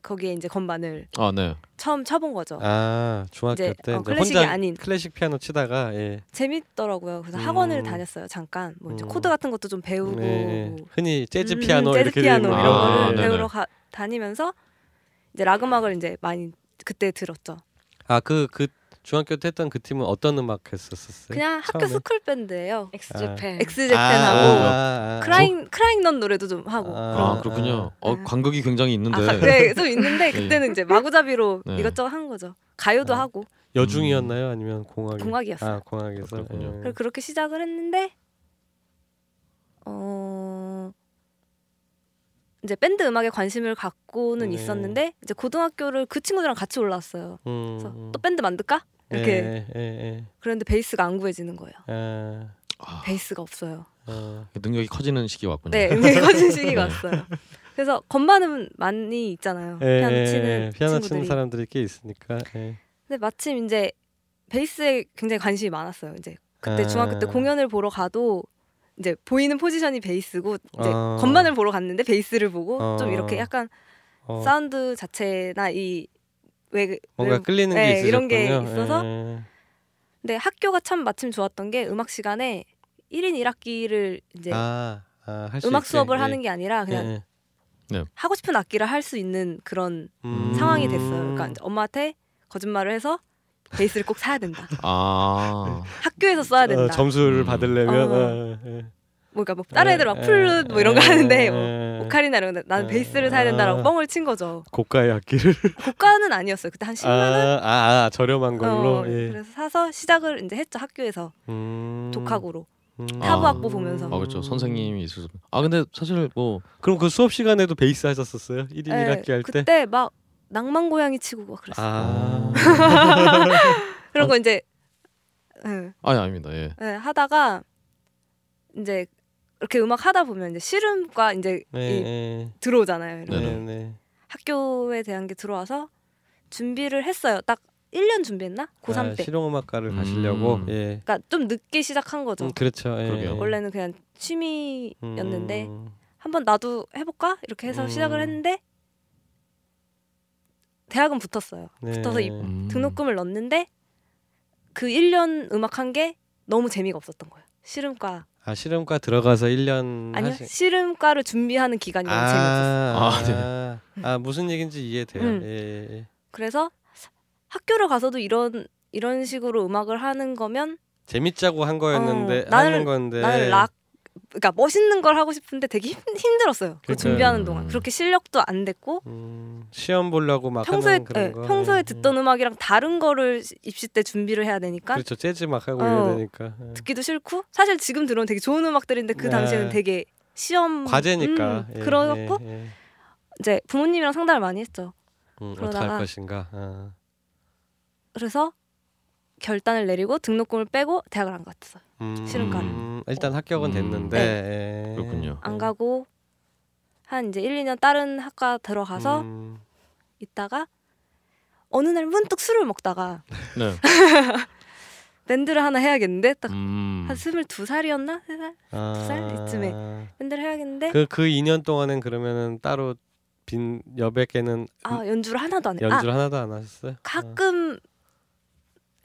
E: 거기에 이제 건반을
A: 아 네. 처음
E: 처음 쳐본 거죠.
C: 아 중학교
E: 어. 이제,
C: 때
E: 어,
C: 이제
E: 클래식이
C: 혼자
E: 아닌.
C: 클래식 피아노 치다가 예.
E: 재밌더라고요. 그래서
C: 음.
E: 학원을 다녔어요. 잠깐 뭐 이제
C: 음.
E: 코드 같은 것도 좀 배우고
C: 네.
E: 뭐
C: 흔히 재즈
E: 음,
C: 피아노
E: 재즈
C: 이렇게
E: 피아노
C: 되는
E: 이런
A: 거. 아,
E: 거를
A: 네네.
E: 배우러 가, 다니면서 이제 락 음악을 이제 많이 그때 들었죠.
C: 아그 그 중학교 때 했던 그 팀은 어떤 음악 했었었어요?
E: 그냥 학교
C: 처음에?
E: 스쿨 밴드예요.
D: 엑스제팬.
A: 아,
E: 엑스제팬하고
C: 아, 아,
E: 크라잉 크라잉 넌 노래도 좀 하고.
A: 아
C: 아,
A: 그렇군요. 어 관극이 굉장히 있는데.
E: 아, 네, 좀 있는데
A: 네.
E: 그때는 이제 마구잡이로
A: 네.
E: 이것저것 한 거죠. 가요도
C: 아.
E: 하고
C: 여중이었나요 아니면 공학?
E: 공학이었어요.
C: 아 네. 공학에서.
A: 음. 그렇군요.
E: 그래서 그렇게 시작을 했는데 어 이제 밴드 음악에 관심을 갖고는
C: 네.
E: 있었는데 이제 고등학교를 그 친구들이랑 같이 올라왔어요.
C: 음,
E: 그래서
C: 음.
E: 또 밴드 만들까? 이렇게
C: 예, 예, 예.
E: 그런데 베이스가 안 구해지는 거예요.
C: 아,
A: 아,
E: 베이스가 없어요.
C: 아,
A: 능력이 커지는 시기 왔군요.
E: 네, 음이 커진 시기가
A: 네.
E: 왔어요. 그래서 건반은 많이 있잖아요.
C: 예, 예,
E: 피아노
C: 예.
E: 치는
C: 피아노 치는
E: 친구들이.
C: 사람들이 꽤 있으니까. 예.
E: 근데 마침 이제 베이스에 굉장히 관심이 많았어요. 이제 그때
C: 아.
E: 중학교 때 공연을 보러 가도 이제 보이는 포지션이 베이스고 이제
C: 아.
E: 건반을 보러 갔는데 베이스를 보고
C: 아.
E: 좀 이렇게 약간
C: 어,
E: 사운드 자체나 이 왜,
C: 뭔가 끌리는 게
E: 예,
C: 있으셨군요.
E: 이런 게 있어서
C: 예.
E: 근데 학교가 참 마침 좋았던 게 음악 시간에 1인 1악기를 이제
C: 아, 아, 할수
E: 예. 음악
C: 있게,
E: 수업을
C: 예.
E: 하는 게 아니라 그냥
C: 예, 예.
E: 하고 싶은 악기를 할 수 있는 그런
A: 음.
E: 상황이 됐어요. 그러니까 이제 엄마한테 거짓말을 해서 베이스를 꼭 사야 된다.
A: 아
E: 학교에서 써야 된다.
C: 어, 점수를
A: 음.
C: 받으려면
E: 어.
C: 어, 예.
E: 뭐 그러니까 막 다른 애들 막
C: 예,
E: 플룻 뭐 이런 거
C: 예,
E: 하는데
C: 예,
E: 뭐
C: 예.
E: 오카리나 이런 거 나는
C: 예.
E: 베이스를 사야 된다라고
C: 아.
E: 뻥을 친 거죠.
C: 고가의 악기를
E: 고가는 아니었어요. 그때 한 10만 원.
C: 아, 아, 아, 저렴한 걸로
E: 어,
C: 예.
E: 그래서 사서 시작을 이제 했죠 학교에서
C: 음.
E: 독학으로
C: 음.
E: 타부
A: 아.
E: 악보 보면서.
A: 아 그렇죠. 선생님이 있어서. 아 근데 사실 뭐
C: 그럼 그 수업 시간에도 베이스 하셨었어요? 1인
E: 예,
C: 네. 1학기 할 때?
E: 그때 막 낭만 고양이 치고 막 그랬어요.
C: 아.
E: 그런 거 이제 예,
A: 아니 아닙니다. 예.
E: 예, 하다가 이제 이렇게 음악 하다 보면 이제 씨름과 이제 이
C: 네.
E: 들어오잖아요. 이런
A: 네.
C: 네. 네.
E: 학교에 대한 게 들어와서 준비를 했어요. 딱 1년 준비했나? 고3
C: 아,
E: 때.
C: 실용음악과를
A: 음.
C: 가시려고. 예.
E: 그러니까 좀 늦게 시작한 거죠.
C: 음, 그렇죠. 예.
A: 그러게요.
E: 원래는 그냥 취미였는데
C: 음.
E: 한번 나도 해볼까 이렇게 해서
C: 음.
E: 시작을 했는데 대학은 붙었어요.
C: 네.
E: 붙어서 이-
A: 음.
E: 등록금을 넣었는데 그 1년 음악 한 게 너무 재미가 없었던 거예요. 씨름과
C: 아, 실험과 들어가서 1년
E: 아니요
C: 음, 하신
E: 씨름과를 준비하는 기간이 너무 재미없었어요.
A: 아, 네.
C: 아, 아, 무슨 얘긴지 이해돼요.
E: 음.
C: 예, 예, 예.
E: 그래서 학교를 가서도 이런 이런 식으로 음악을 하는 거면
C: 재밌자고 한 거였는데
E: 어, 나는-
C: 하는 건데
E: 나는 락 그러니까 멋있는 걸 하고 싶은데 되게 힘, 힘들었어요. 그
C: 그러니까요.
E: 준비하는
A: 음.
E: 동안 그렇게 실력도 안 됐고
C: 음, 시험 보려고 막
E: 평소에
C: 하는 그런
E: 예,
C: 거.
E: 평소에
C: 예.
E: 듣던 음악이랑 다른 거를 시- 입시 때 준비를 해야 되니까
C: 그렇죠 재즈 막 하고
E: 어,
C: 이래야 되니까 예.
E: 듣기도 싫고 사실 지금 들으면 되게 좋은 음악들인데 그
C: 네.
E: 당시에는 되게 시험
C: 과제니까.
E: 음,
C: 예,
E: 그러고
C: 예, 예.
E: 이제 부모님이랑 상담을 많이 했죠.
C: 음, 어떻게
E: 그러다가
C: 할 것인가. 아.
E: 그래서 결단을 내리고 등록금을 빼고 대학을 안 갔어요.
C: 음,
E: 실은 가는.
C: 음, 일단 합격은
A: 음.
C: 됐는데. 예.
A: 그렇군요.
E: 네. 안 가고 한 이제 1, 2년 다른 학과 들어가서
C: 음.
E: 있다가 어느 날 문득 술을 먹다가
A: 네.
E: 밴드를 하나 해야겠는데 딱 한
A: 음.
E: 22살이었나? 3살?
C: 아.
E: 살 이쯤에. 네. 밴드를 해야겠는데
C: 그, 그 2년 동안은 그러면은 따로 빈 여백에는
E: 아 연주를 하나도 안 해. 아
C: 연주를 하나도 안 하셨어요?
E: 가끔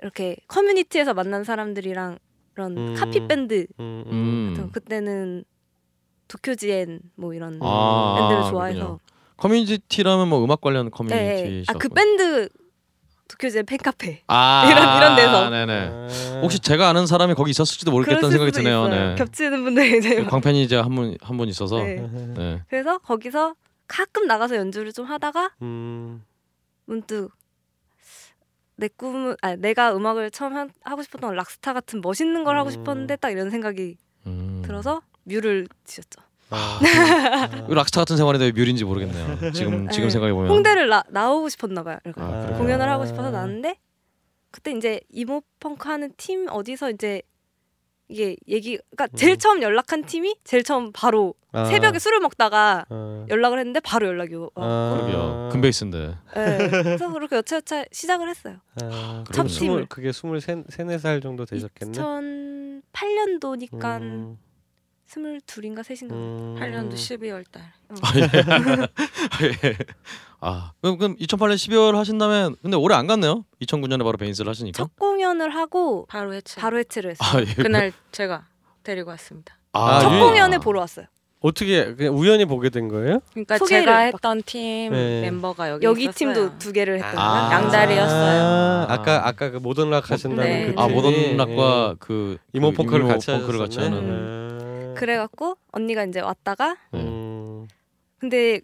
E: 이렇게 커뮤니티에서 만난 사람들이랑 이런
C: 음.
E: 카피 밴드
C: 아. 음, 음.
A: 음.
E: 그때는 도쿄지엔 뭐 이런
A: 아,
E: 밴드를
A: 아,
E: 좋아해서
A: 그렇군요. 커뮤니티라면 뭐 음악 관련
E: 네.
A: 커뮤니티.
E: 아그 밴드 도쿄지엔 팬카페
A: 아,
E: 이런- 이런 데서. 음.
A: 네네.
C: 아.
A: 혹시 제가 아는 사람이 거기 있었을지도 모르겠다는
E: 그럴
A: 생각이
E: 수도
A: 드네요.
E: 있어요.
A: 네.
E: 겹치는 분들이 이제 막-
A: 광팬이 이제 한분한 분 있어서. 네.
E: 네. 그래서 거기서 가끔 나가서 연주를 좀 하다가
C: 음.
E: 문득 내 꿈은 아 내가 음악을 처음 한- 하고 싶었던 건 락스타 같은 멋있는 걸 하고
C: 음.
E: 싶었는데 딱 이런 생각이
A: 음.
E: 들어서 뮤를 지었죠.
C: 아.
A: 이 락스타 같은 생활인데 왜 뮤린지 모르겠네요. 지금 지금
E: 네.
A: 생각해 보면.
E: 홍대를 나, 나오고 싶었나 봐요. 이렇게
A: 아,
C: 그래요?
E: 공연을 하고 싶어서 나왔는데 그때 이제 이모 펑크 하는 팀 어디서 이제 이게 얘기 그러니까 제일 처음 연락한 팀이 제일 처음 바로
C: 아.
E: 새벽에 술을 먹다가
C: 아.
E: 연락을 했는데 바로 연락이 와.
A: 그러게요. 금베이스인데.
E: 네. 그래서 그렇게 여차여차 시작을 했어요.
C: 아,
A: 그렇군요.
C: 그럼
E: 잡심을.
C: 스물- 그게 스물 세- 세네 살 정도 되셨겠네.
E: 2008년도니까
C: 음,
E: 스물 둘인가 셋인가.
C: 음.
D: 8년도 12월 달.
A: 아, 예. 예. 아 그럼 그럼 2008년 12월 하신 다음에 근데 올해 안 갔네요. 2009년에 바로 베인스를 하시니까.
E: 첫 공연을 하고
D: 바로 해체.
E: 바로 해체를
A: 아
E: 했어요.
A: 예.
D: 그날 제가 데리고 왔습니다.
A: 아,
E: 첫
C: 예.
E: 공연에 보러 왔어요.
C: 어떻게 그냥 우연히 보게 된 거예요?
D: 그러니까
E: 소개를
D: 제가
E: 막-
D: 했던 팀
C: 네.
D: 멤버가 여기
E: 여기
D: 있었어요.
E: 팀도 두 개를 했던
A: 아.
E: 거야.
D: 양다리였어요.
C: 아, 아까 아까 그 모던 락 하신다는
D: 네.
C: 그
A: 아
C: 팀이,
A: 모던
C: 예.
A: 락과 그
C: 이모
A: 그
C: 펑크를
A: 이모
C: 같이
A: 펑크를 같이
C: 하셨었네.
A: 하는. 네.
C: 아.
E: 그래갖고 언니가 이제 왔다가
C: 음.
E: 근데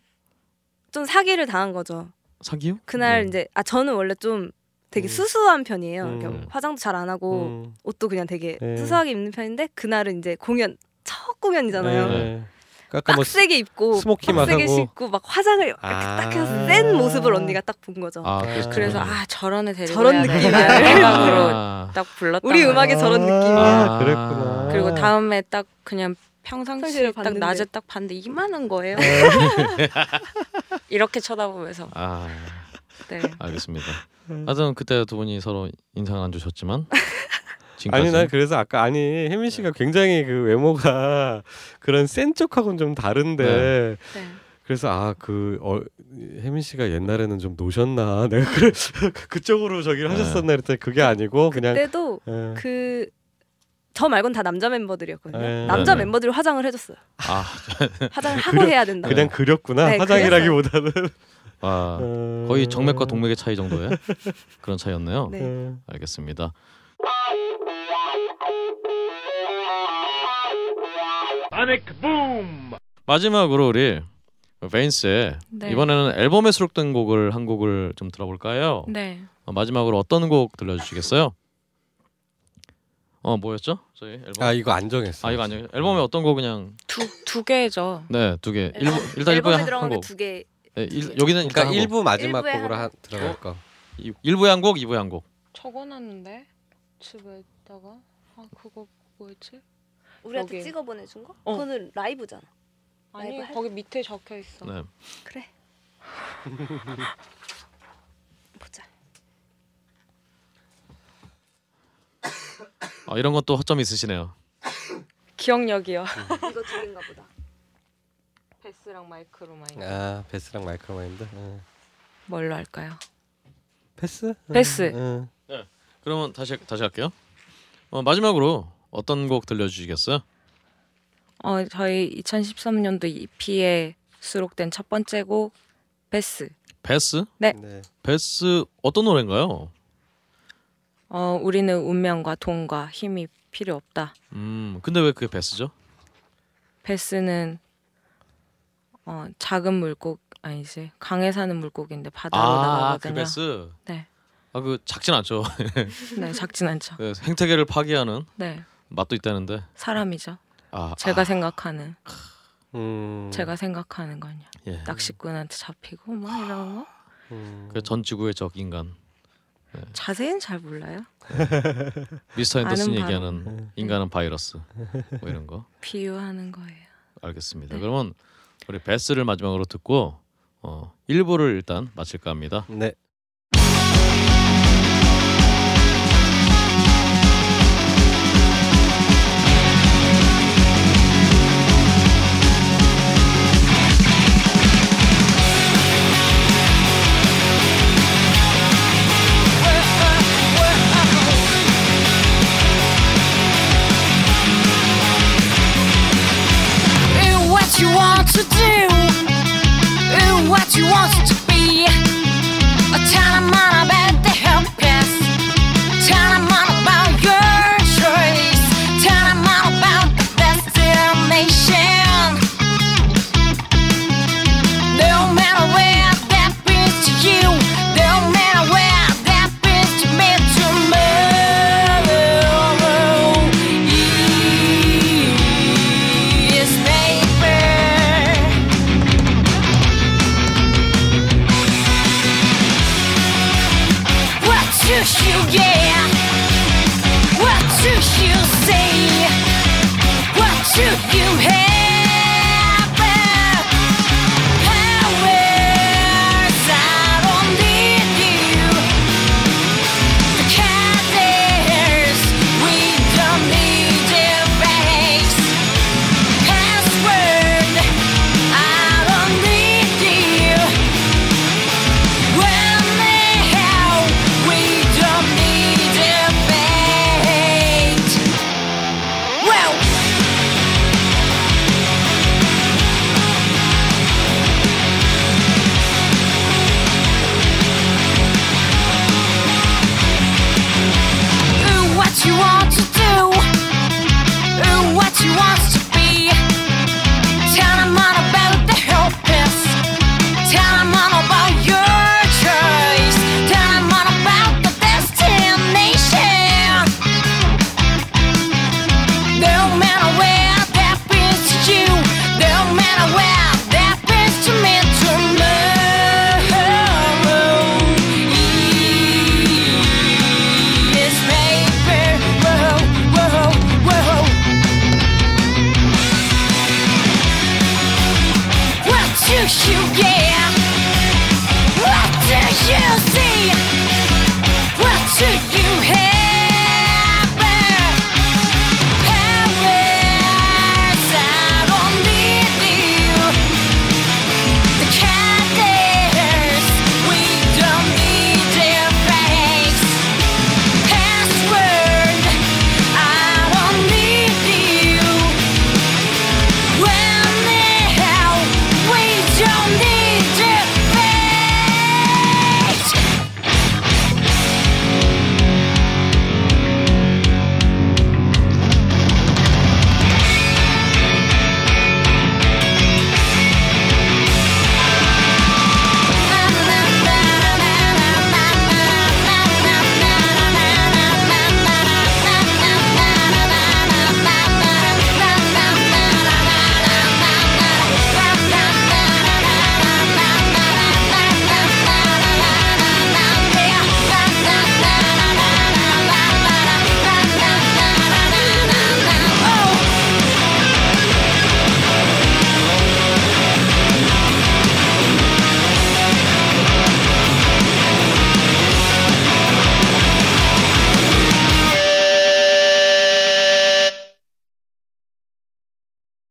E: 좀 사기를 당한 거죠.
A: 사기요?
E: 그날
A: 네.
E: 이제 아 저는 원래 좀 되게
C: 음.
E: 수수한 편이에요. 이렇게
C: 음.
E: 화장도 잘 안 하고
C: 음.
E: 옷도 그냥 되게
C: 네.
E: 수수하게 입는 편인데 그날은 이제 공연 첫 공연이잖아요.
A: 네.
C: 예. 아까 뭐
E: 빡세게 입고
C: 스모키 막
E: 빡세게
C: 하고.
E: 씻고 막 화장을 이렇게
C: 아.
E: 딱 해서 센 모습을 언니가 딱 본 거죠.
A: 아 그래서
D: 그래서 아 저런 애 데리고
E: 저런
D: 와야 돼.
E: 느낌이야.
D: 이런 생각으로
A: 아,
D: 딱 불렀다.
E: 우리 음악에 저런 느낌이야.
C: 아, 그랬구나.
A: 어.
D: 그리고 다음에 딱 그냥 평상시에
E: 평상시에
D: 딱
E: 봤는데.
D: 낮에 딱 봤는데 이만한 거예요.
A: 네.
D: 이렇게 쳐다보면서
A: 아.
D: 네.
A: 알겠습니다.
D: 음.
A: 하여튼 그때 두 분이 서로 인상 안 주셨지만 지금까지 네.
C: 아니 난 그래서 아까 아니 혜민 씨가 굉장히 그 외모가 그런 센 쪽하고는 좀 다른데
D: 네.
C: 그래서 아 그 어, 혜민 씨가 옛날에는 좀 노셨나 내가 그 그쪽으로 저기를
A: 네.
C: 하셨었나 그랬더니 그게 아니고 그냥
E: 그때도
C: 예.
E: 그 저 말곤 다 남자 멤버들이었거든요.
C: 네.
E: 남자
A: 네.
E: 멤버들이 화장을 해줬어요.
A: 아,
E: 화장을 하고
C: 그려-
E: 해야 된다.
C: 그냥 그렸구나
E: 네,
C: 화장이라기보다는
A: 아,
C: 어,
A: 거의 정맥과 동맥의 차이 정도의 그런 차이였네요.
E: 네.
C: 예.
A: 알겠습니다. 마지막으로 우리 베인스의
D: 네.
A: 이번에는 앨범에 수록된 곡을 한 곡을 좀 들어볼까요?
D: 네.
A: 어, 마지막으로 어떤 곡 들려주시겠어요? 어 뭐였죠? 저희 앨범
C: 아
A: 아,
C: 이거 안 정했어
A: 이거 아니에요. 앨범에 어떤 곡 그냥
D: 두 두 개죠.
A: 네두 개. 일부 일단 일부
E: 앨범에
A: 한
E: 들어간
A: 곡.
E: 게두개
A: 네, 일, 여기는 일단
C: 그러니까
A: 한 곡.
C: 1부 마지막
E: 일부에
C: 곡으로
E: 한-
C: 한, 들어갈 거
A: 이- 일부에 한 곡, 이부에 한 곡.
D: 적어놨는데 집에다가 아 그거 뭐였지?
E: 우리한테
D: 여기.
E: 찍어 보내준 거?
D: 어.
E: 그거는 라이브잖아.
D: 아니
E: 라이브 할-
D: 거기 밑에 적혀 있어.
A: 네.
E: 그래. 보자.
A: 아, 이런 것도 허점이 있으시네요.
D: 기억력이요.
E: 이거 두 개인가 보다.
D: 베스랑 마이크로 마이.
A: 네.
C: 아 베스랑 마이크로 마인드 예.
D: 뭘로 할까요?
C: 패스
A: 네.
D: 베스.
C: 예.
A: 그러면 다시 다시 할게요. 어, 마지막으로 어떤 곡 들려주시겠어요?
D: 어 저희 2013년도 EP에 수록된 첫 번째 곡 베스.
A: 베스?
C: 네.
A: 베스 어떤 노래인가요?
D: 어 우리는 운명과 돈과 힘이 필요 없다.
A: 음, 근데 왜 그게 베스죠?
D: 베스는 어 작은 물고기 아니지 강에 사는 물고기인데 바다로
A: 아, 그
D: 나가거든요.
A: 베스.
D: 네.
A: 아, 그 작진 않죠.
D: 네 작진 않죠.
A: 그 생태계를 파괴하는
D: 네
A: 맛도 있다는데.
D: 사람이죠.
A: 아,
D: 제가
A: 아,
D: 생각하는
C: 음.
D: 제가 생각하는 거 아니야.
A: 예.
D: 낚시꾼한테 잡히고 막 이런 거.
C: 음.
A: 그 전 지구의 적 인간
D: 자세히는 잘 몰라요.
A: 미스터 앤더슨
D: 아는
A: 얘기하는 인간은 바이러스 뭐 이런 거
D: 비유하는 거예요.
A: 알겠습니다. 그러면 우리 베스를 마지막으로 듣고 어, 일부를 일단 마칠까 합니다.
C: 네.
H: in what you want to do, in what you want to be. A ton of money about the helpless, ton of money about your choice, ton of money about the destination. No matter where that brings to you, no matter where that brings to me tomorrow. Is neighbor. What should you get? What should you say? What should you have? Oh.